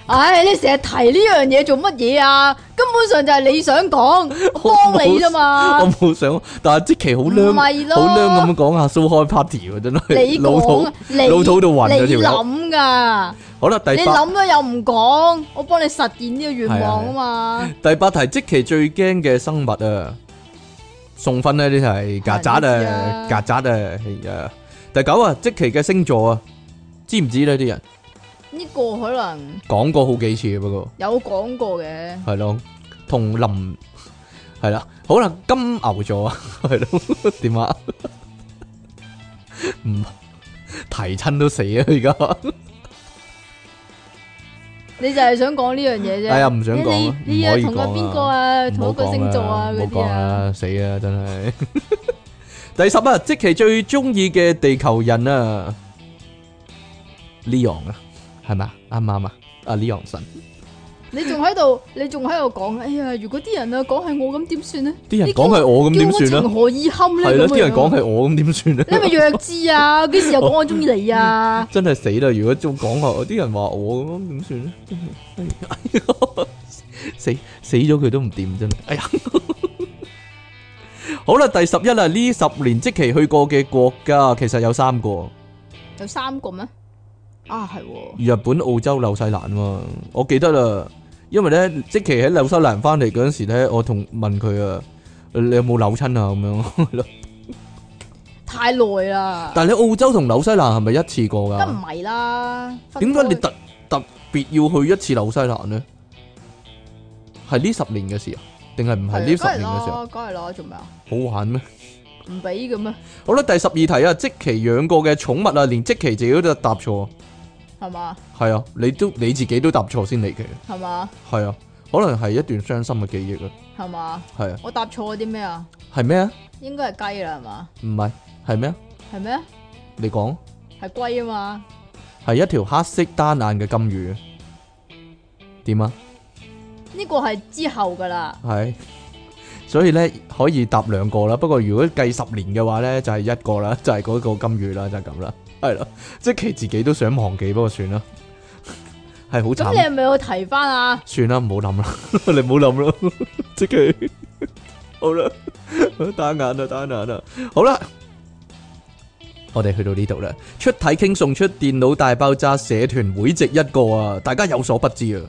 B: 唉，你成日提呢樣嘢做乜嘢啊？根本上就係你想講， 幫你啫嘛
A: 我。冇想，但係即期好
B: 唔
A: 僆好
B: 係
A: 僆咁
B: 咯，
A: 講阿蘇開 party 喎，真
B: 你
A: 係老
B: 講
A: 土
B: 啊，你
A: 老土到暈啊
B: 你
A: 條友。
B: 諗噶，
A: 好啦，第
B: 你
A: 八
B: 諗咗又唔講，我幫你實現呢個願望啊嘛。
A: 第八題，即期最驚嘅生物啊，送分咧呢題，曱甴
B: 係
A: 啊
B: 啊，
A: 曱甴啊，係啊。第九啊，即期嘅星座啊，知唔知呢啲人
B: 呢個可能
A: 講過好幾次嘅不過。
B: 有講過嘅，
A: 系咯，同林系啦，好啦，金牛座啊， 系咯，点啊？ 唔提亲都死啊！而家
B: 你就係想講呢樣嘢 啫。
A: 哎呀唔想講啊
B: 你你
A: 唔
B: 啊
A: 可以
B: 同個
A: 講啊
B: 邊個啊，
A: 唔
B: 同
A: 好
B: 一個星座啊
A: 講啦
B: 嗰
A: 唔好
B: 啲
A: 講
B: 啊，
A: 啦，死啊！真系 第十啊，即其最中意嘅地球人啊，Leon 啊，系咪啊？啱唔啱啊？阿 Leon 神，
B: 你仲喺度，你仲喺度講，哎呀，如果啲人啊講係我咁點算呢？
A: 啲人講係我咁點算
B: 叫
A: 呢
B: 我情何以堪
A: 系啦，
B: 咧？咁樣
A: 啲人講係我咁點算咧？
B: 你咪弱智啊！幾時又講我中意你 啊？
A: 真係死啦！如果仲講我，啲人話我咁點算咧？真係哎呀 死死咗佢都唔掂，真係。哎呀， 好啦，第十一啦，呢十年即期去過嘅國家其實有三個：嗯
B: 有三個咩？啊，係喎，
A: 日本、澳洲、紐西蘭喎。我記得啦，因為咧即期喺紐西蘭翻嚟嗰陣時咧，我同問佢啊，你有冇扭親啊？咁樣 係咯。
B: 太耐啦，
A: 但係你澳洲同紐西蘭係咪一次過
B: 梗唔
A: 㗎？
B: 係啦。分
A: 啊點解你
B: 開
A: 特特別要去一次紐西蘭呢？係呢十年嘅事啊，定係唔係呢
B: 係啊
A: 十年嘅事啊？
B: 梗係啦，梗係啦，做咩啊？
A: 好玩咩？
B: 唔俾嘅咩？
A: 好啦，第十二題啊，即其養過嘅寵物啊，連即其自己都答錯，
B: 係嘛？
A: 係啊，你都你自己都答錯先離奇，
B: 係嘛？
A: 係啊，可能係一段傷心嘅記憶啊，
B: 係嘛？
A: 係啊，
B: 我答錯咗啲咩啊？
A: 係咩啊？
B: 應該係雞啦，係嘛？
A: 唔係，係咩啊？
B: 係咩？
A: 你講
B: 係龜啊嘛？
A: 係一條黑色單眼嘅金魚，點啊？
B: 呢個係之後噶啦，
A: 系，所以咧可以搭兩個啦。不過如果計十年嘅話咧，就係、一個啦， 就係、嗰個金魚啦，就係咁啦。係咯，即其自己都想忘記，不過算啦，係好
B: 咁你
A: 慘。
B: 係咪要提翻啊？
A: 算啦，唔好諗啦， 你唔好諗啦， 即其好啦， 單眼啦，單眼啦，好啦。我哋去到呢度啦，出體傾送出電腦大爆炸社團會籍一個啊，大家有所不知啊。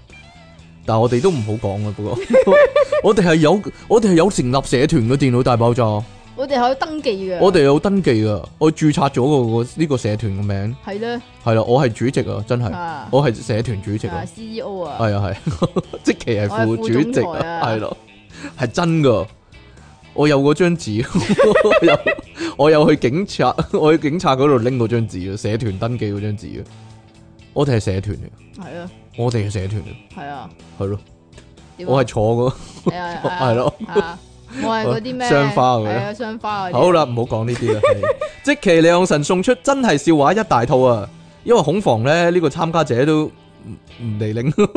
A: 但系我哋都唔好講啊，不過 我哋係有我哋係有成立社團嘅電腦大爆炸，
B: 我哋係有登記嘅，
A: 我哋有登記噶，我註冊咗個呢個社團嘅名，
B: 係咧
A: 係啦，我係主席啊，真係，
B: 啊
A: 我係社團主席啊
B: 啊。CEO 啊，
A: 系啊系， 即其系副主席
B: 我係副總裁
A: 啊，
B: 啊
A: 系咯，系真噶。我有嗰張紙， 我有我有去警察， 我去警察嗰度拎嗰張紙啊，社團登記嗰張紙啊。我哋係社團嚟，
B: 係啊，
A: 我哋係社團嚟，
B: 係啊，
A: 係咯，
B: 點啊
A: 我係坐嗰。
B: 係啊 係啊
A: 係咯
B: 係啊我係嗰啲咩
A: 雙花嗰啲
B: 係啊，雙花嗰啲。
A: 好啦，唔好講呢啲啦。係即其李昂神送出真係笑話一大套啊！因為恐防咧，呢、個參加者都唔唔嚟 領。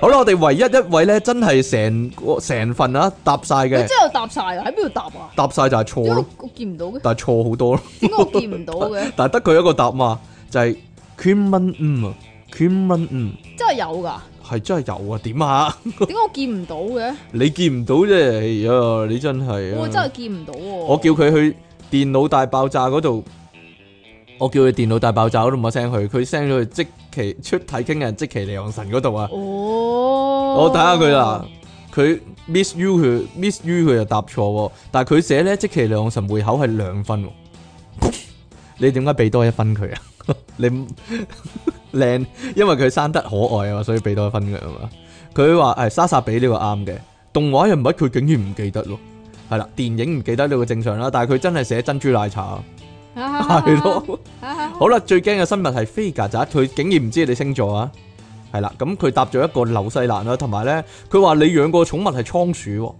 A: 好啦，我哋唯一一位咧，真係成個成份啊，答晒
B: 你
A: 嘅
B: 真。係有答晒㗎？喺邊度答啊？
A: 答晒就係錯
B: 點解
A: 咯，
B: 我見唔到嘅？
A: 但係錯好多咯，？
B: 點解我見唔到嘅
A: 但係得佢一個答嘛，就係 Queen 嗯啊，Queen 嗯
B: 真係有㗎？
A: 係真係有啊，點啊？
B: 點解我見唔到嘅？
A: 你見唔到啫，哎呀，你真係啊！
B: 我真係見唔到喎。
A: 我叫佢去電腦大爆炸嗰度，我叫佢電腦大爆炸嗰度冇 send 佢，佢 send 咗去即其出體傾人即其離岸神嗰度啊！
B: 哦，
A: 我睇下佢啦，，佢 miss you 佢 miss you 佢就答錯喎，但係佢寫咧即其兩神會口係兩分喎， 你點解俾多一分佢啊？ 你靚，因為佢生得可愛啊嘛，所以俾多一分佢啊嘛。佢話誒莎莎比呢個啱嘅，動畫人物佢竟然唔記得咯，係啦，電影唔記得呢個正常啦，但係佢真係寫珍珠奶茶 係咯。。好啦，最驚嘅生物係飛曱甴，佢竟然唔知你星座啊！係啦，咁佢答咗一個紐西蘭啦，同埋咧，佢話你養過寵物係倉鼠喎，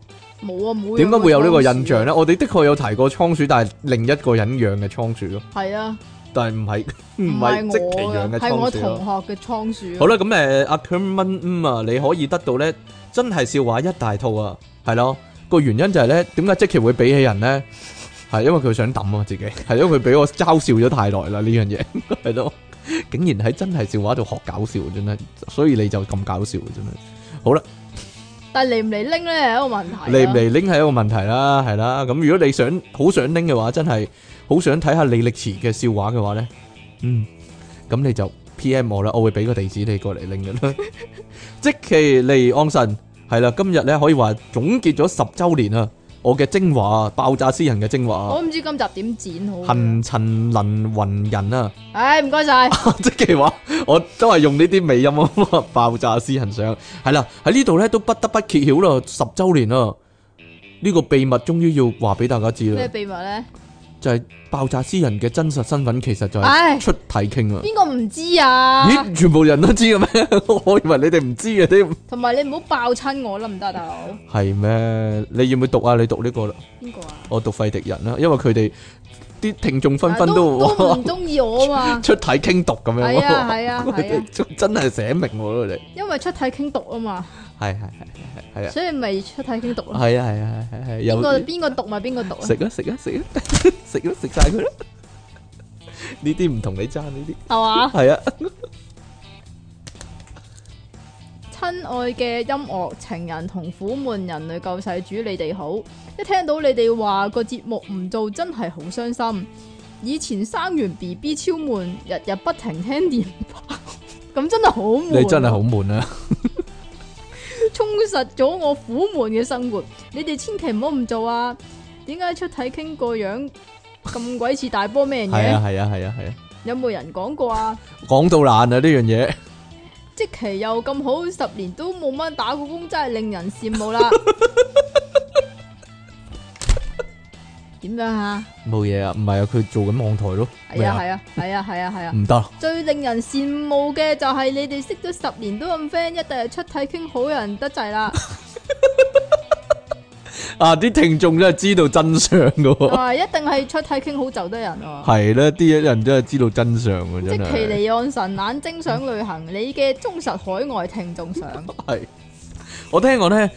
B: 冇啊冇。
A: 點解會有呢個印象？咧？我哋的確有提過倉鼠，但係另一個人養嘅倉鼠咯，
B: 係啊，
A: 但系唔係
B: 唔
A: 唔
B: 係
A: 係即其
B: 我
A: 樣嘅
B: 嘅，係我
A: 倉鼠
B: 同
A: 咯。
B: 學嘅倉鼠。啊
A: 好啦，咁誒阿 Kerman 嗯啊，你可以得到咧真係笑話一大套啊，係咯。個原因就係咧，點解即其會比起人咧？係因為佢想抌啊自己，係因為佢俾我嘲笑咗太耐啦呢樣嘢，係咯。竟然喺真係笑話度學搞笑，真係，所以你就咁搞笑真係。好啦。
B: 但係嚟唔嚟拎咧係一個問題啊。
A: 嚟唔嚟拎係一個問題啦，係啦。咁如果你想好想拎嘅話，真係好想睇下李力持嘅笑話嘅話咧，嗯，咁你就 P.M 我啦，我會俾個地址你過嚟拎嘅啦。 即其利安神係啦，今日咧可以話總結咗十週年啊，我嘅精華爆炸私人嘅精華，
B: 我唔知今集點剪好啊。
A: 行塵能雲人啊！
B: 唉，唔該晒。
A: 即係啊話，我都係用呢啲尾音啊， 爆炸私人相係啦，喺呢度咧都不得不揭曉啦，十週年啦，呢、個秘密終於要話俾大家知
B: 咩
A: 啦，
B: 秘密咧？
A: 就係爆炸私人嘅真實身份其實就
B: 唉
A: 係出體傾啊！
B: 邊個唔知啊？
A: 咦，全部人都知嘅咩？ 我以為你哋唔知嘅添，
B: 同埋你唔好爆親我啦，唔得啊，大佬。
A: 係咩？你要唔要讀啊？你讀呢、個啦，
B: 邊個啊？
A: 我讀費迪人啦，因為佢哋啲聽眾紛紛
B: 啊都
A: 都
B: 都唔中意我啊嘛。
A: 出體傾讀咁樣喎，
B: 係啊係啊
A: 佢
B: 係啊
A: 哋真係寫明喎佢哋，
B: 因為出體傾讀啊嘛，
A: 係係係係係啊。
B: 所以咪出體傾讀咯。
A: 系啊系啊系系有
B: 邊個邊個讀咪邊個讀啊
A: 食？啊食啊食啊 食啊食晒佢啦！呢啲唔同你争呢
B: 係嘛？
A: 啲，系啊
B: 親愛嘅音樂情人同苦悶人類救世主，你哋好！一聽到你哋話個節目唔做，真係好傷心。以前生完 B B 超悶，日日不停聽電話， 咁真係好悶。
A: 你真系好闷啊！
B: 充實咗我苦悶嘅生活。你哋千祈唔好唔做啊！點解出體傾個樣咁鬼似大波咩
A: 系
B: 嘢？
A: 啊系啊系啊系啊！
B: 有冇人講過啊？
A: 讲到烂啊呢样嘢，
B: 即期又咁好，十年都冇乜打過工，真係令人羨 慕啦。點樣啊？
A: 冇嘢啊，唔系啊，佢做紧網台咯，
B: 係
A: à?
B: 啊係啊係啊係啊係啊！
A: 唔得，
B: 最令人羨慕嘅就係你哋識咗十年都咁 friend，一定係出體傾好人得 滯啦。
A: 啊啲聽眾真係知道真相噶喎，
B: 啊，一定係出體傾好就得人喎。
A: 係啦，啲人真係知道真相嘅
B: 即
A: 真
B: 其
A: 係，
B: 尼岸神眼睛想旅行，你嘅忠實海外聽 眾想，
A: 係我聽講咧，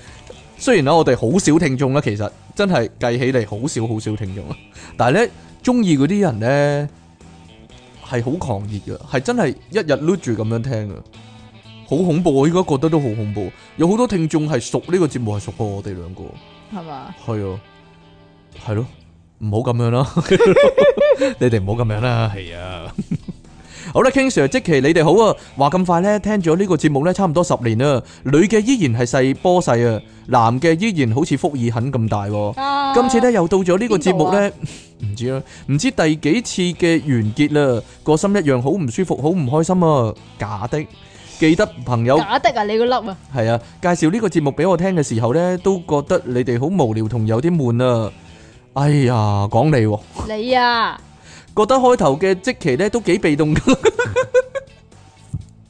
A: 雖然咧我哋好少聽眾啦，其實真係計起嚟好少好少聽眾啦，啊但係咧中意嗰啲人咧係好狂熱嘅，係真係一日碌住咁樣聽嘅，好恐怖！我依家覺得都好恐怖，有好多聽眾係熟呢個節目係熟過我哋兩個，
B: 係嘛？
A: 係啊，係咯，唔好咁樣 啦，你哋唔好咁樣啦，係啊。好啦，King Sir，即期你哋好啊！話咁快咧，聽咗呢個節目咧，差唔多十年啦。女嘅依然係細波細啊，男嘅依然好似福爾肯咁大 喎。
B: 啊
A: 今次咧又到咗呢個節目
B: 邊
A: 咧，唔知啦，唔知第幾次嘅完結啦，個心一樣好唔舒服，好唔開心啊！假的，記得朋友
B: 假的啊，你個粒啊，
A: 係啊，介紹呢個節目俾我聽嘅時候咧，都覺得你哋好無聊同有啲悶啊！哎呀，講你喎，
B: 你啊，
A: 覺得開頭嘅即期咧都幾被動噶，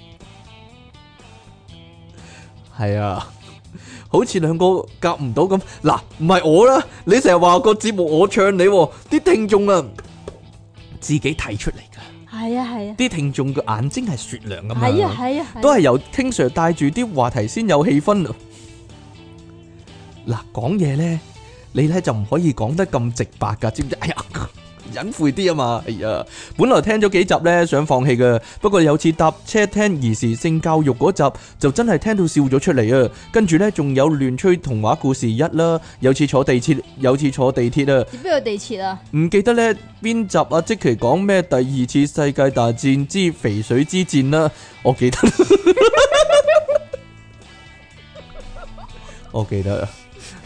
A: 係啊。好似兩個夾唔到咁，嗱，唔係我啦，你成日話個節目我唱你喎，啲聽眾啊自己睇出嚟噶，
B: 係啊係啊，
A: 啲聽眾嘅眼睛係雪亮噶嘛，
B: 係啊係啊，係啊
A: 都係由 King Sir 帶住啲話題先有氣氛啊。嗱，講嘢咧，你咧就唔可以講得咁直白噶，知唔知？哎呀，隱晦啲啊嘛，哎呀，本來聽咗幾集咧想放棄嘅，不過有次搭車聽兒時性教育嗰集，就真係聽到笑咗出嚟啊！跟住咧仲有亂吹童話故事一啦，有次坐地鐵，有次坐地鐵啊。
B: 點邊有地鐵啊？
A: 唔記得呢邊集啊，即其講咩第二次世界大戰之肥水之戰啦，我記得，我記得啊，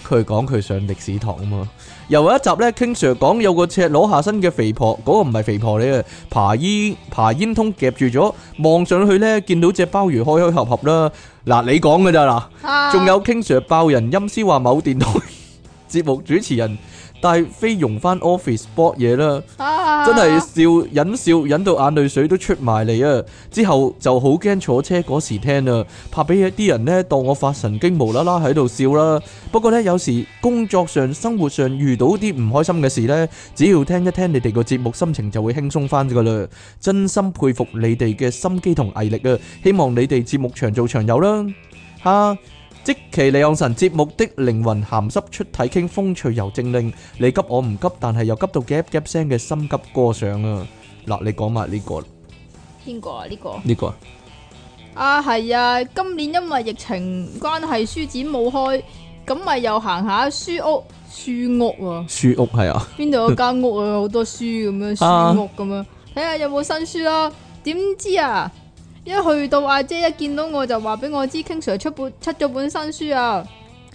A: 佢講佢上歷史堂啊嘛。又有一集呢 King Sir 講有個赤裸下身嘅肥婆，嗰、個唔係肥婆嚟啊，爬煙爬煙通夾住咗，望上去呢，見到只鮑魚開開合合啦。嗱，你講嘅咋嗱？
B: 啊
A: 仲有 King Sir 爆人陰私話某電台 節目主持人戴飛用翻 office 博嘢啦。
B: 啊，
A: 真係笑忍笑忍到眼淚水都出埋嚟啊！之後就好驚坐車嗰時聽啊，怕俾一啲人呢當我發神經無啦啦喺度笑啦。不過呢，有時工作上、生活上遇到啲唔開心嘅事呢，只要聽一聽你哋個節目，心情就會輕鬆翻噶啦。真心佩服你哋嘅心機同毅力啊！希望你哋節目長做長有啦。哈、即其利昂神節目的靈魂鹹濕出體傾風趣又正令，你急我唔急，但係又急到 gap gap 聲嘅心急歌上啊！嗱，你講埋呢個
B: 邊個啊？呢個
A: 呢個啊，
B: 啊，係啊，今年因為疫情關係，書展冇開，咁咪又行下書屋、書屋啊。
A: 書屋係啊，
B: 邊度有間屋啊，好多書咁樣，
A: 啊
B: 書屋咁樣，睇下有冇新書啦。點知啊，一去到阿姐一見到我就話俾我知，King Sir 出本出咗本新書啊！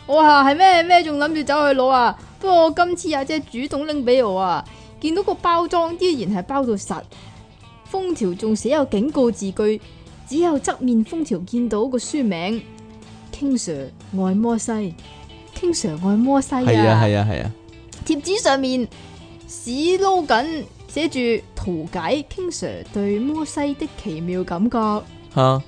B: 我話係咩咩，仲諗住走去攞啊！不過今次阿姐主動拎俾我啊，見到個包裝依然係包到實，封條仲寫有警告字句，只有側面封條見到個書名，King Sir 愛摩西，King Sir 愛摩西
A: 係啊，係啊，係啊，
B: 貼紙上面屎撈緊，寫住圖解 King Sir 對摩西的奇妙感覺。
A: 嚇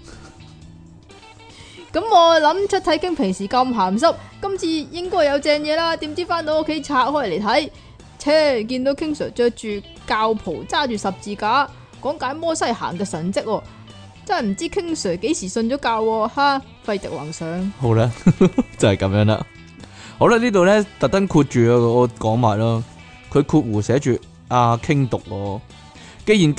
B: 咁我諗出體傾平時咁鹹濕，今次應該有正嘢啦。點知翻到屋企拆開嚟睇，切見到 King Sir 着住教袍，揸住十字架，講解摩西行嘅神跡喎。真係唔知 King Sir 幾時信咗教喎，哈！費迪幻想，
A: 好 啦，就係咁樣啦。好啦，呢度咧特登括住啊，我講埋啦。佢括弧寫住阿傾讀喎，既然。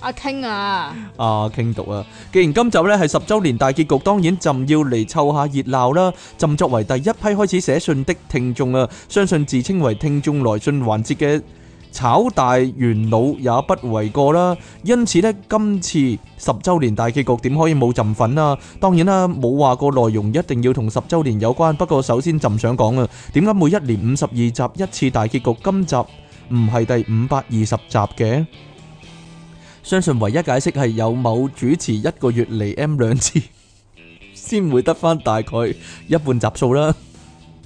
B: 阿 King 啊，
A: 啊，傾讀啊！既然今集呢係十週年大結局，當然朕要嚟湊下熱鬧啦。朕作為第一批開始寫信的聽眾啊，相信自稱為聽眾來信環節嘅炒大元老也不為過啦。因此呢，今次十週年大結局點可以冇朕份啊？當然啦，冇話個內容一定要同十週年有關。不過首先朕想講啊，點解每一年五十二集一次大結局，今集唔係第五百二十集嘅？相信唯一解釋係有某主持一個月嚟 M 兩次，先會得翻大概一半集數啦。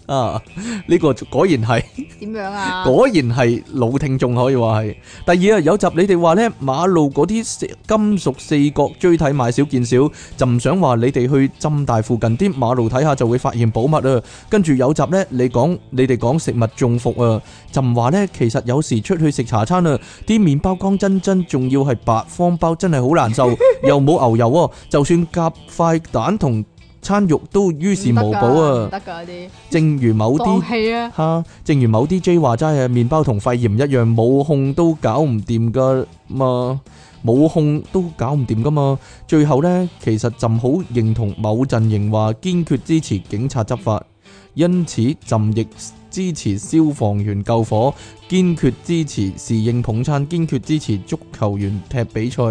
A: 啊，呢、個果然係。
B: 點樣啊？
A: 果然係老聽眾可以話係。第二啊，有集你哋話呢馬路嗰啲四金屬四角錐體買少見少，就唔想話你哋去浸大附近啲馬路睇下就會發現寶物啊。跟住有集呢，你講你哋講食物中伏啊，就唔話呢，其實有時出去食茶餐啊，啲麵包乾真真，仲要係白方包，真係好難 受，又冇牛油喎，就算夾塊蛋同餐肉都於事無補
B: 唔
A: 啊。
B: 得㗎，唔得㗎啲
A: 正如某啲
B: 放。棄啊！
A: 吓、正如某 DJ 話齋啊，麵包同肺炎一樣，冇控都搞唔掂噶嘛，冇控都搞唔掂噶嘛。最後呢，其實朕好認同某陣營話堅決支持警察執法，因此朕亦支持消防員救火，堅決支持侍應捧餐，堅決支持足球員踢比賽，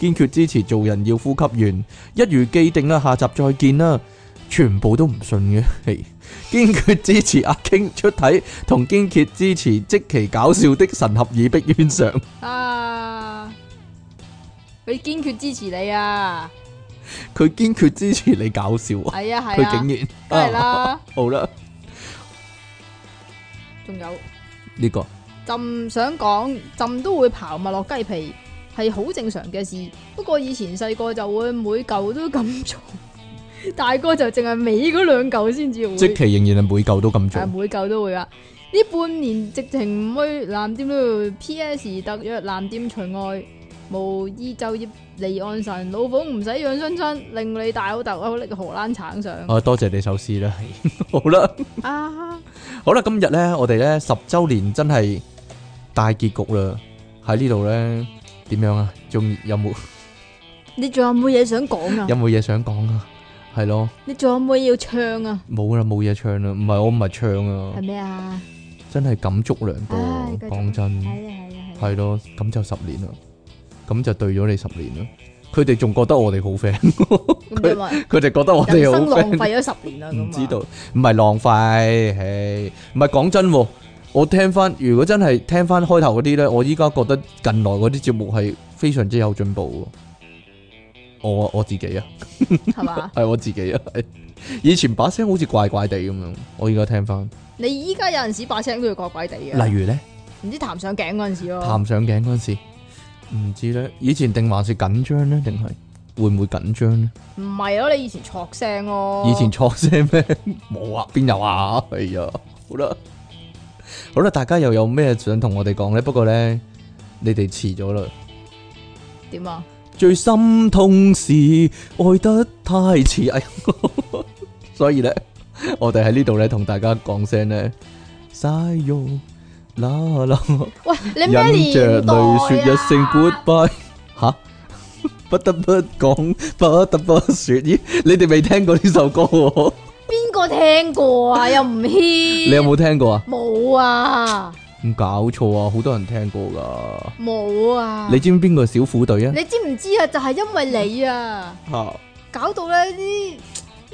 A: 堅決支持做人要呼吸員。一如既定啦，下集再見啦。全部都唔信嘅，係堅決支持阿 King 出體，同堅決支持即其搞笑的神合耳壁冤上。
B: 啊！佢堅決支持你啊！
A: 佢堅決支持你搞笑啊！
B: 係啊係
A: 佢
B: 啊，
A: 竟
B: 梗係
A: 然啊，
B: 啦，
A: 好啦，
B: 仲有
A: 呢個
B: 朕想講，朕都會刨麥落雞皮，係好正常嘅事。不過以前細個就會每嚿都咁做， 大個就淨係尾嗰兩嚿先至會，
A: 即其仍然係每嚿都咁
B: 係
A: 做，
B: 每嚿都會啊！呢半年直情唔去藍店都 P.S. 特約藍店除外，無意就業離岸神，老虎唔使養親親，令你大口大口拎荷蘭 橙上。
A: 啊多謝你首詩啦， 係好啦。
B: 啊！
A: 好啦，今日呢，我哋呢十周年真係大結局啦！喺呢度呢，點樣啊？仲有冇
B: 你仲有冇嘢想講啊
A: 有？冇嘢想講啊？係咯，
B: 你仲有冇嘢要唱啊？
A: 冇啦，冇嘢唱啦，唔係我唔係唱啊
B: 係，咩啊？
A: 真係感觸良多啊
B: 唉繼，續
A: 講真
B: 係。啊係啊
A: 係咯，咁就十年啦，咁就對咗你十年啦。佢哋仲覺得我哋好 friend，
B: 係啊！咁你咪
A: 佢哋覺 得我哋
B: 人
A: 好
B: 生浪
A: friend，
B: 費咗十年啦，咁
A: 唔
B: 啊
A: 知道，唔係浪費，唉，唔係講真喎，我聽翻，如果真係聽翻開頭嗰啲呢，我依家覺得近來嗰啲節目係非常之有進步我我自己啊，
B: 系嘛？
A: 係我自己啊，係以前把聲好似怪怪地咁樣，我而家聽翻，
B: 你依家有阵时把聲都要怪怪地嘅，
A: 例如咧。
B: 唔知彈上頸嗰阵时咯，
A: 探上頸嗰陣時，唔知咧，以前定還是緊張咧，定係會唔會緊張咧？
B: 唔係咯，你以前戳聲咯，
A: 以前錯聲咩？ 冇啊，邊有啊？哎呀，好啦，好啦，大家又有咩想同我哋講咧？不過咧，你哋遲咗啦。
B: 點啊？
A: 最心痛是愛得太遲，哎呀 所以咧，我哋喺呢度咧同大家講聲咧，晒肉啦啦。
B: 喂，你咩
A: 忍着
B: 年代
A: 泪说一声
B: 啊？
A: goodbye，吓， 不得不讲，不得不说，咦，你哋未听过呢首歌喎？
B: 邊個聽過啊？又唔
A: 你
B: 牽，
A: 有冇听过啊？
B: 冇啊？
A: 唔搞错啊，好多人听过噶。
B: 冇啊！
A: 你知唔知边个係小虎队啊？
B: 你知唔知啊？就係因為你啊，
A: 吓，
B: 搞到咧啲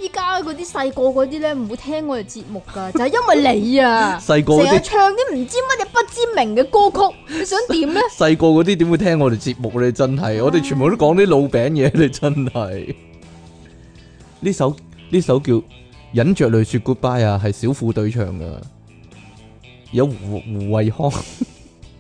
B: 依家嗰啲細個嗰啲咧唔會聽我哋節目噶，就係因為你啊，
A: 細個
B: 成
A: 嗰
B: 日
A: 啲
B: 唱啲唔知乜嘢不知名嘅歌曲，你想點咧？
A: 细个嗰啲点会听我哋节目咧？真系，
B: 啊
A: 我哋全部都讲啲老饼嘢，你真系。呢首呢首叫《忍着泪说 goodbye》啊，系小虎队唱噶，有胡胡慧康、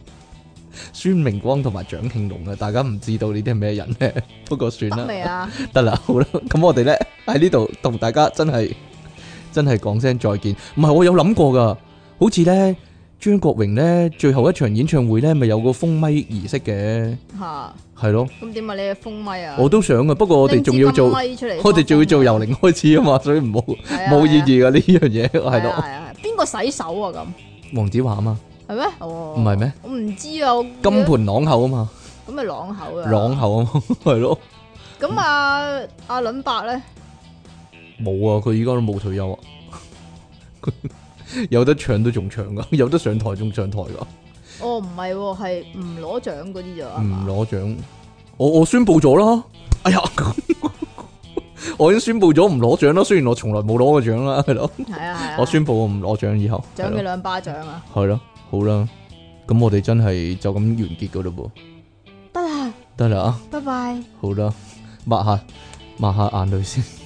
A: 孙明光同埋蒋庆龙啊。大家唔知道呢啲系咩人咧，不过算
B: 得
A: 啦，
B: 未啊？
A: 得啦， 好啦，咁我哋咧喺呢度同大家真系真系讲声再见。唔系我有谂过噶，好似咧张国荣咧最后一场演唱会咧，咪有个封咪仪式嘅，
B: 吓，
A: 系咯，
B: 咁點啊？你嘅封咪啊？
A: 我都想噶，不过我哋仲要做，
B: 拎支金咪出嚟
A: 我哋仲要做由
B: 封
A: 零开始啊嘛，所以唔好
B: 咪，
A: 冇意
B: 義
A: 義噶呢樣嘢，係
B: 咯。
A: 咯，
B: 係啊，邊個洗手啊？咁
A: 黃子華啊嘛，
B: 係咩？哦，
A: 唔係咩？
B: 我唔知啊，我
A: 金盤朗口啊嘛，
B: 咁咪朗口啊？
A: 朗口啊嘛， 係咯，
B: 咁啊，阿倫伯咧，
A: 冇啊，佢依家都冇退休啊，佢 有得唱都仲唱噶，有得上台仲上台噶。
B: 哦，唔係喎，係唔攞獎嗰啲咋？係嘛
A: 唔攞獎，我我宣布咗啦。哎呀， 我已經宣布咗唔攞獎啦。雖然我從來冇攞過獎啦，係咯。
B: 係啊係啊。
A: 我宣布我唔攞獎以後，
B: 獎
A: 係
B: 佢
A: 咯，
B: 兩巴掌啊！
A: 係咯，好啦。咁我哋真係就咁完結噶嘞噃，
B: 得啦，
A: 得啦，
B: 拜拜。
A: 好啦，抹下抹下眼淚先。